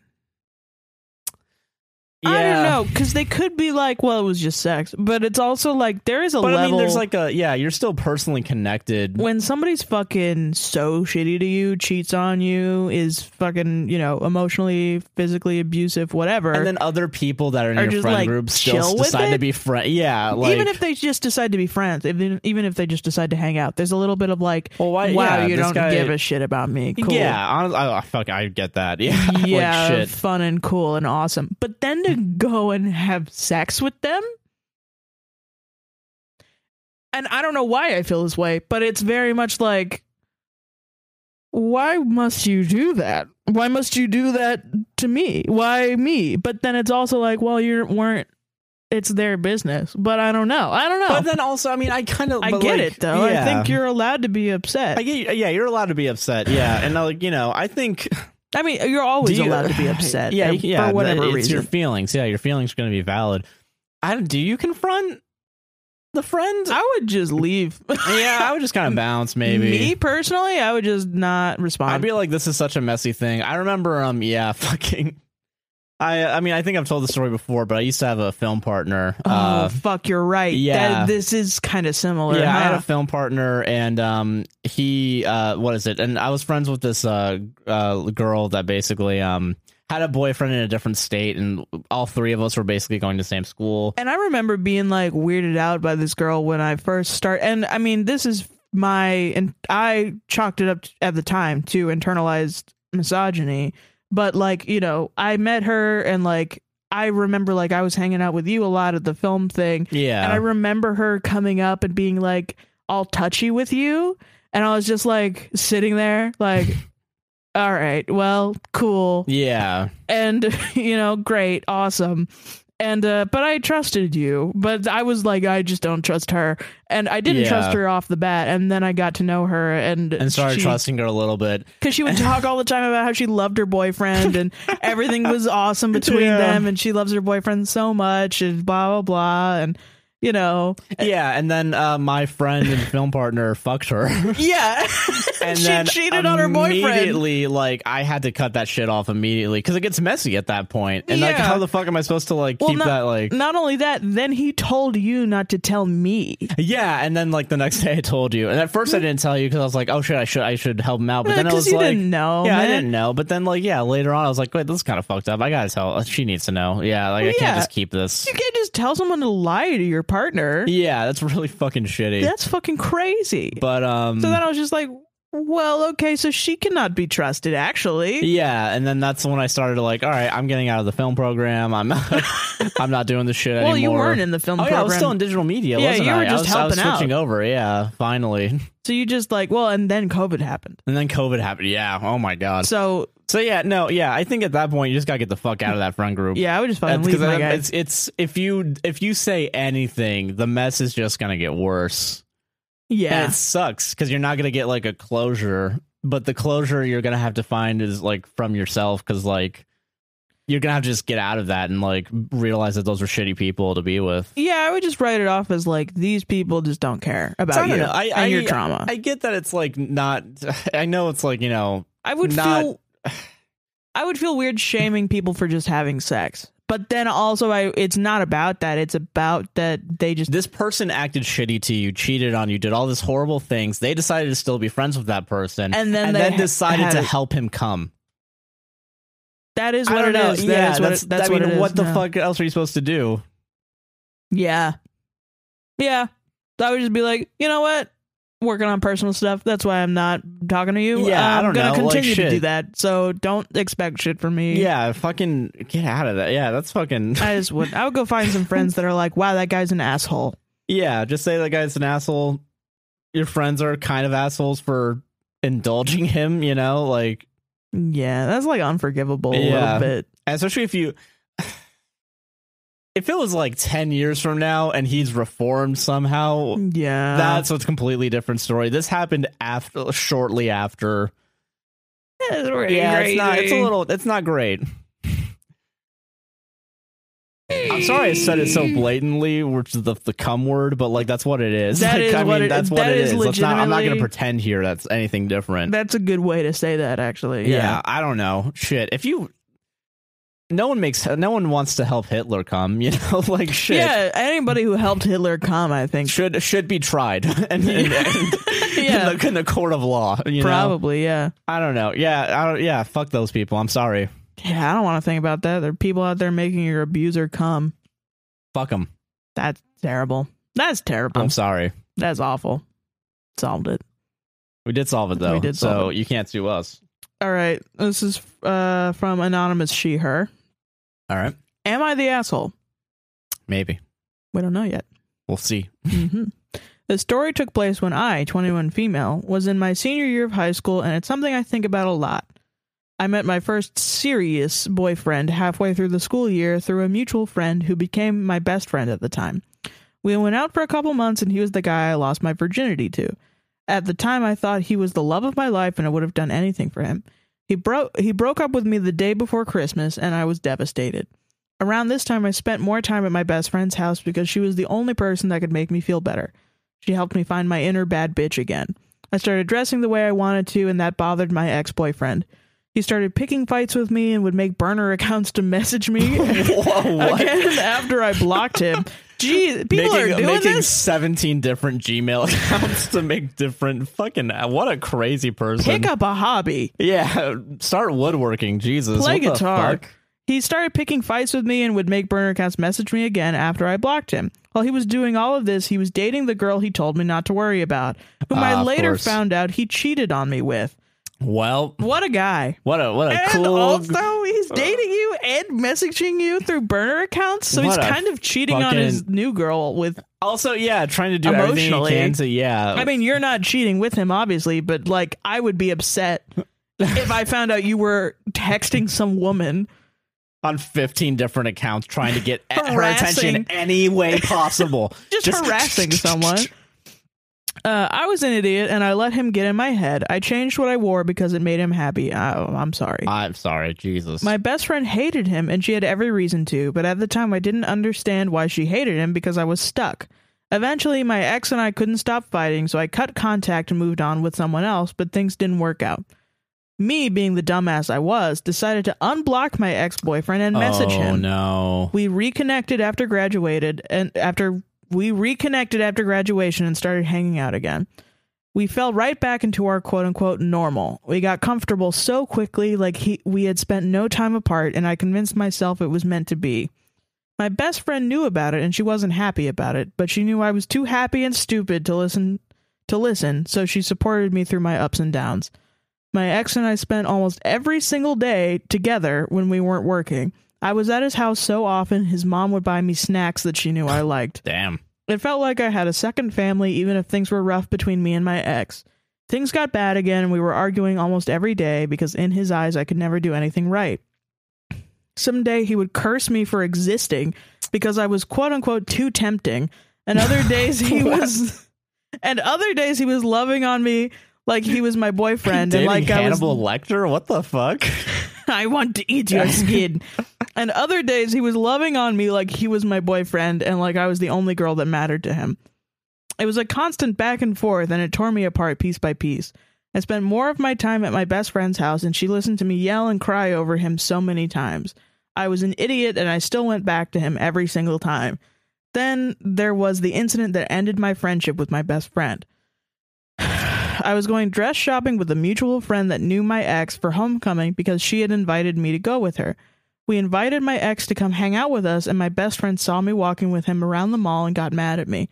S2: I don't know because they could be like, well, it was just sex, but it's also like there is a
S1: But
S2: level.
S1: I mean, there's like a yeah, you're still personally connected.
S2: when somebody's fucking so shitty to you, cheats on you, is fucking you know emotionally, physically abusive, whatever.
S1: and then other people that are in
S2: Or
S1: your
S2: just,
S1: friend
S2: like,
S1: group
S2: chill
S1: still
S2: with
S1: decide
S2: it?
S1: to be friend. Yeah, like
S2: even if they just decide to be friends, even even if they just decide to hang out, there's a little bit of like,
S1: Well, why-
S2: wow,
S1: yeah,
S2: you
S1: this
S2: don't
S1: guy-
S2: give a shit about me. Cool.
S1: yeah, honest, I, I- fuck, I get that. *laughs* Yeah,
S2: *laughs* yeah,
S1: like shit.
S2: fun and cool and awesome. But then to go and have sex with them, and I don't know why I feel this way, but it's very much like, why must you do that? Why must you do that to me? Why me? But then it's also like, well, you weren't. It's their business, but I don't know. I don't know.
S1: But then also, I mean, I kind of
S2: I get it though. I think you're allowed to be upset.
S1: I
S2: I,
S1: get, yeah, you're allowed to be upset. Yeah, and uh, like you know, I think
S2: mean, you're *laughs* always
S1: Do you-
S2: allowed
S1: *laughs*
S2: to *laughs* be upset.
S1: Yeah, you- yeah,
S2: for whatever
S1: it's
S2: reason.
S1: your feelings. Yeah, your feelings are going to be valid. I don't- do you confront the friend?
S2: I would just leave. *laughs*
S1: yeah, I would just kind of bounce maybe.
S2: Me personally, I would just not
S1: I
S2: respond.
S1: feel like this is such a messy thing. I remember, um, yeah, *laughs* fucking. I, I mean, I think I've told the story before, but I used to have a film partner.
S2: oh
S1: uh,
S2: fuck, you're right.
S1: yeah.
S2: that, this is kind of similar.
S1: yeah, I had
S2: huh?
S1: a film partner, and um, he, uh, what is it? And I was friends with this uh, uh, girl that basically um had a boyfriend in a different state, and all three of us were basically going to the same school.
S2: and I remember being like weirded out by this girl when I first start. And I mean, this is my and I chalked it up t- at the time to internalized misogyny. But like you know, I met her and like I remember like I was hanging out with you a lot at the film thing,
S1: Yeah,
S2: And I remember her coming up and being like all touchy with you. And I was just like sitting there,
S1: *laughs*
S2: like, all right, well, cool.
S1: yeah,
S2: And, *laughs* you know, great, awesome. And, uh, but I trusted you. But I was like, I just don't trust her. And I didn't
S1: Yeah.
S2: trust her off the bat. And then I got to know her and,
S1: and started
S2: she, *laughs*
S1: trusting her a little bit.
S2: because she would talk all the time about how she loved her boyfriend
S1: *laughs*
S2: and everything was awesome between
S1: Yeah.
S2: them and she loves her boyfriend so much and blah blah blah and you know
S1: Yeah, and then uh, my friend and film partner fucked her. *laughs*
S2: yeah
S1: and
S2: she
S1: then
S2: cheated on her boyfriend
S1: Immediately, like I had to cut that shit off immediately because it gets messy at that point. And like,
S2: Yeah.
S1: how the fuck am I supposed to like
S2: Well,
S1: keep
S2: no-
S1: that like?
S2: not only that then he told you not to tell me
S1: Yeah, and then like the next day I told you, and at first I didn't tell you because I was like, oh shit, I should I should help him out, but then I
S2: because
S1: was
S2: Mm. you
S1: like.
S2: didn't know
S1: yeah, I
S2: man.
S1: didn't know, but then like yeah, later on I was like, wait, this is kind of fucked up. I gotta tell. uh, She needs to know. Yeah, like I
S2: Well, yeah.
S1: can't just keep this.
S2: you can't just tell someone to lie to your partner
S1: Yeah, that's really fucking shitty.
S2: that's fucking crazy
S1: but um,
S2: so then i was just like well okay so she cannot be trusted actually
S1: yeah, and then that's when I started to like, all right, I'm getting out of the film program. I'm I'm not *laughs* doing this shit
S2: well
S1: anymore.
S2: you weren't in the film
S1: Oh yeah, I
S2: program
S1: was still in digital media.
S2: Yeah,
S1: wasn't
S2: you were
S1: I? I
S2: just
S1: was, I was
S2: helping
S1: switching over. Yeah, finally, *laughs*
S2: So you just like, well, and then COVID happened.
S1: and then COVID happened. Yeah. Oh my god. So,
S2: So
S1: yeah, no, yeah. I think at that point you just gotta get the fuck out of that friend group.
S2: yeah, I would just fucking
S1: That's-
S2: leave
S1: 'cause
S2: my
S1: that-
S2: guy.
S1: it's it's if you if you say anything, the mess is just gonna get worse.
S2: Yeah,
S1: And it sucks because you're not gonna get like a closure but the closure you're gonna have to find is like from yourself because like you're gonna have to just get out of that and like realize that those were shitty people to be with.
S2: Yeah, I would just write it off as like these people just don't care
S1: So I
S2: about
S1: don't
S2: you
S1: know. I-
S2: and
S1: I-
S2: your trauma. I,
S1: I get that it's like not. *laughs* I know it's like you know.
S2: would
S1: not-
S2: feel *sighs* I would feel weird shaming people for just having sex. But then also I it's not about that. It's about that they just
S1: This person acted shitty to you, cheated on you, did all these horrible things. They decided to still be friends with that person,
S2: And then they ha-
S1: decided
S2: had
S1: to
S2: it.
S1: help him come.
S2: that is what
S1: I
S2: it
S1: don't know.
S2: is. That
S1: yeah,
S2: is what
S1: that's,
S2: it, that's
S1: I mean,
S2: what it is.
S1: what the
S2: No.
S1: fuck else are you supposed to do?
S2: Yeah. Yeah. I would just be like, you know what? Working on personal stuff. That's why I'm not talking to you.
S1: Yeah, I
S2: I'm
S1: don't
S2: gonna
S1: know, like,
S2: continue to
S1: shit.
S2: do that. So don't expect shit from me.
S1: Yeah, fucking get out of that. Yeah, that's fucking. *laughs*
S2: I just would. I would go find some friends that are like, wow, that guy's an asshole.
S1: Yeah, just say that guy's an asshole. Your friends are kind of assholes for indulging *laughs* him, you know, like
S2: Yeah, that's like unforgivable
S1: Yeah.
S2: a little bit.
S1: especially if you *sighs* if it was like 10 years from now and he's reformed somehow,
S2: Yeah.
S1: that's Uh, a completely different story. This happened after shortly after.
S2: that's pretty
S1: Yeah, it's not it's a
S2: crazy.
S1: little it's not great. I'm sorry I said
S2: *laughs*
S1: it so blatantly, which is the the cum word, but like that's what it is.
S2: That
S1: like,
S2: is
S1: I
S2: what
S1: mean,
S2: it-
S1: that's what
S2: that
S1: it
S2: is
S1: is. Let's not, I'm not going
S2: legitimately-
S1: to pretend here that's anything different.
S2: That's a good way to say that, actually.
S1: yeah.
S2: Yeah.
S1: I don't know. Shit, if you, no one makes, no one wants to help Hitler come. *laughs* You know, like shit.
S2: Yeah, anybody who helped Hitler come, I think.
S1: Should should be tried *laughs* and, and, and
S2: Yeah.
S1: in, the, in the court of law. You know?
S2: Probably, yeah.
S1: I don't know. Yeah, I don't, yeah. Fuck those people. I'm sorry.
S2: Yeah, I don't want to think about that. There are people out there making your abuser come.
S1: Fuck them.
S2: That's terrible. That's terrible.
S1: I'm sorry.
S2: That's awful. Solved it.
S1: We did solve it though.
S2: We did
S1: so
S2: solve it.
S1: you can't sue us.
S2: All right. This is uh, from Anonymous She Her.
S1: All right.
S2: Am I the asshole?
S1: Maybe
S2: We don't know yet.
S1: we'll see.
S2: hmm The story took place when I, 21 female, was in my senior year of high school, and it's something I think about a lot. I met my first serious boyfriend halfway through the school year through a mutual friend who became my best friend at the time. We went out for a couple months, and he was the guy I lost my virginity to. At the time, I thought he was the love of my life, and I would have done anything for him. He broke he broke up with me the day before Christmas, and I was devastated. Around this time, I spent more time at my best friend's house because she was the only person that could make me feel better. She helped me find my inner bad bitch again. I started dressing the way I wanted to, and that bothered my ex boyfriend. He started picking fights with me and would make burner *laughs* accounts to message me *laughs*
S1: Whoa, *laughs* what?
S2: again after I blocked him. Jeez, people
S1: making,
S2: are doing
S1: making
S2: this.
S1: 17 different Gmail *laughs* accounts to make different fucking. What a crazy person.
S2: Pick up a hobby.
S1: Yeah, start woodworking, Jesus.
S2: play
S1: what the
S2: guitar.
S1: fuck?
S2: He started picking fights with me and would make burner accounts message me again after I blocked him. While he was doing all of this, he was dating the girl he told me not to worry about, whom
S1: Ah,
S2: I
S1: of
S2: later
S1: course.
S2: found out he cheated on me with.
S1: Well,
S2: What a guy.
S1: what a what a
S2: And
S1: cool Uh.
S2: also, he's dating you and messaging you through burner accounts, so he's
S1: What a
S2: kind of cheating on his
S1: fucking-
S2: new girl with
S1: Also, yeah, trying to do everything you
S2: Emotionally.
S1: can to yeah.
S2: I mean, you're not cheating with him, obviously, but like, I would
S1: *laughs*
S2: be upset if I found out you were texting some woman.
S1: on 15 different accounts trying to get at her
S2: Harassing.
S1: attention any way possible.
S2: *laughs* just, harassing someone. Uh, I was an idiot and I let him get in my head. I changed what I wore because it made him happy. Oh, I'm sorry.
S1: *laughs* I'm sorry, Jesus.
S2: My best friend hated him and she had every reason to, but at the time I didn't understand why she hated him because I was stuck. Eventually, my ex and I couldn't stop fighting, so I cut contact and moved on with someone else, but things didn't work out. Me, being the dumbass I was, decided to unblock my ex boyfriend and message
S1: oh,
S2: him.
S1: no.
S2: We reconnected after graduated and after we reconnected after graduation and started hanging out again. We fell right back into our quote unquote normal. We got comfortable so quickly like he, we had spent no time apart and I convinced myself it was meant to be. My best friend knew about it and she wasn't happy about it, but she knew I was too happy and stupid to listen to listen, so she supported me through my ups and downs. My ex and I spent almost every single day together when we weren't working. I was at his house so often, his mom would buy me snacks that she knew
S1: *laughs*
S2: I liked.
S1: Damn.
S2: It felt like I had a second family, even if things were rough between me and my ex. Things got bad again, and we were arguing almost every day because, in his eyes, I could never do anything right. Someday he would curse me for existing because I was quote unquote
S1: *laughs*
S2: too tempting, and other days he was. And other days he was loving on me Like he
S1: *laughs*
S2: was my boyfriend, and
S1: Dating
S2: like I was
S1: Hannibal Lecter? What the fuck? *laughs*
S2: *laughs* I want to eat your skin. and other days he was loving on me like he was my boyfriend and like I was the only girl that mattered to him. It was a constant back and forth and it tore me apart piece by piece. I spent more of my time at my best friend's house and she listened to me yell and cry over him so many times. I was an idiot and I still went back to him every single time. Then there was the incident that ended my friendship with my best friend. I was going dress shopping with a mutual friend that knew my ex for homecoming because she had invited me to go with her. We invited my ex to come hang out with us, and my best friend saw me walking with him around the mall and got mad at me.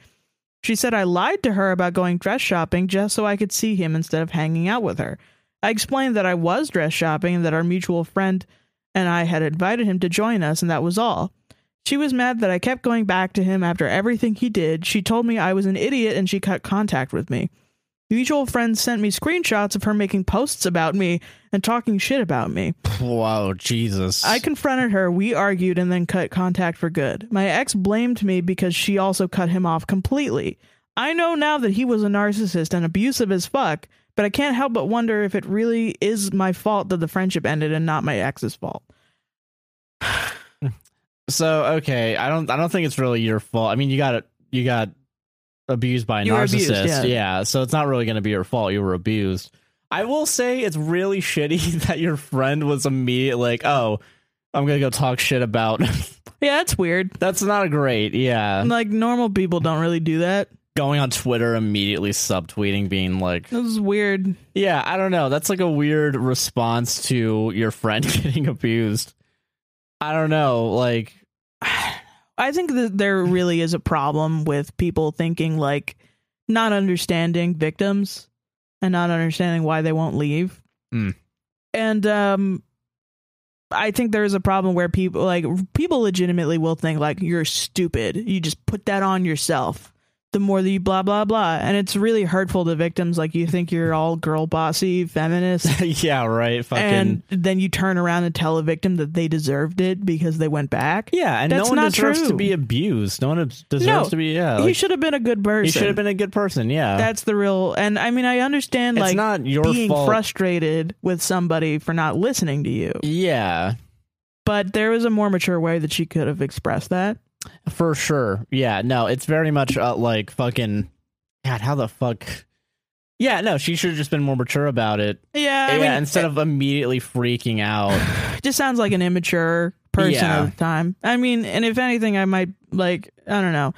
S2: She said I lied to her about going dress shopping just so I could see him instead of hanging out with her. I explained that I was dress shopping and that our mutual friend and I had invited him to join us, and that was all. She was mad that I kept going back to him after everything he did. She told me I was an idiot and she cut contact with me. Mutual friends sent me screenshots of her making posts about me and talking shit about me.
S1: Wow, Jesus.
S2: I confronted her, we argued, and then cut contact for good. My ex blamed me because she also cut him off completely. I know now that he was a narcissist and abusive as fuck, but I can't help but wonder if it really is my fault that the friendship ended and not my ex's fault.
S1: so okay, I don't I don't think it's really your fault. I mean, you got you got abused by a
S2: You were abused,
S1: narcissist.
S2: yeah.
S1: yeah, so it's not really going to be your fault. You were abused. I will say it's really *laughs* shitty that your friend was immediate like, "Oh, I'm going to go talk shit about." *laughs*
S2: Yeah, that's weird.
S1: That's not great. Yeah.
S2: Like normal people don't really do that.
S1: Going on Twitter immediately subtweeting being like,
S2: This is weird.
S1: "Yeah, I don't know. That's like a weird response to your friend *laughs* getting abused." I don't know, like *laughs*
S2: *sighs* I think that there really is a problem with people thinking like not understanding victims and not understanding why they won't leave.
S1: Mm.
S2: And um I think there is a problem where people like people legitimately will think like you're stupid. You just put that on yourself. The more that you blah blah blah, and it's really hurtful to victims. Like you think you're all girl bossy feminist,
S1: yeah, right. *laughs* Fucking
S2: and then you turn around and tell a victim that they deserved it because they went back.
S1: Yeah, and
S2: That's
S1: no one
S2: not
S1: deserves to
S2: true.
S1: be abused. No one ab- deserves
S2: No,
S1: to be yeah.
S2: he
S1: Like,
S2: should have been a good person.
S1: he should have been a good person. Yeah,
S2: That's the real. And I mean, I understand
S1: it's
S2: like
S1: not your
S2: being
S1: fault.
S2: frustrated with somebody for not listening to you,
S1: yeah,
S2: but there was a more mature way that she could have expressed that.
S1: for sure. Yeah, no, it's very much uh, like fucking. God, how the fuck? Yeah, no, she should have just been more mature about it.
S2: Yeah, I
S1: yeah,
S2: mean,
S1: instead of immediately freaking out.
S2: it just sounds like an immature person
S1: Yeah.
S2: at the time. I mean, and if anything, I might like I don't know.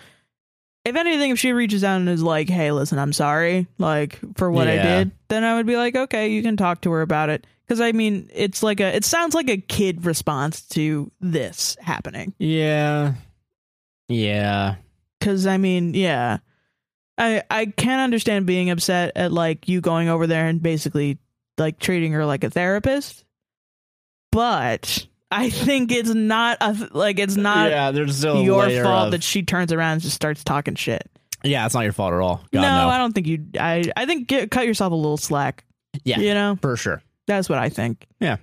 S2: If anything, if she reaches out and is like, "Hey, listen, I'm sorry, like for what I
S1: Yeah.
S2: did," then I would be like, "Okay, you can talk to her about it." Because I mean, it's like a it sounds like a kid response to this happening.
S1: *sighs* yeah, yeah,
S2: Cause I mean, yeah, I I can understand being upset at like you going over there and basically like treating her like a therapist, but I think it's not a, like it's not
S1: yeah. There's still a
S2: your
S1: layer
S2: fault
S1: of-
S2: that she turns around and just starts talking shit.
S1: yeah, it's not your fault at all. God,
S2: no,
S1: no,
S2: I don't think you. I I think get, cut yourself a little slack.
S1: Yeah.
S2: you know
S1: for sure.
S2: that's what I think.
S1: No,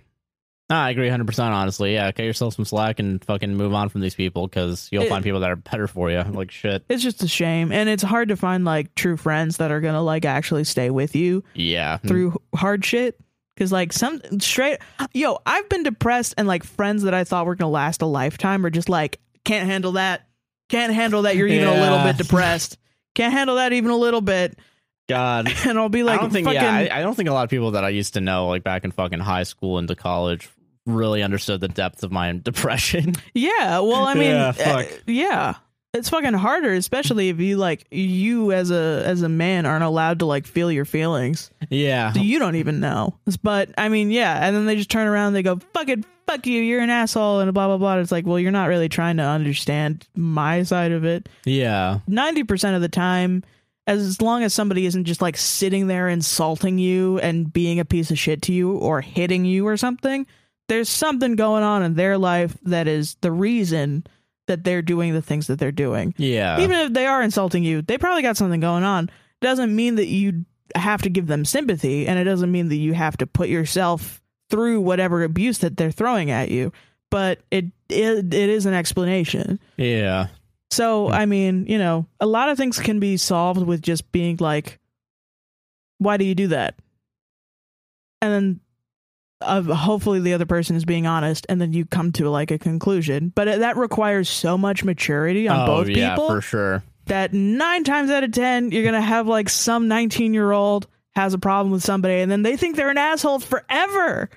S1: I agree 100%, honestly. Yeah, cut yourself some slack and fucking move on from these people because you'll
S2: It-
S1: find people that are better for you. Like, shit.
S2: It's just a shame, and it's hard to find like true friends that are gonna like actually stay with you.
S1: Yeah.
S2: through hard shit because like some straight yo i've been depressed and like friends that i thought were gonna last a lifetime are just like can't handle that can't handle that you're even a
S1: *laughs*
S2: little
S1: Yeah.
S2: bit depressed can't handle that even a little bit *laughs*
S1: Mm. God.
S2: and i'll be like
S1: I don't think,
S2: fucking,
S1: yeah, I, I don't think a lot of people that I used to know, like back in fucking high school into college, really understood the depth of my depression.
S2: *laughs* yeah well i mean
S1: *laughs* Yeah,
S2: uh,
S1: fuck.
S2: yeah it's fucking harder especially if you like you as a as a man aren't allowed to like feel your feelings
S1: yeah.
S2: So you don't even know. But I mean, yeah. And then they just turn around and they go, fucking fuck you, you're an asshole, and blah, blah, blah. It's like, well, you're not really trying to understand my side of it.
S1: *laughs* Yeah.
S2: 90% of the time, as long as somebody isn't just like sitting there insulting you and being a piece of shit to you or hitting you or something, there's something going on in their life that is the reason that they're doing the things that they're doing
S1: Yeah.
S2: even if they are insulting you, they probably got something going on. Doesn't mean that you have to give them sympathy, and it doesn't mean that you have to put yourself through whatever abuse that they're throwing at you. But it it, it is an explanation.
S1: yeah. Hmm.
S2: So I mean, you know, a lot of things can be solved with just being like, "Why do you do that?" and then uh, hopefully the other person is being honest and then you come to like a conclusion but it- that requires so much maturity on
S1: oh
S2: both
S1: yeah,
S2: people
S1: for sure.
S2: that nine times out of ten you're gonna have like some 19 year old has a problem with somebody and then they think they're an asshole forever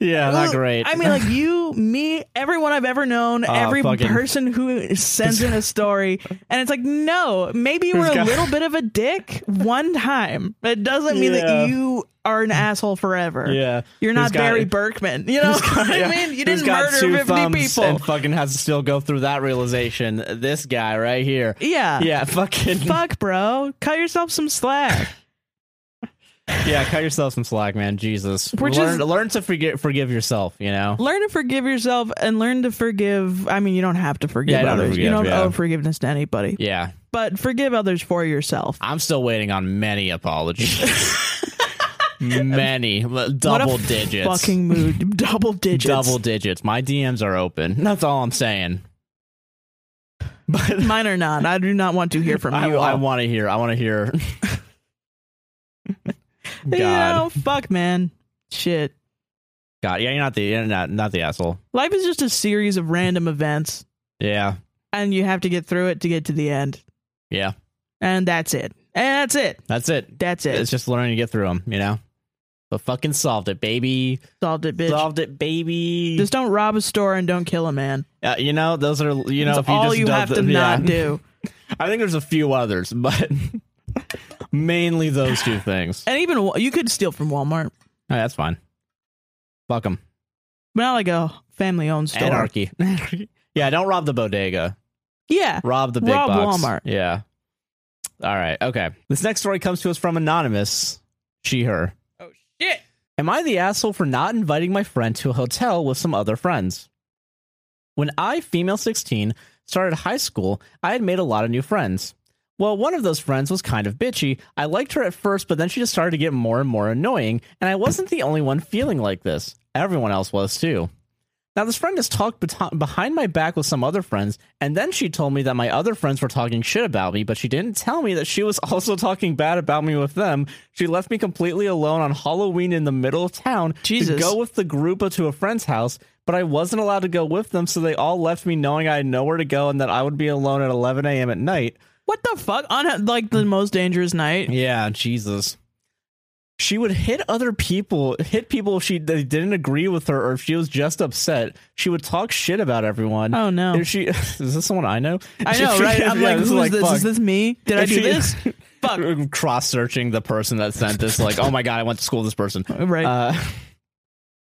S1: Yeah, not
S2: Ugh.
S1: great. *laughs*
S2: i mean like you me everyone i've ever known
S1: Oh,
S2: every
S1: fucking-
S2: person who sends in a story and it's like no maybe you were
S1: Who's
S2: a
S1: got-
S2: little bit of a dick one time but it doesn't mean
S1: Yeah.
S2: that you are an asshole forever
S1: yeah,
S2: you're not
S1: Who's got-
S2: Barry Berkman. You know
S1: Who's got-
S2: what
S1: yeah.
S2: *laughs* I mean? You
S1: Who's
S2: didn't
S1: got
S2: murder
S1: two
S2: 50
S1: thumbs
S2: people.
S1: and fucking has to still go through that realization. This guy right here.
S2: yeah.
S1: Yeah, fucking
S2: Fuck, bro. Cut yourself some slack.
S1: yeah. Cut yourself some slack, man. Jesus,
S2: We're
S1: learn,
S2: just-
S1: learn to forgive forgive yourself. You know.
S2: learn to forgive yourself and learn to forgive. I mean, you don't have to forgive
S1: Yeah, don't
S2: others. you
S1: forgive,
S2: don't
S1: yeah.
S2: owe forgiveness to anybody,
S1: Yeah,
S2: but forgive others for yourself.
S1: I'm still waiting on many
S2: *laughs*
S1: apologies. many l-
S2: What a
S1: double digits.
S2: Fucking
S1: *laughs*
S2: mood. Double digits.
S1: Double digits. My DMs are open. That's all I'm saying. But
S2: Mine are not. I do not want to hear
S1: *laughs*
S2: from
S1: I,
S2: you. all.
S1: want to hear. I want to hear. God,
S2: *laughs* You know, fuck, man. Shit.
S1: God, yeah, you're not the you're not not the asshole.
S2: Life is just a series of random events,
S1: Yeah,
S2: and you have to get through it to get to the end.
S1: yeah,
S2: And that's it. And that's it.
S1: that's it.
S2: That's it.
S1: It's just learning to get through them, you know. But fucking solved it, baby.
S2: solved it, bitch.
S1: Solved it, baby.
S2: Just don't rob a store and don't kill a man.
S1: Uh, you know, those are you know
S2: That's
S1: if you
S2: all
S1: just
S2: you
S1: dug
S2: have
S1: the-
S2: to
S1: yeah.
S2: not do.
S1: I think there's a few others, but *laughs* mainly those two things.
S2: And even Wa- you could steal from Walmart,
S1: All right, that's fine. Fuck them.
S2: but not like a family-owned store.
S1: Anarchy. *laughs* yeah, don't rob the bodega.
S2: Yeah,
S1: Rob the big
S2: Rob
S1: box.
S2: Walmart.
S1: Yeah. All right. Okay. This next story comes to us from anonymous. She her.
S2: Oh, shit.
S1: Am I the asshole for not inviting my friend to a hotel with some other friends? When I, female 16, started high school, I had made a lot of new friends. Well, one of those friends was kind of bitchy. I liked her at first, but then she just started to get more and more annoying, and I wasn't the only one feeling like this. Everyone else was too. Now, this friend has talked bet- behind my back with some other friends, and then she told me that my other friends were talking shit about me, but she didn't tell me that she was *laughs* also talking bad about me with them. She left me completely alone on Halloween in the middle of town
S2: Jesus.
S1: to go with the group to a friend's house, but I wasn't allowed to go with them, so they all left me knowing I had nowhere to go and that I would be alone at 11 a.m. at night.
S2: What the fuck? On like the most dangerous night.
S1: Yeah, Jesus. She would hit other people, hit people if she they didn't agree with her or if she was just upset. She would talk shit about everyone.
S2: Oh no.
S1: If she *laughs* is this someone I know?
S2: I *laughs* know, right?
S1: *laughs*
S2: I'm
S1: Yeah,
S2: like, who's this?
S1: fuck.
S2: Is this me? Did I
S1: If
S2: do
S1: she-
S2: this?
S1: *laughs*
S2: fuck.
S1: Cross searching the person that sent this, like, oh my god, I went to school with this person.
S2: Right.
S1: Uh,
S2: *laughs*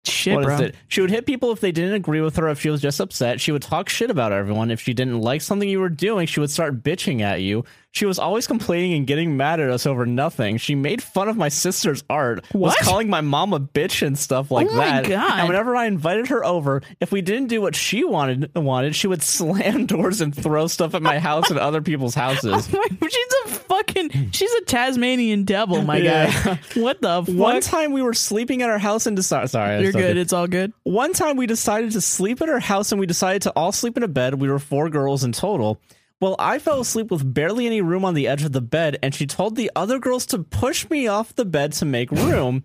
S2: shit,
S1: What
S2: bro.
S1: is it? She would hit people if they didn't agree with her, if she was just upset. She would talk shit about everyone. If she didn't like something you were doing, she would start bitching at you. She was always complaining and getting mad at us over nothing. She made fun of my sister's art, was
S2: What?
S1: calling my mom a bitch and stuff like
S2: Oh my
S1: that.
S2: God.
S1: And whenever I invited her over, if we didn't do what she wanted wanted, she would *laughs* slam doors and throw stuff at my house and other people's houses.
S2: *laughs* she's a fucking. She's a Tasmanian devil, my
S1: Yeah.
S2: guy. *laughs* *laughs* What the fuck?
S1: One time we were sleeping at her house and decided. Sorry, I
S2: You're
S1: stopped you.
S2: good. It's all good.
S1: One time we decided to sleep at her house and we decided to all sleep in a bed. We were four girls in total. Well, I fell asleep with barely any room on the edge of the bed, and she told the other girls to push me off the bed to make room.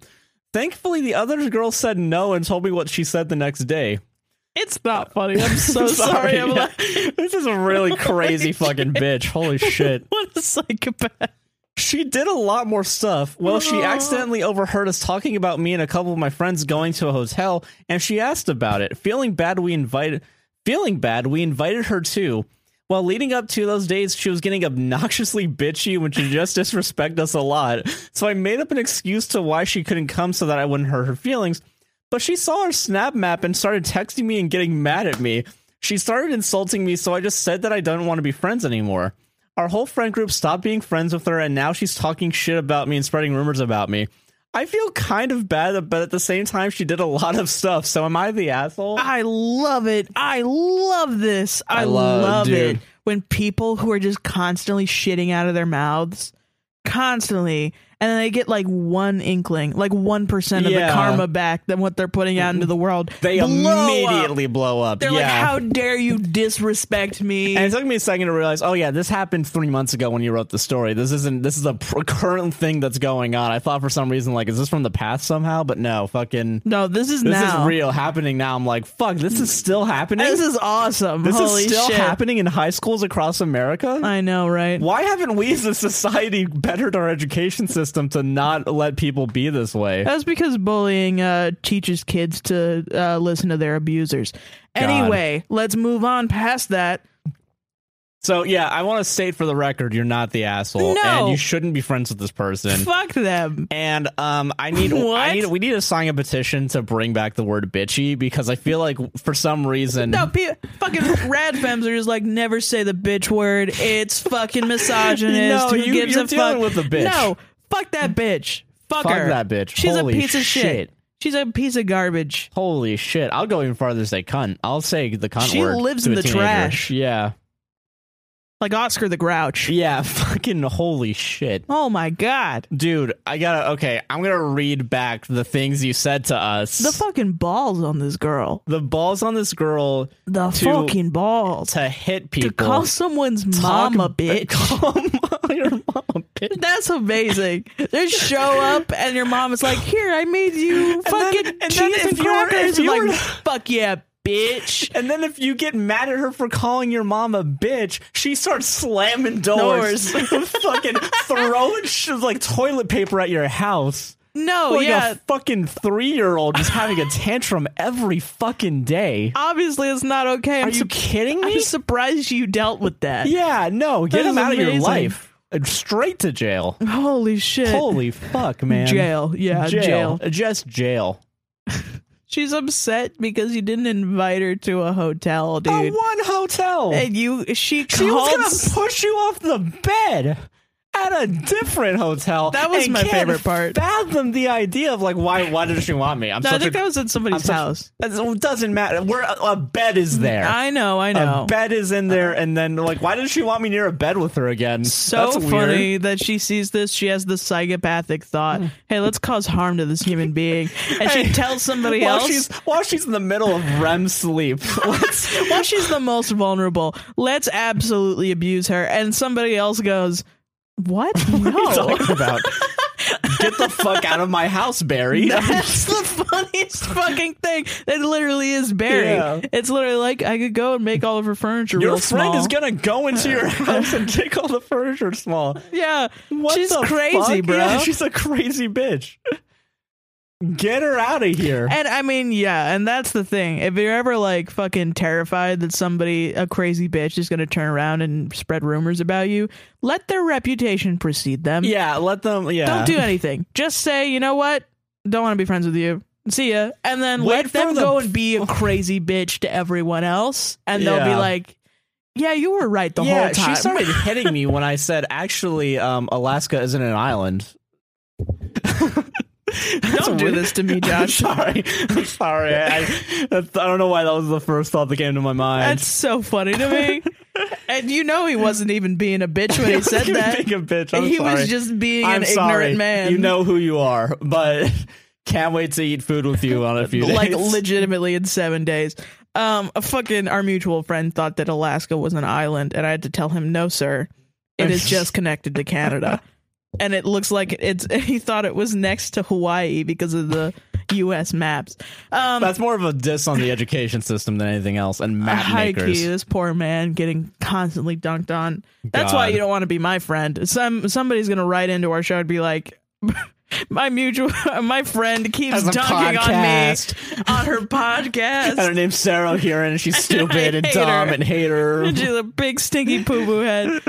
S1: Thankfully, the other girl said no and told me what she said the next day. *laughs*
S2: It's not funny. *laughs* I'm so Uh, sorry. I'm
S1: yeah.
S2: like, *laughs*
S1: this is a really crazy fucking bitch. Holy shit.
S2: what a psychopath.
S1: She did a lot more stuff. Well, she accidentally overheard us talking about me and a couple of my friends going to a hotel, and she asked about it. Feeling bad, we invited. Feeling bad, we invited her too. Well, leading up to those days, she was getting obnoxiously bitchy when she just disrespect us a lot. So I made up an excuse to why she couldn't come so that I wouldn't hurt her feelings. But she saw our snap map and started texting me and getting mad at me. She started insulting me, so I just said that I don't want to be friends anymore. Our whole friend group stopped being friends with her, and now she's talking shit about me and spreading rumors about me. I feel kind of bad, but at the same time, she did a lot of stuff. So am I the asshole?
S2: I love it. I love this. I,
S1: I love-
S2: love,
S1: dude.
S2: it. When people who are just constantly shitting out of their mouths, constantly, and then they get like one inkling, like one percent of
S1: Yeah.
S2: the karma back than what they're putting out into the world.
S1: They
S2: Blow up.
S1: immediately blow up.
S2: They're
S1: yeah.
S2: like, "How dare you disrespect me?"
S1: and it took me a second to realize, oh yeah, this happened three months ago when you wrote the story. This isn't. This is a pr- current thing that's going on. I thought for some reason, like, is this from the past somehow? But no, fucking,
S2: no, this is
S1: this
S2: now.
S1: is real happening now. I'm like, fuck, this is still happening.
S2: This is awesome.
S1: This
S2: Holy
S1: is still
S2: shit.
S1: happening in high schools across America.
S2: I know, right?
S1: Why haven't we as a society bettered our education system to not let people be this way?
S2: That's because bullying uh, teaches kids to uh, listen to their abusers. Anyway, let's move on past that.
S1: So yeah, I want to state for the record, you're not the asshole,
S2: No.
S1: and you shouldn't be friends with this person.
S2: Fuck them.
S1: And um, I need, I
S2: What?
S1: need, we need to sign a petition to bring back the word bitchy because I feel like for some reason,
S2: No, pe- fucking rad femmes are just like never say the bitch word. It's fucking misogynist.
S1: *laughs* No,
S2: Who
S1: you-
S2: gives
S1: you're
S2: a
S1: dealing
S2: fuck?
S1: with the bitch.
S2: No, fuck that bitch. Fuck,
S1: Fuck
S2: her.
S1: that bitch.
S2: She's
S1: Holy
S2: a piece of shit.
S1: shit.
S2: She's a piece of garbage.
S1: holy shit, I'll go even farther to say cunt. I'll say the cunt
S2: She
S1: word.
S2: lives
S1: to
S2: in
S1: a
S2: the
S1: teenager.
S2: trash.
S1: Yeah,
S2: Like Oscar the Grouch.
S1: yeah, *laughs* fucking holy shit.
S2: Oh my god.
S1: Dude, I gotta. Okay, I'm gonna read back the things you said to us.
S2: The fucking balls on this girl.
S1: the balls on this girl
S2: The
S1: To-
S2: fucking balls.
S1: to hit
S2: To
S1: people.
S2: call someone's
S1: Talk *laughs*
S2: mom a
S1: b-
S2: bitch.
S1: Call m- your mom a bitch.
S2: That's amazing. Just show up and your mom is like, "Here, I made you fucking
S1: then- and
S2: cheese
S1: then if
S2: and
S1: you were- if
S2: crackers."
S1: you
S2: and
S1: were-
S2: like, fuck yeah, bitch.
S1: And then if you get mad at her for calling your mom a bitch, she starts slamming doors, *laughs* fucking throwing sh- like toilet paper at your house.
S2: No,
S1: Like
S2: yeah.
S1: a fucking three-year-old just having a tantrum every fucking day.
S2: obviously, it's not okay.
S1: Are
S2: I'm,
S1: you
S2: sup-
S1: kidding me?
S2: I'm surprised you dealt with that.
S1: yeah, no, get
S2: That
S1: him
S2: is
S1: out of your
S2: amazing.
S1: life. Uh, Straight to jail.
S2: *laughs* Holy shit.
S1: Holy fuck, man.
S2: jail. Yeah, jail.
S1: Jail. Uh, Just jail.
S2: She's upset because you didn't invite her to a hotel, dude.
S1: A one hotel.
S2: And you,
S1: she
S2: she
S1: was
S2: called.
S1: gonna push you off the bed at a different hotel.
S2: That was
S1: and
S2: my
S1: can't
S2: favorite part.
S1: Fathom the idea of like why? Why does she want me? I'm
S2: no, I
S1: such
S2: think
S1: a.
S2: that was at somebody's
S1: such-
S2: house.
S1: it doesn't matter. We're a, a bed is there.
S2: Mm, I know, I know.
S1: A bed is in there, and then like, why does she want me near a bed with her again?
S2: so
S1: That's
S2: funny
S1: Weird.
S2: that she sees this. She has the psychopathic thought, "Hey, let's cause harm to this human being," and
S1: Hmm. Hey,
S2: she tells somebody
S1: While
S2: else.
S1: she's while she's in the middle of REM sleep, *laughs* let's
S2: while she's the most vulnerable, let's absolutely abuse her. And somebody else goes,
S1: *laughs*
S2: "What?
S1: what are you
S2: *laughs* No."
S1: talking about? Get the fuck out of my house, Barry.
S2: *laughs* That's the funniest fucking thing. It literally is Barry.
S1: Yeah.
S2: It's literally like I could go and make all of her furniture
S1: Your
S2: real
S1: friend
S2: small.
S1: is gonna go into
S2: *laughs*
S1: your house and kick all the furniture small.
S2: yeah,
S1: What
S2: she's
S1: the
S2: crazy,
S1: fuck?
S2: bro.
S1: Yeah, *laughs* she's a crazy bitch. Get her out of here.
S2: And I mean, yeah, and that's the thing. If you're ever like fucking terrified that somebody, a crazy bitch, is going to turn around and spread rumors about you, let their reputation precede them.
S1: Yeah, let them. Yeah,
S2: Don't do anything. Just say, you know what? Don't want to be friends with you. See ya. And then
S1: Wait
S2: let them
S1: for the-
S2: go and be a crazy bitch to everyone else. And they'll be
S1: Yeah.
S2: like, yeah, you were right the
S1: yeah,
S2: whole time.
S1: she *laughs* started hitting me when I said, "Actually, um, Alaska isn't an *laughs* island."
S2: Don't do this to
S1: *laughs*
S2: me,
S1: I'm
S2: Josh.
S1: sorry. I'm sorry. I, that's, I don't know why that was the first thought that came to my mind.
S2: *laughs* That's so funny
S1: *laughs*
S2: to me. and you know he wasn't even being a bitch when
S1: *laughs*
S2: he said
S1: You're
S2: that.
S1: being a bitch. I'm
S2: he
S1: sorry.
S2: was just being
S1: I'm
S2: an
S1: sorry.
S2: ignorant man.
S1: You know who you are, but *laughs* can't wait to eat food with you on a few
S2: *laughs* like
S1: days.
S2: legitimately in seven days. Um, a fucking our mutual friend thought that Alaska was an island, and I had to tell him, no, sir, it is
S1: *laughs*
S2: just connected to Canada, and it looks like it's. *laughs* He thought it was next to Hawaii because of the U.S. maps.
S1: *laughs*
S2: Um,
S1: That's more of a diss on the education system than anything else, and map
S2: high
S1: makers.
S2: key, this poor man getting constantly dunked on. That's
S1: God.
S2: why you don't want to be my friend. Some somebody's gonna write into our show and be like, *laughs* my mutual, *laughs* my friend keeps
S1: Has a
S2: dunking
S1: podcast.
S2: on me
S1: *laughs*
S2: on her podcast.
S1: And her name's Sarah here, and
S2: *laughs*
S1: she's stupid and
S2: hate
S1: dumb
S2: her.
S1: and hate her.
S2: She's a big stinky poo poo head.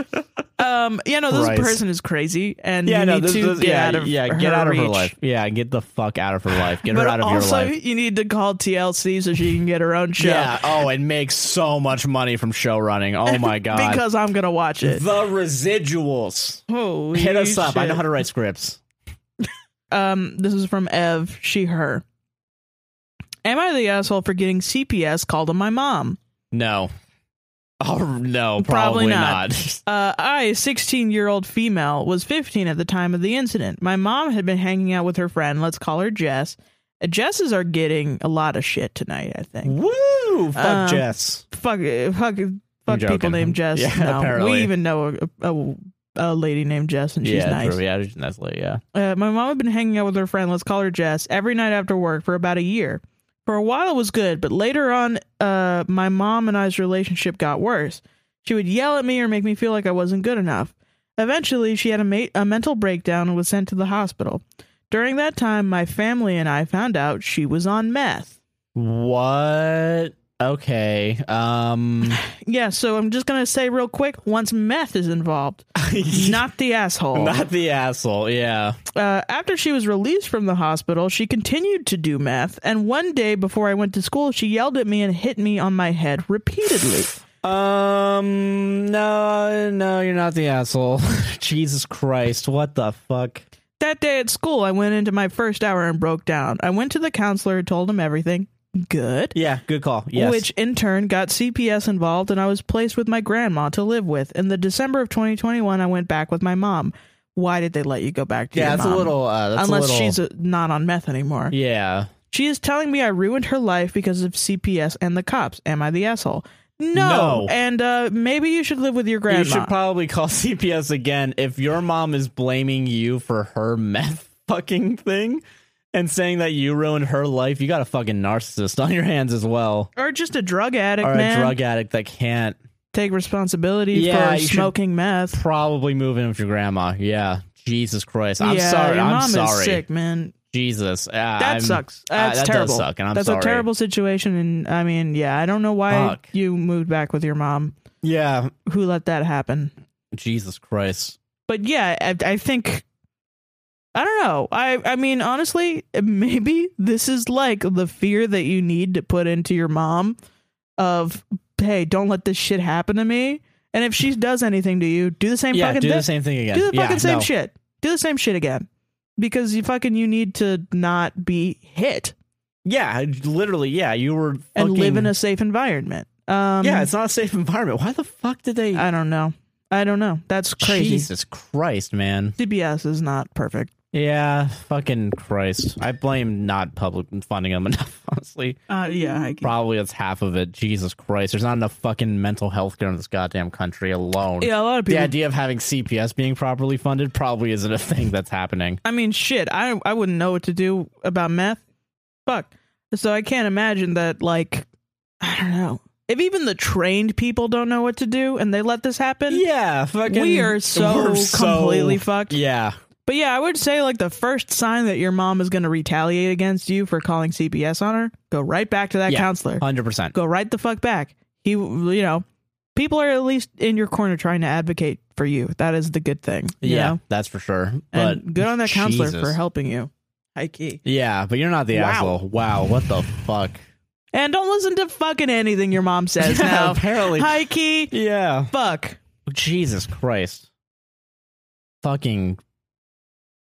S2: Um, yeah, no, this
S1: Christ.
S2: person is crazy, and
S1: *laughs* Yeah,
S2: you
S1: no,
S2: need
S1: this,
S2: to
S1: this-
S2: get
S1: yeah,
S2: out of
S1: yeah,
S2: her
S1: get out of her
S2: reach.
S1: life. Yeah, get the fuck out of her life. Get
S2: But
S1: her out of
S2: also,
S1: your life.
S2: you need to call TLC so she can get her own show.
S1: Yeah. Oh, it makes so much money from show running. Oh
S2: *laughs*
S1: my god.
S2: because I'm gonna watch it.
S1: the residuals.
S2: Holy
S1: Hit us up. I
S2: shit.
S1: know how to write scripts.
S2: Um, this is from Ev. She her. Am I the asshole for getting CPS called on my mom?
S1: No. Oh no, probably,
S2: Probably
S1: not.
S2: not. *laughs* Uh, I, a 16 year old female, was 15 at the time of the incident. My mom had been hanging out with her friend. Let's call her Jess. Uh, Jesses are getting a lot of shit tonight, I
S1: Mm.
S2: think.
S1: Woo! Fuck
S2: Um,
S1: Jess.
S2: Fuck, uh, fuck, fuck people
S1: joking.
S2: named Jess.
S1: Yeah,
S2: no,
S1: apparently.
S2: We even know a, a, a lady named Jess, and she's
S1: yeah,
S2: nice.
S1: true. Yeah, that's like, yeah.
S2: Uh, my mom had been hanging out with her friend, let's call her Jess, every night after work for about a year. For a while, it was good, but later on, uh, my mom and I's relationship got worse. She would yell at me or make me feel like I wasn't good enough. Eventually, she had a, ma- a mental breakdown and was sent to the hospital. During that time, my family and I found out she was on meth.
S1: What? Okay.
S2: *laughs*
S1: Um.
S2: Yeah, so I'm just going to say real quick once meth is involved, not the asshole.
S1: Not the asshole. Yeah.
S2: uh, after she was released from the hospital, she continued to do meth. And one day before I went to school, she yelled at me and hit me on my head
S1: *sighs*
S2: repeatedly.
S1: Um. No. No, you're not the asshole. *laughs* Jesus Christ! What the fuck?
S2: that day at school, I went into my first hour and broke down. I went to the counselor, told him everything. Good.
S1: Yeah. Good call. Yes.
S2: Which in turn got CPS involved, and I was placed with my grandma to live with. In the December of 2021, I went back with my mom. Why did they let you go back to
S1: yeah.
S2: your
S1: That's a
S2: mom?
S1: little. Uh, that's
S2: Unless
S1: a little,
S2: she's uh not on meth anymore.
S1: Yeah.
S2: She is telling me I ruined her life because of CPS and the cops. Am I the asshole? No.
S1: No.
S2: And uh, maybe you should live with your grandma.
S1: You should probably call *laughs* CPS again if your mom is blaming you for her meth fucking thing and saying that you ruined her life. You got a fucking narcissist on your hands as well,
S2: or just a drug addict,
S1: or
S2: man.
S1: a drug addict that can't
S2: Take responsibility
S1: Yeah,
S2: for
S1: you should-
S2: smoking meth.
S1: probably move in with your grandma. Yeah. Jesus Christ. I'm
S2: yeah,
S1: sorry.
S2: Your
S1: I'm
S2: mom
S1: sorry.
S2: is sick, man.
S1: Jesus. Uh,
S2: That sucks. That's
S1: that does
S2: terrible.
S1: suck, and I'm
S2: That's
S1: sorry.
S2: a terrible situation. And I mean, yeah, I don't know why
S1: Fuck.
S2: you moved back with your mom.
S1: Yeah.
S2: Who let that happen?
S1: Jesus Christ.
S2: But yeah, I, I think. I don't know. I I mean, honestly, maybe this is like the fear that you need to put into your mom of, hey, don't let this shit happen to me. And if she does anything to you, do the same
S1: yeah,
S2: fucking
S1: do
S2: thing.
S1: the same thing again.
S2: do the
S1: Yeah,
S2: fucking same
S1: no.
S2: shit. Do the same shit again. Because you fucking you need to not be hit
S1: Yeah, literally. Yeah, you were
S2: and
S1: fucking,
S2: live in a safe environment. Um
S1: yeah, it's not a safe environment. Why the fuck did they?
S2: I don't know. I don't know. That's crazy.
S1: Jesus Christ, man.
S2: CBS is not perfect.
S1: Yeah, fucking Christ. I blame not public funding them *laughs* enough, honestly.
S2: Uh yeah, I
S1: Probably that's half of it. Jesus Christ. There's not enough fucking mental health care in this goddamn country alone.
S2: Yeah, a lot of
S1: The
S2: people
S1: idea of having CPS being properly funded probably isn't a thing that's happening.
S2: I mean, shit, I I wouldn't know what to do about meth. Fuck. So I can't imagine that like I don't know. If even the trained people don't know what to do and they let this happen,
S1: Yeah, fucking.
S2: we are so
S1: we're
S2: completely fucked.
S1: Yeah.
S2: But yeah, I would say like the first sign that your mom is going to retaliate against you for calling CPS on her, go right back to that
S1: Yeah.
S2: counselor.
S1: 100%.
S2: Go right the fuck back. He, you know, people are at least in your corner trying to advocate for you. That is the good thing. You
S1: yeah,
S2: know?
S1: that's for sure. But
S2: and good on that counselor
S1: Jesus.
S2: for helping you. High key.
S1: Yeah, but you're not the
S2: Wow.
S1: asshole. Wow, what the fuck?
S2: And don't listen to fucking anything your mom says
S1: *laughs* Yeah,
S2: now.
S1: apparently.
S2: High key.
S1: Yeah.
S2: Fuck.
S1: Jesus Christ. Fucking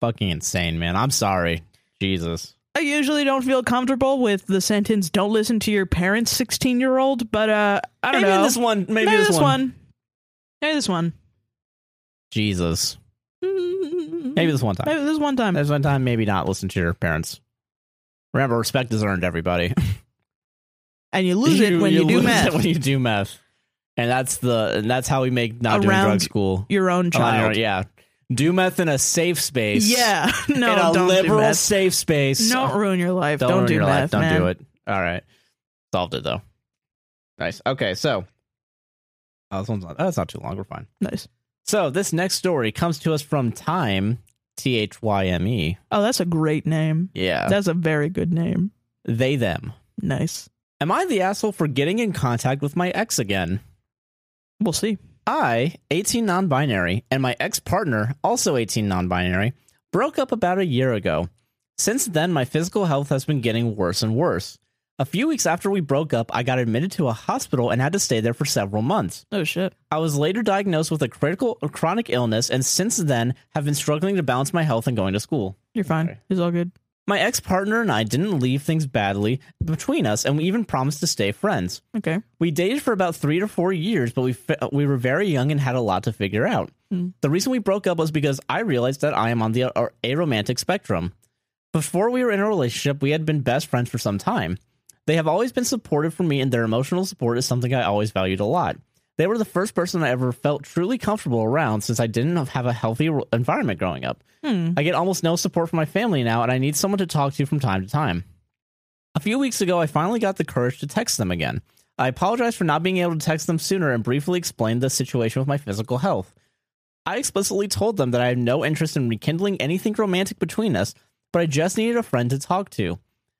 S1: fucking insane, man. I'm sorry. Jesus.
S2: I usually don't feel comfortable with the sentence "Don't listen to your parents, sixteen-year-old," but uh, I don't
S1: maybe
S2: know.
S1: this one maybe,
S2: Maybe, this one. Maybe this one.
S1: Jesus.
S2: Mm,
S1: Maybe this one time.
S2: Maybe this one time.
S1: There's one time maybe not listen to your parents. Remember, respect is earned everybody.
S2: And you *laughs* lose it when you, do
S1: lose it
S2: meth.
S1: when you do meth. And that's the and that's how we make not doing
S2: Around
S1: drug school.
S2: *laughs* Your own
S1: Around
S2: child.
S1: your- yeah. Do meth in a safe space.
S2: yeah. *laughs* No,
S1: in a
S2: don't
S1: liberal
S2: do meth.
S1: safe space.
S2: Don't ruin your life.
S1: Don't,
S2: Don't,
S1: ruin
S2: do
S1: your
S2: meth.
S1: life. Don't
S2: man.
S1: do it. All right. Solved it though. Nice. Okay, so oh, this one's not. Oh, that's not too long. We're fine.
S2: Nice.
S1: So this next story comes to us from Time, T H Y M E.
S2: Oh, that's a great name.
S1: Yeah.
S2: That's a very good name.
S1: they them.
S2: Nice.
S1: Am I the asshole for getting in contact with my ex again?
S2: We'll see.
S1: I, 18 non binary, and my ex partner, also 18 non binary, broke up about a year ago. Since then, my physical health has been getting worse and worse. A few weeks after we broke up, I got admitted to a hospital and had to stay there for several months.
S2: Oh shit.
S1: I was later diagnosed with a critical a chronic illness and since then have been struggling to balance my health and going to school.
S2: You're fine.
S1: Okay.
S2: It's all good.
S1: My ex partner and I didn't leave things badly between us, and we even promised to stay friends.
S2: Okay.
S1: We dated for about three to four years, but we fi- we were very young and had a lot to figure out.
S2: Hmm.
S1: The reason we broke up was because I realized that I am on the uh, a- aromantic spectrum. Before we were in a relationship, we had been best friends for some time. They have always been supportive for me, and their emotional support is something I always valued a lot. They were the first person I ever felt truly comfortable around since I didn't have a healthy re- environment growing up.
S2: Hmm.
S1: I get almost no support from my family now, and I need someone to talk to from time to time. A few weeks ago, I finally got the courage to text them again. I apologize for not being able to text them sooner and briefly explained the situation with my physical health. I explicitly told them that I have no interest in rekindling anything romantic between us, but I just needed a friend to talk to.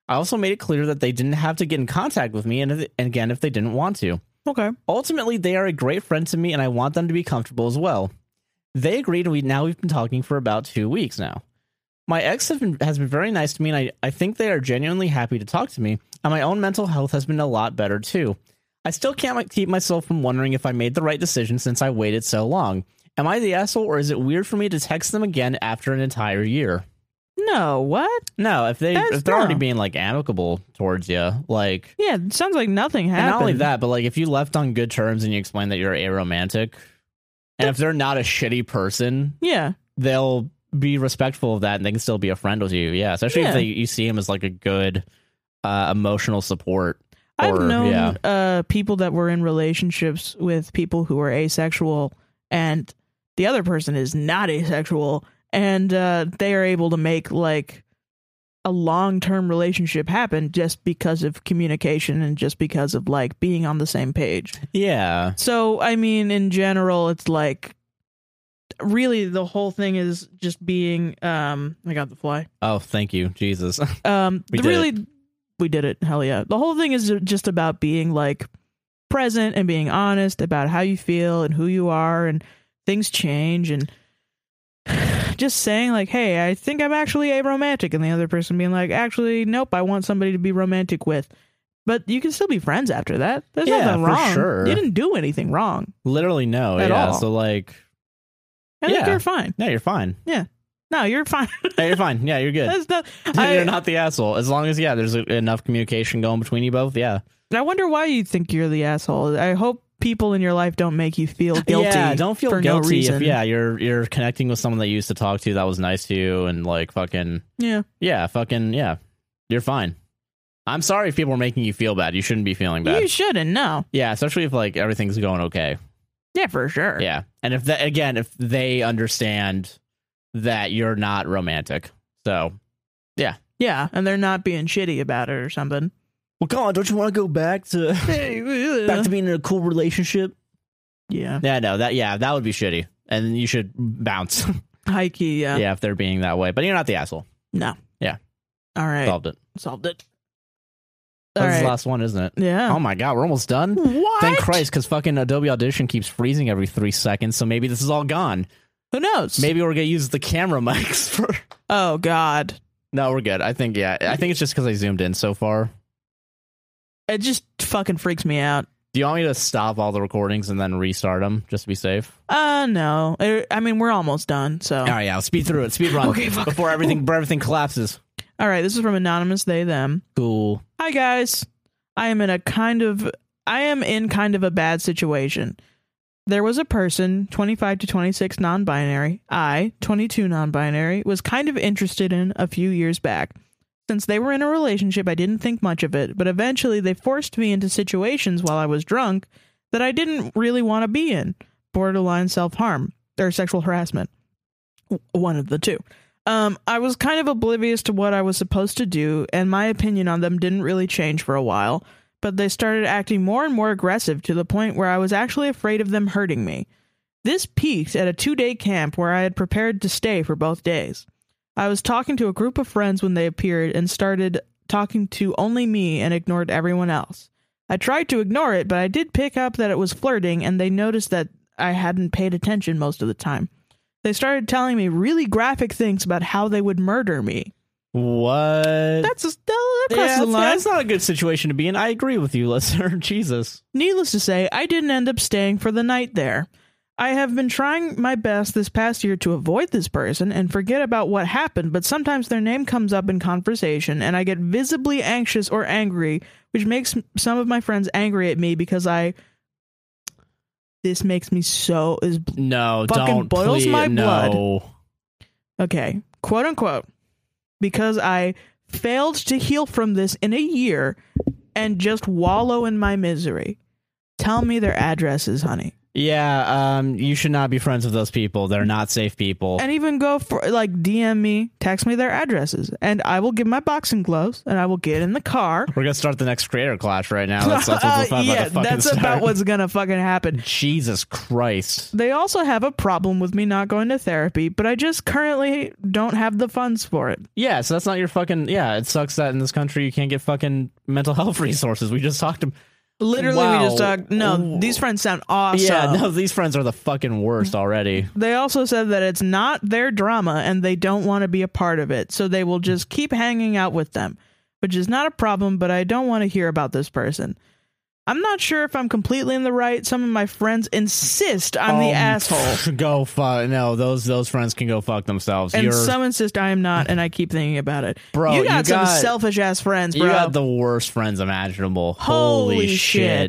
S1: I also made it clear that they didn't have to get in contact with me and, and again if they didn't want to.
S2: Okay.
S1: Ultimately, they are a great friend to me, and I want them to be comfortable as well. They agreed, and we now we've been talking for about two weeks now. My ex have been, has been very nice to me, and I, I think they are genuinely happy to talk to me, and my own mental health has been a lot better too. I still can't keep myself from wondering if I made the right decision since I waited so long. Am I the asshole, or is it weird for me to text them again after an entire year?
S2: No. What?
S1: No, if they
S2: That's
S1: if they're already
S2: dumb.
S1: being like amicable towards you, like
S2: Yeah. it Sounds like nothing happened.
S1: and not only that, but like if you left on good terms and you explain that you're aromantic, and if they're not a shitty person,
S2: Yeah.
S1: they'll be respectful of that and they can still be a friend with you. Yeah, especially
S2: Yeah.
S1: if they, you see him as like a good uh, emotional support.
S2: I've
S1: or-
S2: known
S1: yeah.
S2: uh, people that were in relationships with people who are asexual, and the other person is not asexual, and uh, they are able to make like a long term relationship happen just because of communication and just because of like being on the same page.
S1: Yeah,
S2: So, I mean, in general, it's like really the whole thing is just being. Um, I got the fly.
S1: Oh, thank you, Jesus. *laughs*
S2: Um,
S1: We
S2: the
S1: did
S2: really, we did it. Hell yeah! The whole thing is just about being like present and being honest about how you feel and who you are, and things change, and *sighs* just saying like, "Hey, I think I'm actually aromantic," and the other person being like, "Actually, nope, I want somebody to be romantic with." But you can still be friends after that. There's
S1: Yeah,
S2: nothing
S1: for
S2: wrong.
S1: sure.
S2: You didn't do anything wrong.
S1: Literally, no.
S2: At
S1: yeah,
S2: all.
S1: so like,
S2: I think
S1: Yeah.
S2: you're fine.
S1: no, you're fine.
S2: No, you're fine. *laughs*
S1: Yeah, you're fine. Yeah, you're good.
S2: That's not,
S1: *laughs* you're
S2: I,
S1: not the asshole. As long as yeah, there's e, enough communication going between you both. Yeah.
S2: I wonder why you think you're the asshole. I hope people in your life don't make you feel guilty.
S1: Yeah, don't feel
S2: for no
S1: guilty if
S2: reason.
S1: yeah, you're you're connecting with someone that you used to talk to that was nice to you and like fucking
S2: Yeah.
S1: yeah, fucking yeah. You're fine. I'm sorry if people are making you feel bad. You shouldn't be feeling bad.
S2: You shouldn't. No.
S1: yeah, especially if like everything's going okay.
S2: Yeah, for sure.
S1: Yeah. And if that again, if they understand that you're not romantic. So
S2: Yeah, and they're not being shitty about it or something.
S1: Well come on, don't you want to go back *laughs* to
S2: yeah.
S1: being in a cool relationship?
S2: yeah.
S1: Yeah, no, that yeah, that would be shitty. And you should bounce.
S2: High key,
S1: *laughs*
S2: yeah.
S1: yeah, if they're being that way. But you're not the asshole.
S2: uh, No.
S1: Yeah.
S2: All right.
S1: Solved it.
S2: Solved it. All
S1: That's the
S2: right.
S1: last one, isn't it?
S2: Yeah.
S1: Oh my god, we're almost done.
S2: what?
S1: Thank Christ, because fucking Adobe Audition keeps freezing every three seconds, so maybe this is all gone.
S2: Who knows?
S1: Maybe we're gonna use the camera *laughs* mics for.
S2: Oh God.
S1: No, we're good. I think yeah. I think it's just because I zoomed in so far.
S2: It just fucking freaks me out.
S1: Do you want me to stop all the recordings and then restart them just to be safe?
S2: Uh no. I I mean, we're almost done, so.
S1: All right, yeah. I'll speed through it. Speed run
S2: Oh. Okay, fuck.
S1: before everything before everything collapses.
S2: All right, this is from anonymous they them.
S1: Cool.
S2: Hi guys. I am in a kind of I am in kind of a bad situation. There was a person, 25 to 26 non-binary, I, 22 non-binary, was kind of interested in a few years back. Since they were in a relationship, I didn't think much of it, but eventually they forced me into situations while I was drunk that I didn't really want to be in. Borderline self-harm or sexual harassment. W- One of the two. Um, I was kind of oblivious to what I was supposed to do, and my opinion on them didn't really change for a while. But they started acting more and more aggressive to the point where I was actually afraid of them hurting me. This peaked at a two day camp where I had prepared to stay for both days. I was talking to a group of friends when they appeared and started talking to only me and ignored everyone else. I tried to ignore it, but I did pick up that it was flirting, and they noticed that I hadn't paid attention most of the time they started telling me really graphic things about how they would murder me.
S1: What?
S2: That's a, that
S1: Yeah,
S2: crosses
S1: that's,
S2: the line.
S1: that's not a good situation to be *laughs* in. I agree with you, listener. Jesus.
S2: Needless to say, I didn't end up staying for the night there. I have been trying my best this past year to avoid this person and forget about what happened, but sometimes their name comes up in conversation and I get visibly anxious or angry, which makes m- some of my friends angry at me because I. This makes me so. Is
S1: No,
S2: Fucking
S1: don't.
S2: boils
S1: please-
S2: my blood.
S1: No.
S2: Okay, quote unquote, because I failed to heal from this in a year and just wallow in my misery. Tell me their addresses, honey.
S1: Yeah, um, you should not be friends with those people. They're not safe people.
S2: And even go for like DM me, text me their addresses, and I will give my boxing gloves and I will get in the
S1: *laughs*
S2: car.
S1: We're gonna start the next creator clash right now. Oh, That's, that's
S2: *laughs*
S1: what's about
S2: yeah,
S1: to fucking
S2: that's
S1: start.
S2: about what's gonna fucking happen.
S1: Jesus Christ.
S2: They also have a problem with me not going to therapy, but I just currently don't have the funds for it.
S1: Yeah, so that's not your fucking. Yeah, it sucks that in this country you can't get fucking mental *laughs* health resources. We just talked. to-
S2: Literally, we just
S1: Wow.
S2: talked. No,
S1: Ooh.
S2: these friends sound awesome.
S1: Yeah, no, these friends are the fucking worst already.
S2: They also said that it's not their drama and they don't want to be a part of it, so they will just keep hanging out with them, which is not a problem, but I don't want to hear about this person. I'm not sure if I'm completely in the right. Some of my friends insist I'm the
S1: Um,
S2: asshole,
S1: *laughs* Go fuck. No, those those friends can go fuck themselves.
S2: and
S1: You're
S2: some insist I am not, and I keep thinking about it.
S1: Bro,
S2: you
S1: you
S2: got some
S1: got-
S2: selfish ass friends,
S1: you
S2: bro.
S1: got the worst friends imaginable.
S2: Holy,
S1: shit.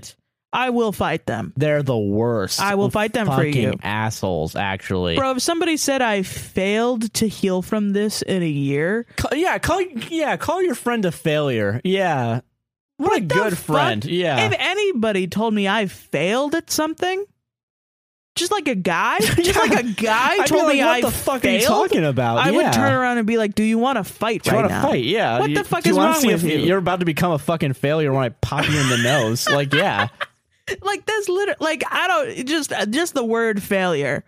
S2: shit! I will fight them,
S1: They're the worst.
S2: I will fight them for
S1: fucking
S2: you.
S1: assholes. Actually,
S2: bro. If somebody said I failed to heal from this in a year,
S1: Ca- yeah, call yeah, call your friend a failure. Yeah, what, a
S2: the
S1: good
S2: fuck?
S1: friend. Yeah,
S2: If anybody told me I failed at something, just like
S1: *laughs*
S2: a guy, just like a guy
S1: I'd be
S2: told
S1: like,
S2: me
S1: what
S2: I
S1: the fuck are you
S2: failking
S1: talking about?
S2: I
S1: Yeah.
S2: would turn around and be like, "Do you want to fight
S1: Do you
S2: right
S1: want to
S2: now?"
S1: fight? Yeah.
S2: What
S1: You-
S2: the fuck
S1: do
S2: is
S1: wanna
S2: wrong
S1: see
S2: with
S1: if
S2: you?
S1: You're about to become a fucking failure when I pop you in the
S2: *laughs*
S1: nose. Like, yeah,
S2: Like that's literally like I don't just uh, just the word failure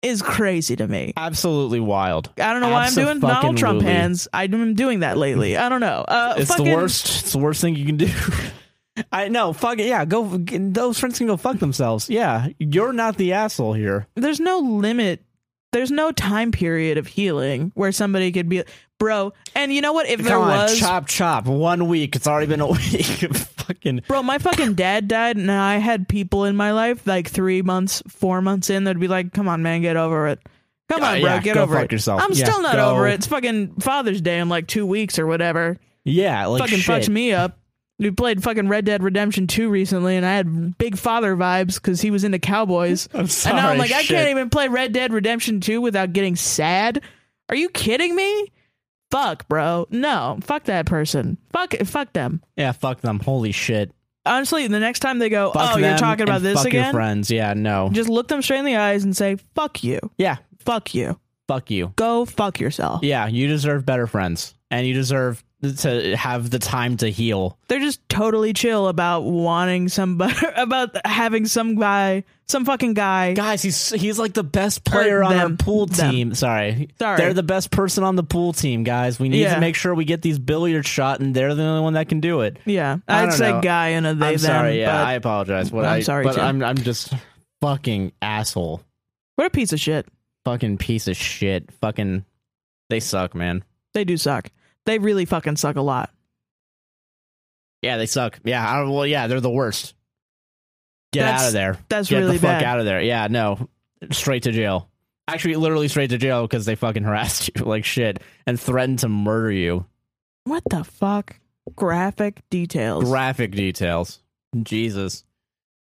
S2: is crazy to me.
S1: absolutely wild.
S2: I don't know why I'm doing Donald Trump
S1: Abso-fucking-lutely.
S2: hands. I'm doing that lately. I don't know. Uh,
S1: It's
S2: fucking,
S1: the worst. It's the worst thing you can do. *laughs* I know. Fuck it. Yeah. Go. g- Those friends can go fuck themselves. Yeah. You're not the asshole here.
S2: there's no limit. There's no time period of healing where somebody could be, bro. And you know what? If there
S1: Come on.
S2: was
S1: Chop chop. One week. It's already been a *laughs* week. fucking.
S2: Bro, my fucking dad died, and I had people in my life like three months, four months in that'd be like, "Come on, man, get over it. Come
S1: Yeah,
S2: on, bro,
S1: yeah,
S2: get
S1: go
S2: over
S1: fuck
S2: it."
S1: yourself.
S2: I'm
S1: Yeah,
S2: still not
S1: go.
S2: over it. It's fucking Father's Day in like two weeks or whatever.
S1: Yeah. Like
S2: fucking
S1: shit.
S2: fucked me up. We played fucking Red Dead Redemption 2 recently, and I had big father vibes because he was
S1: *laughs*
S2: into cowboys.
S1: I'm sorry.
S2: and now I'm like, I
S1: shit.
S2: can't even play Red Dead Redemption 2 without getting sad. Are you kidding me? Fuck, bro. No, fuck that person. Fuck, fuck them
S1: Yeah. Fuck them. Holy shit.
S2: honestly, the next time they go,
S1: Fuck
S2: oh, you're
S1: them
S2: talking about
S1: and
S2: this
S1: fuck your
S2: again,
S1: friends. Yeah. No.
S2: just look them straight in the eyes and say, fuck you.
S1: Yeah.
S2: Fuck you.
S1: Fuck you.
S2: Go fuck yourself.
S1: Yeah, you deserve better friends, and you deserve to have the time to heal.
S2: They're just totally chill about wanting somebody, *laughs* about having some guy, some fucking guy.
S1: Guys, he's he's like the best player
S2: Or
S1: on
S2: them.
S1: our pool
S2: Them.
S1: team. Sorry,
S2: Sorry.
S1: they're the best person on the pool team, guys. We need
S2: Yeah.
S1: to make sure we get these billiards shot, and they're the only one that can do it.
S2: Yeah.
S1: I
S2: I'd
S1: don't
S2: say
S1: know.
S2: guy and a they,
S1: I'm
S2: them.
S1: sorry. Yeah,
S2: but
S1: I apologize. What
S2: I'm
S1: I-
S2: sorry,
S1: but
S2: too.
S1: I'm I'm just fucking asshole,
S2: what a piece of shit.
S1: fucking piece of shit, fucking. They suck, man.
S2: They do suck. They really fucking suck a lot.
S1: Yeah, they suck. Yeah, I, well, yeah, they're the worst. Get
S2: That's-
S1: out of there.
S2: That's
S1: Get
S2: really
S1: the fuck
S2: bad.
S1: out of there. Yeah, no. Straight to jail. Actually, literally straight to jail because they fucking *laughs* harassed you like shit and threatened to murder you.
S2: What the fuck? Graphic details.
S1: Graphic details. Jesus.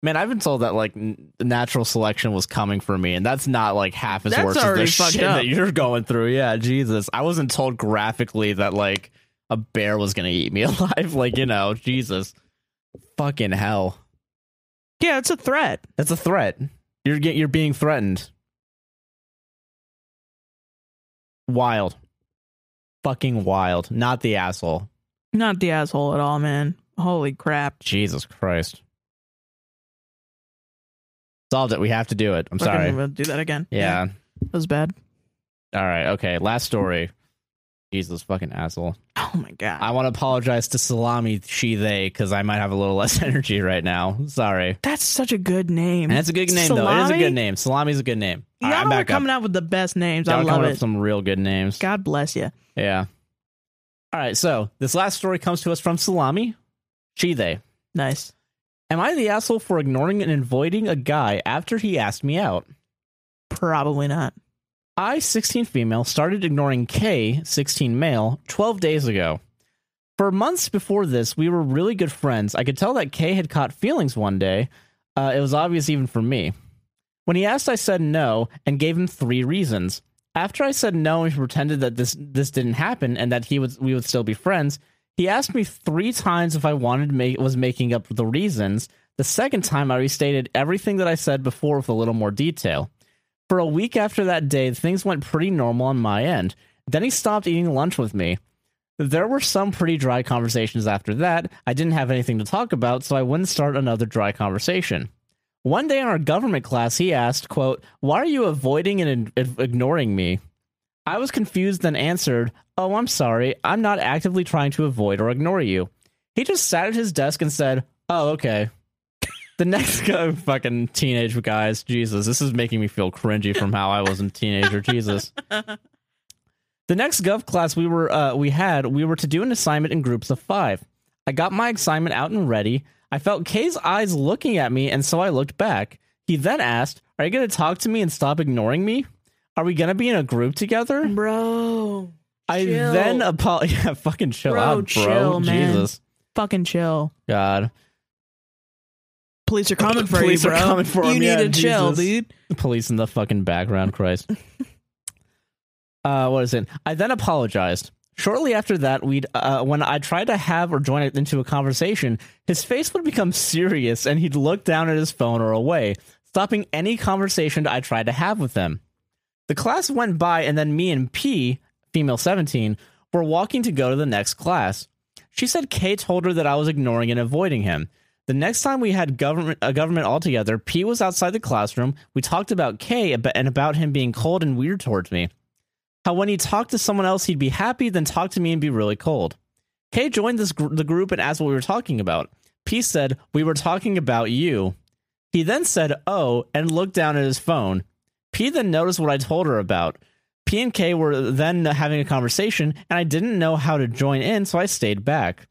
S1: Man, I've been told that like n- natural selection was coming for me, and that's not like half as
S2: That's
S1: worse as
S2: already
S1: the
S2: fucked
S1: shit
S2: up.
S1: that you're going through. Yeah, Jesus. I wasn't told graphically that like a bear was gonna eat me *laughs* alive. Like you know, Jesus, fucking hell.
S2: yeah, it's a threat.
S1: That's a threat. You're get, you're being threatened. Wild. Fucking wild. Not the asshole.
S2: Not the asshole at all, man. Holy crap.
S1: Jesus Christ. Solved it. We have to do it. I'm
S2: Fucking
S1: sorry.
S2: gonna do that again.
S1: Yeah.
S2: That was bad.
S1: All right. Okay. Last story. Jesus fucking asshole.
S2: Oh my god.
S1: I want to apologize to Salami She They because I might have a little *laughs* less energy right now. Sorry.
S2: That's such a good name.
S1: And it's a good name though. It is a
S2: Salami?
S1: good name. Salami's a good name. All right,
S2: Y'all
S1: I'm
S2: are
S1: back up.
S2: coming out with the best names.
S1: Y'all
S2: I
S1: are
S2: love
S1: coming up
S2: it.
S1: with some real good names.
S2: God bless you.
S1: Yeah. All right. So this last story comes to us from Salami. She, they.
S2: Nice.
S1: Am I the asshole for ignoring and avoiding a guy after he asked me out?
S2: Probably not.
S1: I, 16 female, started ignoring K, 16 male, 12 days ago. For months before this, we were really good friends. I could tell that K had caught feelings one day. Uh, it was obvious even for me. When he asked, I said no and gave him three reasons. After I said no and pretended that this this didn't happen and that he would we would still be friends, he asked me three times if I wanted to make was making up the reasons. The second time, I restated everything that I said before with a little more detail. For a week after that day, things went pretty normal on my end. Then he stopped eating lunch with me. There were some pretty dry conversations after that. I didn't have anything to talk about, so I wouldn't start another dry conversation. One day in our government class, he asked, quote, "Why are you avoiding and ig- ignoring me?" I was confused then answered, "Oh, I'm sorry. I'm not actively trying to avoid or ignore you." He just sat at his desk and said, "Oh, okay." *laughs* The next go fucking teenage guys, Jesus, this is making me feel cringy from how I was a teenager,
S2: *laughs*
S1: Jesus. The next gov class we were uh, we had, we were to do an assignment in groups of 5. I got my assignment out and ready. I felt Kay's eyes looking at me, and so I looked back. He then asked, "Are you going to talk to me and stop ignoring me? Are we going to be in a group together?"
S2: Bro.
S1: I
S2: Chill.
S1: then apo- *laughs* yeah, fucking chill
S2: Bro,
S1: out, bro.
S2: chill, man.
S1: Jesus,
S2: Fucking chill.
S1: God,
S2: Police
S1: *laughs*
S2: are coming for
S1: Police
S2: you,
S1: are
S2: bro.
S1: coming for
S2: you
S1: him,
S2: need
S1: yeah,
S2: to chill,
S1: Jesus.
S2: dude.
S1: the police in the fucking background, Christ. uh, what is it? I then apologized. Shortly after that, we'd uh, when I tried to have or join it into a conversation, his face would become serious, and he'd look down at his phone or away, stopping any conversation I tried to have with him. The class went by, and then me and P, female 17, were walking to go to the next class. She said K told her that I was ignoring and avoiding him. The next time we had government a government all together, P was outside the classroom. We talked about K ab- and about him being cold and weird towards me. How when he talked to someone else, he'd be happy, then talk to me and be really cold. K joined this gr- the group and asked what we were talking about. P said we were talking about you. He then said oh and looked down at his phone. P then noticed what I told her about. P and K were then having a conversation, and I didn't know how to join in, so I stayed back.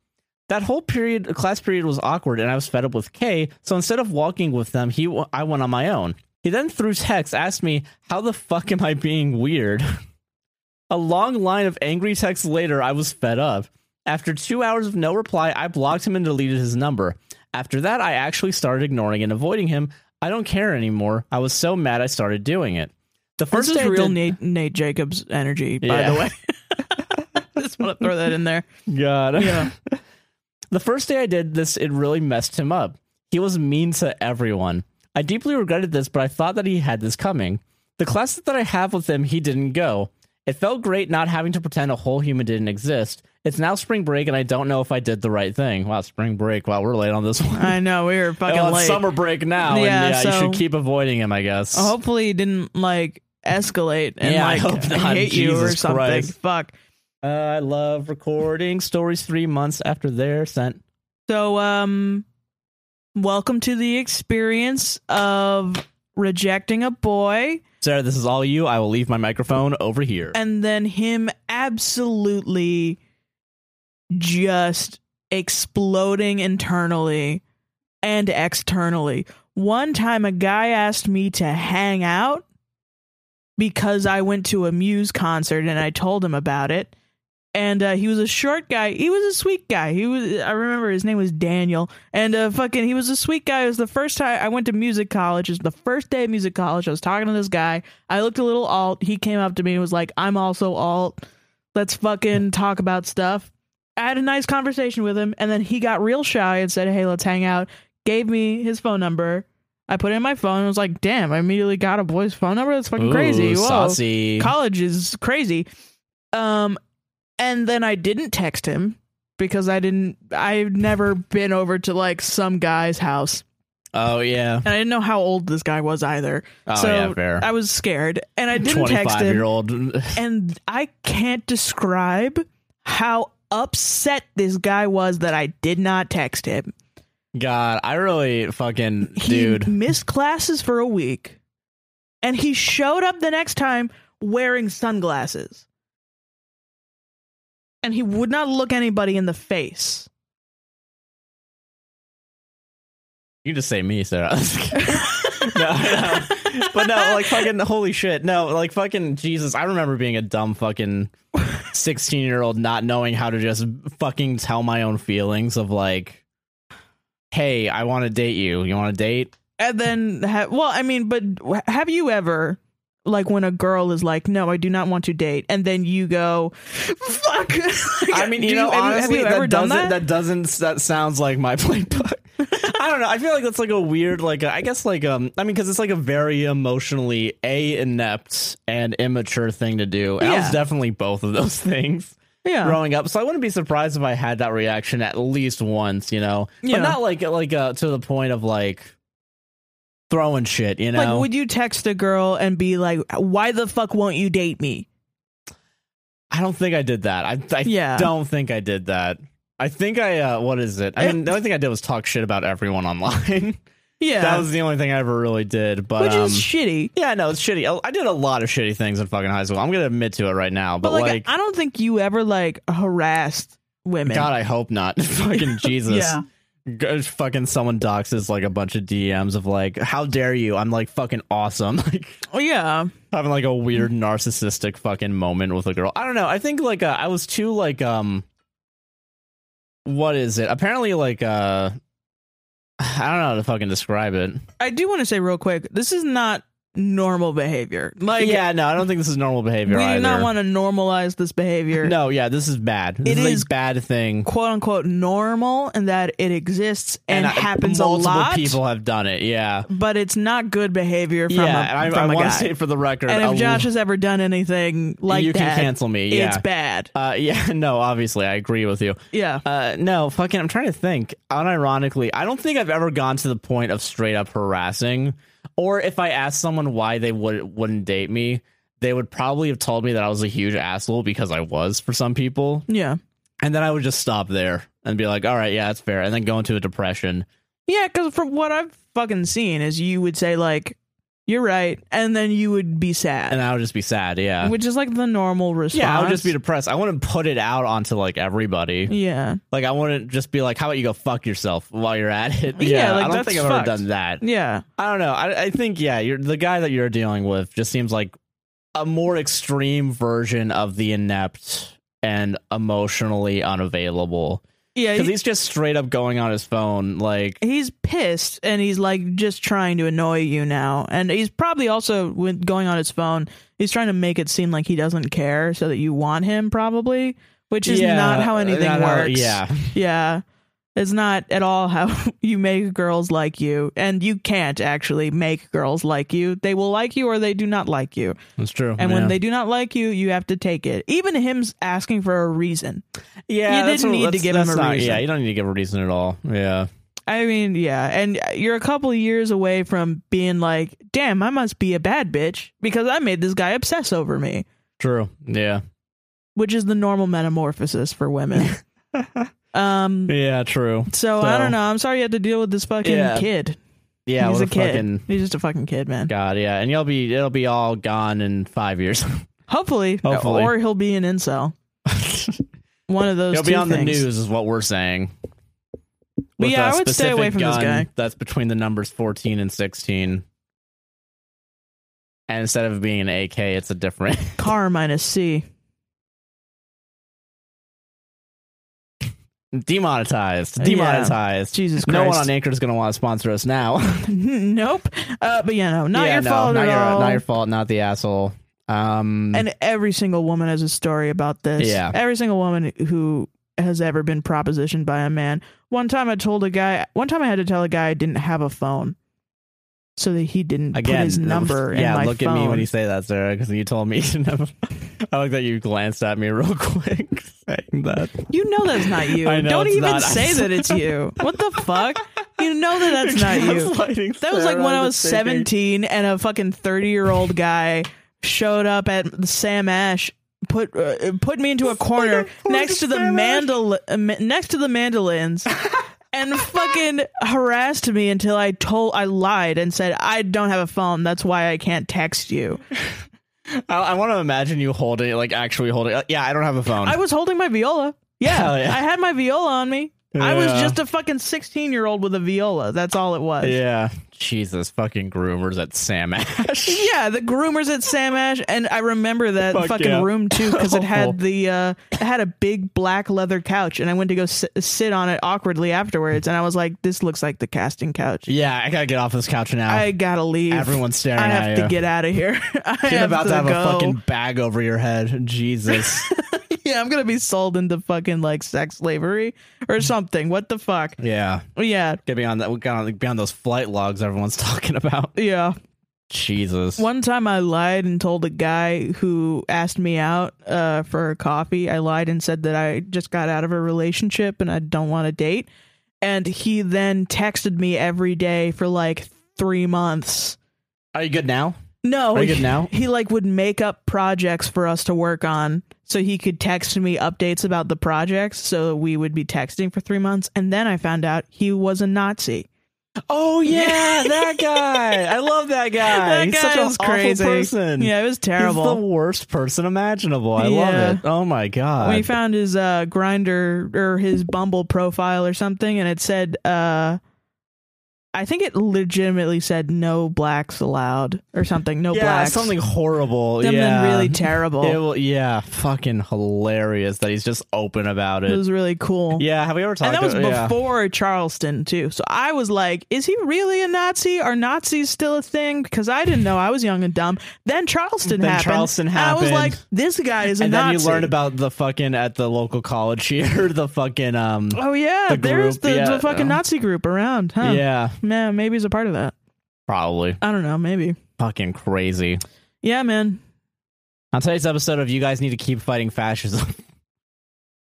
S1: That whole period, class period, was awkward, and I was fed up with K. So instead of walking with them, he I went on my own. He then through text asked me, "How the fuck am I being weird?" *laughs* A long line of angry texts later, I was fed up. After two hours of no reply, I blocked him and deleted his number. After that, I actually started ignoring and avoiding him. I don't care anymore. I was so mad I started doing it. The first
S2: This is
S1: day I
S2: real
S1: did-
S2: Nate, Nate Jacobs energy, by
S1: Yeah.
S2: the way. *laughs* Just want to throw that
S1: *laughs*
S2: in there.
S1: God.
S2: Yeah.
S1: *laughs* The first day I did this, it really messed him up. He was mean to everyone. I deeply regretted this, but I thought that he had this coming. The class that I have with him, he didn't go. It felt great not having to pretend a whole human didn't exist. It's now spring break, and I don't know if I did the right thing. Wow, spring break. Wow, we're late on this one.
S2: I know we were *laughs* fucking
S1: Well, it's
S2: late.
S1: summer break now,
S2: Yeah,
S1: and yeah, you
S2: so-
S1: should keep avoiding him, I guess.
S2: Uh, Hopefully, he didn't like escalate and
S1: Yeah, I
S2: like
S1: hope not.
S2: hate you or
S1: Jesus
S2: something.
S1: Christ.
S2: Fuck.
S1: Uh, I love recording stories three months after they're sent.
S2: So, um, welcome to the experience of rejecting a boy
S1: Sarah, this is all you. I will leave my microphone over here.
S2: and then him absolutely just exploding internally and externally. One time, a guy asked me to hang out because I went to a Muse concert and I told him about it. And uh, he was a short guy. He was a sweet guy. He was. I remember his name was Daniel. And uh, fucking, he was a sweet guy. It was the first time I went to music college. It was the first day of music college. I was talking to this guy. I looked a little alt. He came up to me and was like, "I'm also alt. Let's fucking talk about stuff." I had a nice conversation with him, and then he got real shy and said, "Hey, let's hang out." Gave me his phone number. I put in my phone. and was like, "Damn!" I immediately got a boy's phone number. That's fucking
S1: Ooh,
S2: crazy. Whoa
S1: Saucy.
S2: college is crazy. Um, and then I didn't text him because I didn't. I've never been over to like some guy's house,
S1: oh yeah.
S2: and I didn't know how old this guy was either.
S1: Oh
S2: so
S1: yeah, fair.
S2: I was scared, and I didn't text
S1: Twenty-five
S2: him.
S1: year old.
S2: And I can't describe how upset this guy was that I did not text him.
S1: *laughs* God, I really fucking
S2: He
S1: dude.
S2: missed classes for a week, and he showed up the next time wearing sunglasses. And he would not look anybody in the face.
S1: You can just say me, Sarah. *laughs*
S2: *laughs*
S1: no, no. But no, like fucking holy shit. No, like fucking Jesus. I remember being a dumb fucking 16 year old not knowing how to just fucking tell my own feelings of like, hey, I want to date you. You want to date?
S2: and then ha- well i mean but wh- have you ever like when a girl is like no i do not want to date and then you go fuck *laughs*
S1: I mean, you
S2: Do
S1: know,
S2: have have
S1: honestly,
S2: you
S1: that
S2: ever done
S1: doesn't
S2: that,
S1: that? doesn't that sounds like my *laughs* playbook. I don't know. I feel like that's like a weird, like I guess like um, I mean, because it's like a very emotionally a inept and immature thing to do. And I was
S2: Yeah.
S1: definitely both of those *laughs* things
S2: yeah
S1: growing up, so I wouldn't be surprised if I had that reaction at least once, you know.
S2: Yeah.
S1: But not like like uh, to the point of like throwing shit, you know.
S2: like would you text a girl and be like why the fuck won't you date me
S1: I don't think I did that. I, I
S2: Yeah.
S1: don't think I did that. I think I uh, what is it? I mean, the only thing I did was talk shit about everyone online. *laughs*
S2: yeah
S1: that was the only thing I ever really did. But
S2: which
S1: um,
S2: is shitty
S1: yeah, no, it's shitty. Oh, I- I did a lot of shitty things in fucking high school. I'm gonna admit to it right now. But,
S2: but like,
S1: like,
S2: i don't think you ever like harassed women
S1: God, I hope not. *laughs* fucking Jesus.
S2: yeah
S1: G- Fucking someone doxes like a bunch of DMs of like, how dare you? I'm like fucking awesome. *laughs* Like
S2: oh yeah
S1: having like a weird narcissistic fucking moment with a girl. I don't know. I think like uh, I was too like um what is it? Apparently like uh *sighs* I don't know how to fucking describe it.
S2: i do want to say real quick this is not normal behavior like
S1: yeah, no, I don't think this is normal behavior
S2: we do
S1: either.
S2: not want to normalize this behavior
S1: no, yeah, this is bad. This
S2: It
S1: is,
S2: is-
S1: a bad thing.
S2: quote unquote normal and that it exists and,
S1: I-
S2: happens a
S1: multiple
S2: lot,
S1: people have done it. Yeah.
S2: but it's not good behavior from
S1: yeah,
S2: a,
S1: and I, I
S2: from a
S1: want to
S2: guy.
S1: say for the record,
S2: and
S1: a-
S2: if Josh has ever done anything like
S1: you
S2: that,
S1: can cancel me. Yeah.
S2: it's bad.
S1: uh, *laughs* yeah, no, obviously, I agree with you.
S2: Yeah.
S1: Uh, no, fucking. I'm trying to think. Unironically, I don't think I've ever gone to the point of straight up harassing. Or if I asked someone why they would wouldn't date me, they would probably have told me that I was a huge asshole because I was for some people,
S2: Yeah.
S1: and then I would just stop there and be like, "All right, yeah, that's fair," and then go into a depression.
S2: Yeah, because from what I've fucking seen is you would say like, you're right, and then you would be sad.
S1: And I would just be sad. Yeah,
S2: which is like the normal response.
S1: yeah, I would just be depressed. I wouldn't put it out onto like everybody.
S2: Yeah.
S1: Like I wouldn't just be like, "How about you go fuck yourself while you're at it?"
S2: Yeah, like,
S1: I don't
S2: that's
S1: think I've
S2: fucked.
S1: ever done that.
S2: Yeah.
S1: I don't know. I, I think yeah, you're the guy that you're dealing with just seems like a more extreme version of the inept and emotionally unavailable
S2: Yeah.
S1: because
S2: he-
S1: he's just straight up going on his phone like
S2: he's pissed and he's like just trying to annoy you now and he's probably also when going on his phone he's trying to make it seem like he doesn't care so that you want him probably which is
S1: yeah, uh,
S2: not how anything
S1: not how-
S2: works *laughs*
S1: yeah,
S2: yeah it's not at all how *laughs* you make girls like you and you can't actually make girls like you they will like you or they do not like you
S1: that's true.
S2: and when
S1: yeah.
S2: they do not like you you have to take it even him asking for a reason
S1: yeah,
S2: you
S1: that's
S2: didn't
S1: what-
S2: need to
S1: that's-
S2: give him
S1: that's
S2: a
S1: not-
S2: reason.
S1: Yeah, you don't need to give a reason at all. Yeah,
S2: I mean, yeah, and you're a couple of years away from being like, "Damn, I must be a bad bitch because I made this guy obsess over me,"
S1: true. Yeah,
S2: which is the normal metamorphosis
S1: *laughs*
S2: for women. um,
S1: yeah, true.
S2: so, I
S1: So-
S2: don't know. I'm sorry you had to deal with this fucking
S1: Yeah.
S2: kid.
S1: Yeah, what
S2: he's a,
S1: a
S2: kid.
S1: fucking
S2: He's just a fucking kid, man.
S1: god. Yeah, and you'll be it'll be all gone in five years. *laughs*
S2: Hopefully,
S1: Hopefully.
S2: or he'll be an incel. One of those.
S1: He'll be
S2: two
S1: on the
S2: things.
S1: news, is what we're saying.
S2: But
S1: With
S2: yeah,
S1: a
S2: I would stay
S1: specific
S2: away from this
S1: gun
S2: guy.
S1: That's between the numbers fourteen and sixteen. And instead of being an AK, it's a different. *laughs*
S2: Car minus C.
S1: demonetized.
S2: Yeah.
S1: Demonetized.
S2: Jesus Christ.
S1: no one on
S2: *laughs*
S1: Anchor is going to want to sponsor us now.
S2: nope. Uh, but yeah,
S1: *laughs*
S2: no, not
S1: Yeah,
S2: your
S1: no,
S2: fault
S1: not
S2: at
S1: your, uh,
S2: all.
S1: Not your fault. Not the asshole. Um,
S2: And every single woman has a story about this.
S1: Yeah.
S2: Every single woman who has ever been propositioned by a man. One time I told a guy, one time I had to tell a guy I didn't have a phone so that he didn't
S1: again, uh,
S2: put his number in
S1: Yeah,
S2: my
S1: look
S2: phone.
S1: at me when you say that, Sarah, because you told me. *laughs* you didn't have a- I like that you glanced at me real *laughs* quick saying that.
S2: You know that's
S1: *laughs*
S2: not you.
S1: I know
S2: Don't
S1: it's
S2: even
S1: not.
S2: say that
S1: *laughs*
S2: it's you. What the fuck? You know that that's not you.
S1: Gaslighting
S2: That was like
S1: Sarah
S2: when I
S1: into
S2: was
S1: thinking-
S2: 17 and a fucking 30 year old guy showed up at Sam Ash, put uh, put me into a corner
S1: fucking
S2: next to the
S1: Sam Ash.
S2: mandol uh, ma- next to the mandolins.
S1: *laughs*
S2: And fucking harassed me until I told I lied and said I don't have a phone. That's why I can't text you.
S1: I, I want to imagine you holding it, like actually holding. Uh, yeah, I don't have a phone.
S2: I was holding my viola.
S1: yeah,
S2: I had my viola on me. I was
S1: Yeah.
S2: just a fucking 16 year old with a viola. That's all it
S1: *laughs*
S2: was.
S1: Yeah. Jesus, fucking groomers at Sam Ash. *laughs*
S2: Yeah, the groomers at Sam Ash, and I remember that
S1: Fuck
S2: fucking
S1: yeah.
S2: room too because it
S1: Oh. *laughs*
S2: had the uh, it had a big black leather couch, and I went to go si- sit on it awkwardly afterwards, and I was like, "This looks like the casting couch.
S1: yeah, I gotta get off this couch now.
S2: I gotta leave.
S1: Everyone's staring
S2: I
S1: at
S2: have
S1: you.
S2: to get out of here. *laughs* I
S1: You're
S2: have
S1: about to have
S2: go.
S1: a fucking bag over your head. Jesus.
S2: *laughs* yeah. I'm gonna be sold into fucking like sex slavery or something. What the fuck?
S1: yeah.
S2: Yeah,
S1: Get me on that. Get on, get on those flight logs everyone's *laughs* talking about.
S2: yeah.
S1: Jesus.
S2: One time I lied and told a guy who asked me out uh, for coffee. I lied and said that I just got out of a relationship and I don't want to date. And he then texted me every day for like three months.
S1: Are you good now?
S2: No,
S1: Are you good now?
S2: he like would make up projects for us to work on so he could text me updates about the projects so we would be texting for three months and then i found out he was a nazi
S1: Oh yeah, that guy. *laughs* I love that guy.
S2: that
S1: He's
S2: guy
S1: such an
S2: is
S1: awful
S2: crazy
S1: person.
S2: yeah it was terrible
S1: He's the worst person imaginable. I
S2: Yeah.
S1: love it. Oh my god.
S2: we found his uh grinder or his bumble profile or something and it said uh i think it legitimately said no blacks allowed or something no
S1: yeah,
S2: blacks
S1: something horrible.
S2: something
S1: yeah.
S2: really
S1: *laughs*
S2: terrible
S1: It will- yeah, fucking hilarious that he's just open about
S2: it
S1: it.
S2: was really cool
S1: Yeah, have we ever talked
S2: and that was
S1: about yeah.
S2: before Charleston too. So I was like, "Is he really a Nazi? Are Nazis still a thing?" Because I didn't know. I was young and dumb. Then Charleston
S1: Then
S2: happened.
S1: Charleston
S2: and I was
S1: happened.
S2: like, "This guy is a
S1: And then
S2: Nazi."
S1: you learn about the fucking at the local college here, *laughs* the fucking um
S2: oh yeah,
S1: the
S2: there's
S1: group,
S2: the,
S1: yeah.
S2: the fucking Nazi group around, huh?
S1: Yeah,
S2: man, maybe he's a part of that.
S1: probably.
S2: I don't know. Maybe.
S1: Fucking crazy.
S2: Yeah, man.
S1: On today's episode of You Guys Need to Keep Fighting Fascism. *laughs*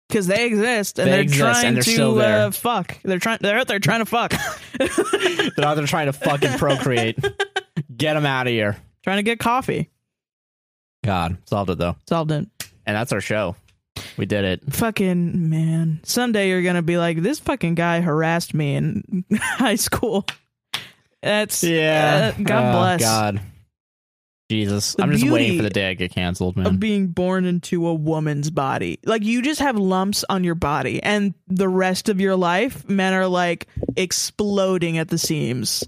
S2: Because they exist and
S1: They
S2: are
S1: exist,
S2: trying
S1: and they're
S2: to
S1: still there.
S2: Uh, fuck. They're trying. They're out there trying to fuck. *laughs*
S1: They're out there trying to fucking procreate. Get them out of here.
S2: trying to get coffee.
S1: God, solved it though.
S2: Solved it.
S1: And that's our show. We did it.
S2: Fucking man. Someday you're gonna be like, this fucking guy harassed me in *laughs* high school. That's
S1: Yeah.
S2: uh, God
S1: Oh,
S2: bless.
S1: God. Jesus.
S2: The
S1: I'm just waiting
S2: beauty
S1: for the day I get canceled,
S2: Of
S1: man.
S2: being born into a woman's body. Like you just have lumps on your body and the rest of your life men are like exploding at the seams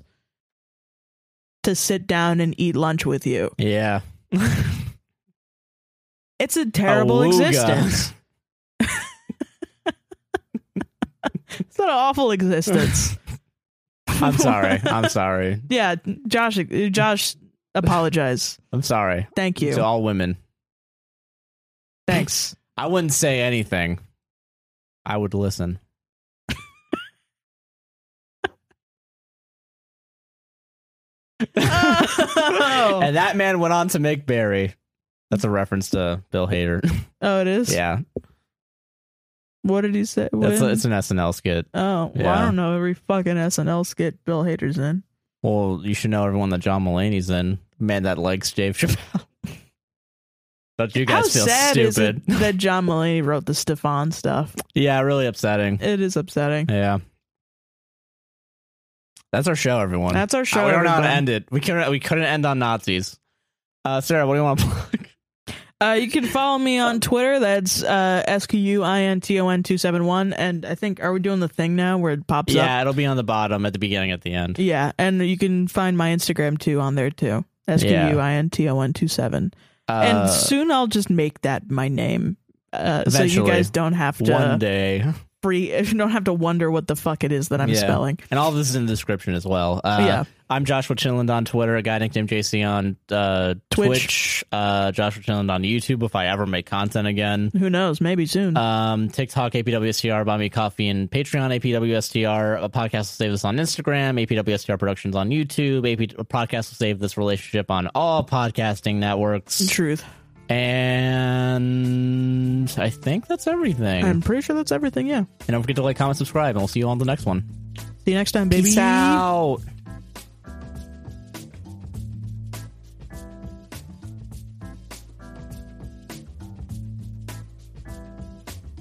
S2: to sit down and eat lunch with you.
S1: yeah.
S2: It's a terrible
S1: Awooga. *laughs*
S2: existence. It's not an awful existence.
S1: I'm
S2: *laughs*
S1: sorry. I'm sorry.
S2: yeah, Josh Josh apologize.
S1: I'm sorry.
S2: Thank you.
S1: To all women.
S2: Thanks.
S1: I wouldn't say anything. I would listen.
S2: Oh.
S1: *laughs* And that man went on to make Barry. That's a reference to Bill
S2: *laughs*
S1: Hader.
S2: Oh, it is.
S1: yeah.
S2: What did he say?
S1: That's
S2: When-
S1: it's an SNL skit.
S2: oh, well, I
S1: Yeah.
S2: don't know every fucking SNL skit Bill Hader's in.
S1: Well, you should know everyone that John Mulaney's in. Man that likes Dave Chappelle. *laughs* Don't you
S2: How
S1: guys feel
S2: sad is
S1: stupid?
S2: it that John Mulaney wrote the Stefan stuff?
S1: Yeah, really upsetting.
S2: It is upsetting.
S1: Yeah. That's our show, everyone.
S2: That's our show.
S1: Uh, we don't know how to
S2: everybody.
S1: end it. We couldn't. We couldn't end on Nazis. Uh, Sarah, what do you want to plug? *laughs*
S2: Uh, you can follow me on Twitter. That's uh, S-Q-U-I-N-T-O-N 271. And I think, are we doing the thing now where it pops up?
S1: yeah, it'll be on the bottom at the beginning, at the end.
S2: Yeah. And you can find my Instagram too on there too. S-Q-U-I-N-T-O-N 27.
S1: Uh,
S2: and soon I'll just make that my name. Uh, so you
S1: Eventually.
S2: guys don't have to
S1: one day,
S2: free *laughs* you don't have to wonder what the fuck it is that I'm
S1: Yeah.
S2: spelling.
S1: and all this is in the description as well. Uh,
S2: Yeah.
S1: I'm Joshua Chinland on Twitter. A guy nicknamed JC on uh,
S2: Twitch.
S1: Twitch. Uh, Joshua Chinland on YouTube. If I ever make content again.
S2: Who knows? Maybe soon.
S1: Um, TikTok, APWSTR, Buy Me Coffee, and Patreon, APWSTR. A podcast will save this on Instagram, APWSTR Productions on YouTube. AP a podcast will save this relationship on all podcasting networks.
S2: Truth.
S1: And I think that's everything.
S2: I'm pretty sure that's everything. Yeah.
S1: and don't forget to like, comment, subscribe, and we'll see you on the next one.
S2: See you next time, baby.
S1: Peace out.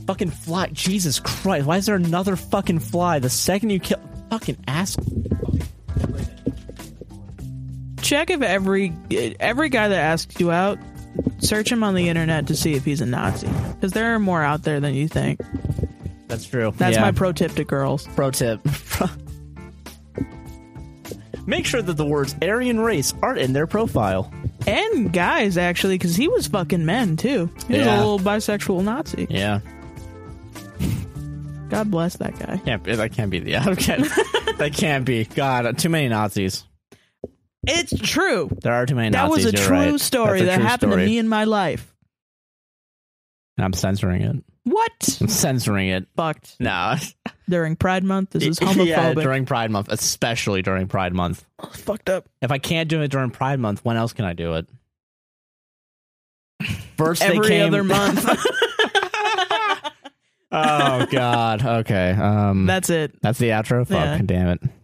S1: Fucking fly. Jesus Christ. Why is there another fucking fly? The second you kill. Fucking asshole.
S2: Check if every every guy that asks you out, search him on the internet to see if he's a Nazi because there are more out there than you think.
S1: That's true.
S2: That's
S1: Yeah.
S2: my pro tip to girls.
S1: pro tip. *laughs* Make sure that the words Aryan race aren't in their profile.
S2: And guys, actually, because he was fucking men too. He was a
S1: Yeah.
S2: little bisexual Nazi.
S1: Yeah.
S2: God bless that guy.
S1: Can't, that can't be the *laughs* outcome. that can't be. God, too many Nazis.
S2: It's true.
S1: There are too many
S2: That
S1: Nazis.
S2: was a
S1: you're
S2: true
S1: right.
S2: story
S1: That's a
S2: that
S1: true
S2: happened
S1: story.
S2: to me in my life.
S1: And I'm censoring it.
S2: What?
S1: *laughs* I'm censoring it.
S2: Fucked
S1: *laughs* No.
S2: during Pride Month. This is
S1: *laughs*
S2: homophobic.
S1: Yeah, during Pride Month, especially during Pride Month.
S2: Fucked up.
S1: If I can't do it during Pride Month, when else can I *laughs* do it? First they
S2: Every
S1: came- *laughs*
S2: other month. *laughs*
S1: oh God. Okay. Um.
S2: That's
S1: *laughs*
S2: it.
S1: That's the outro. Fuck.
S2: Yeah.
S1: Damn it.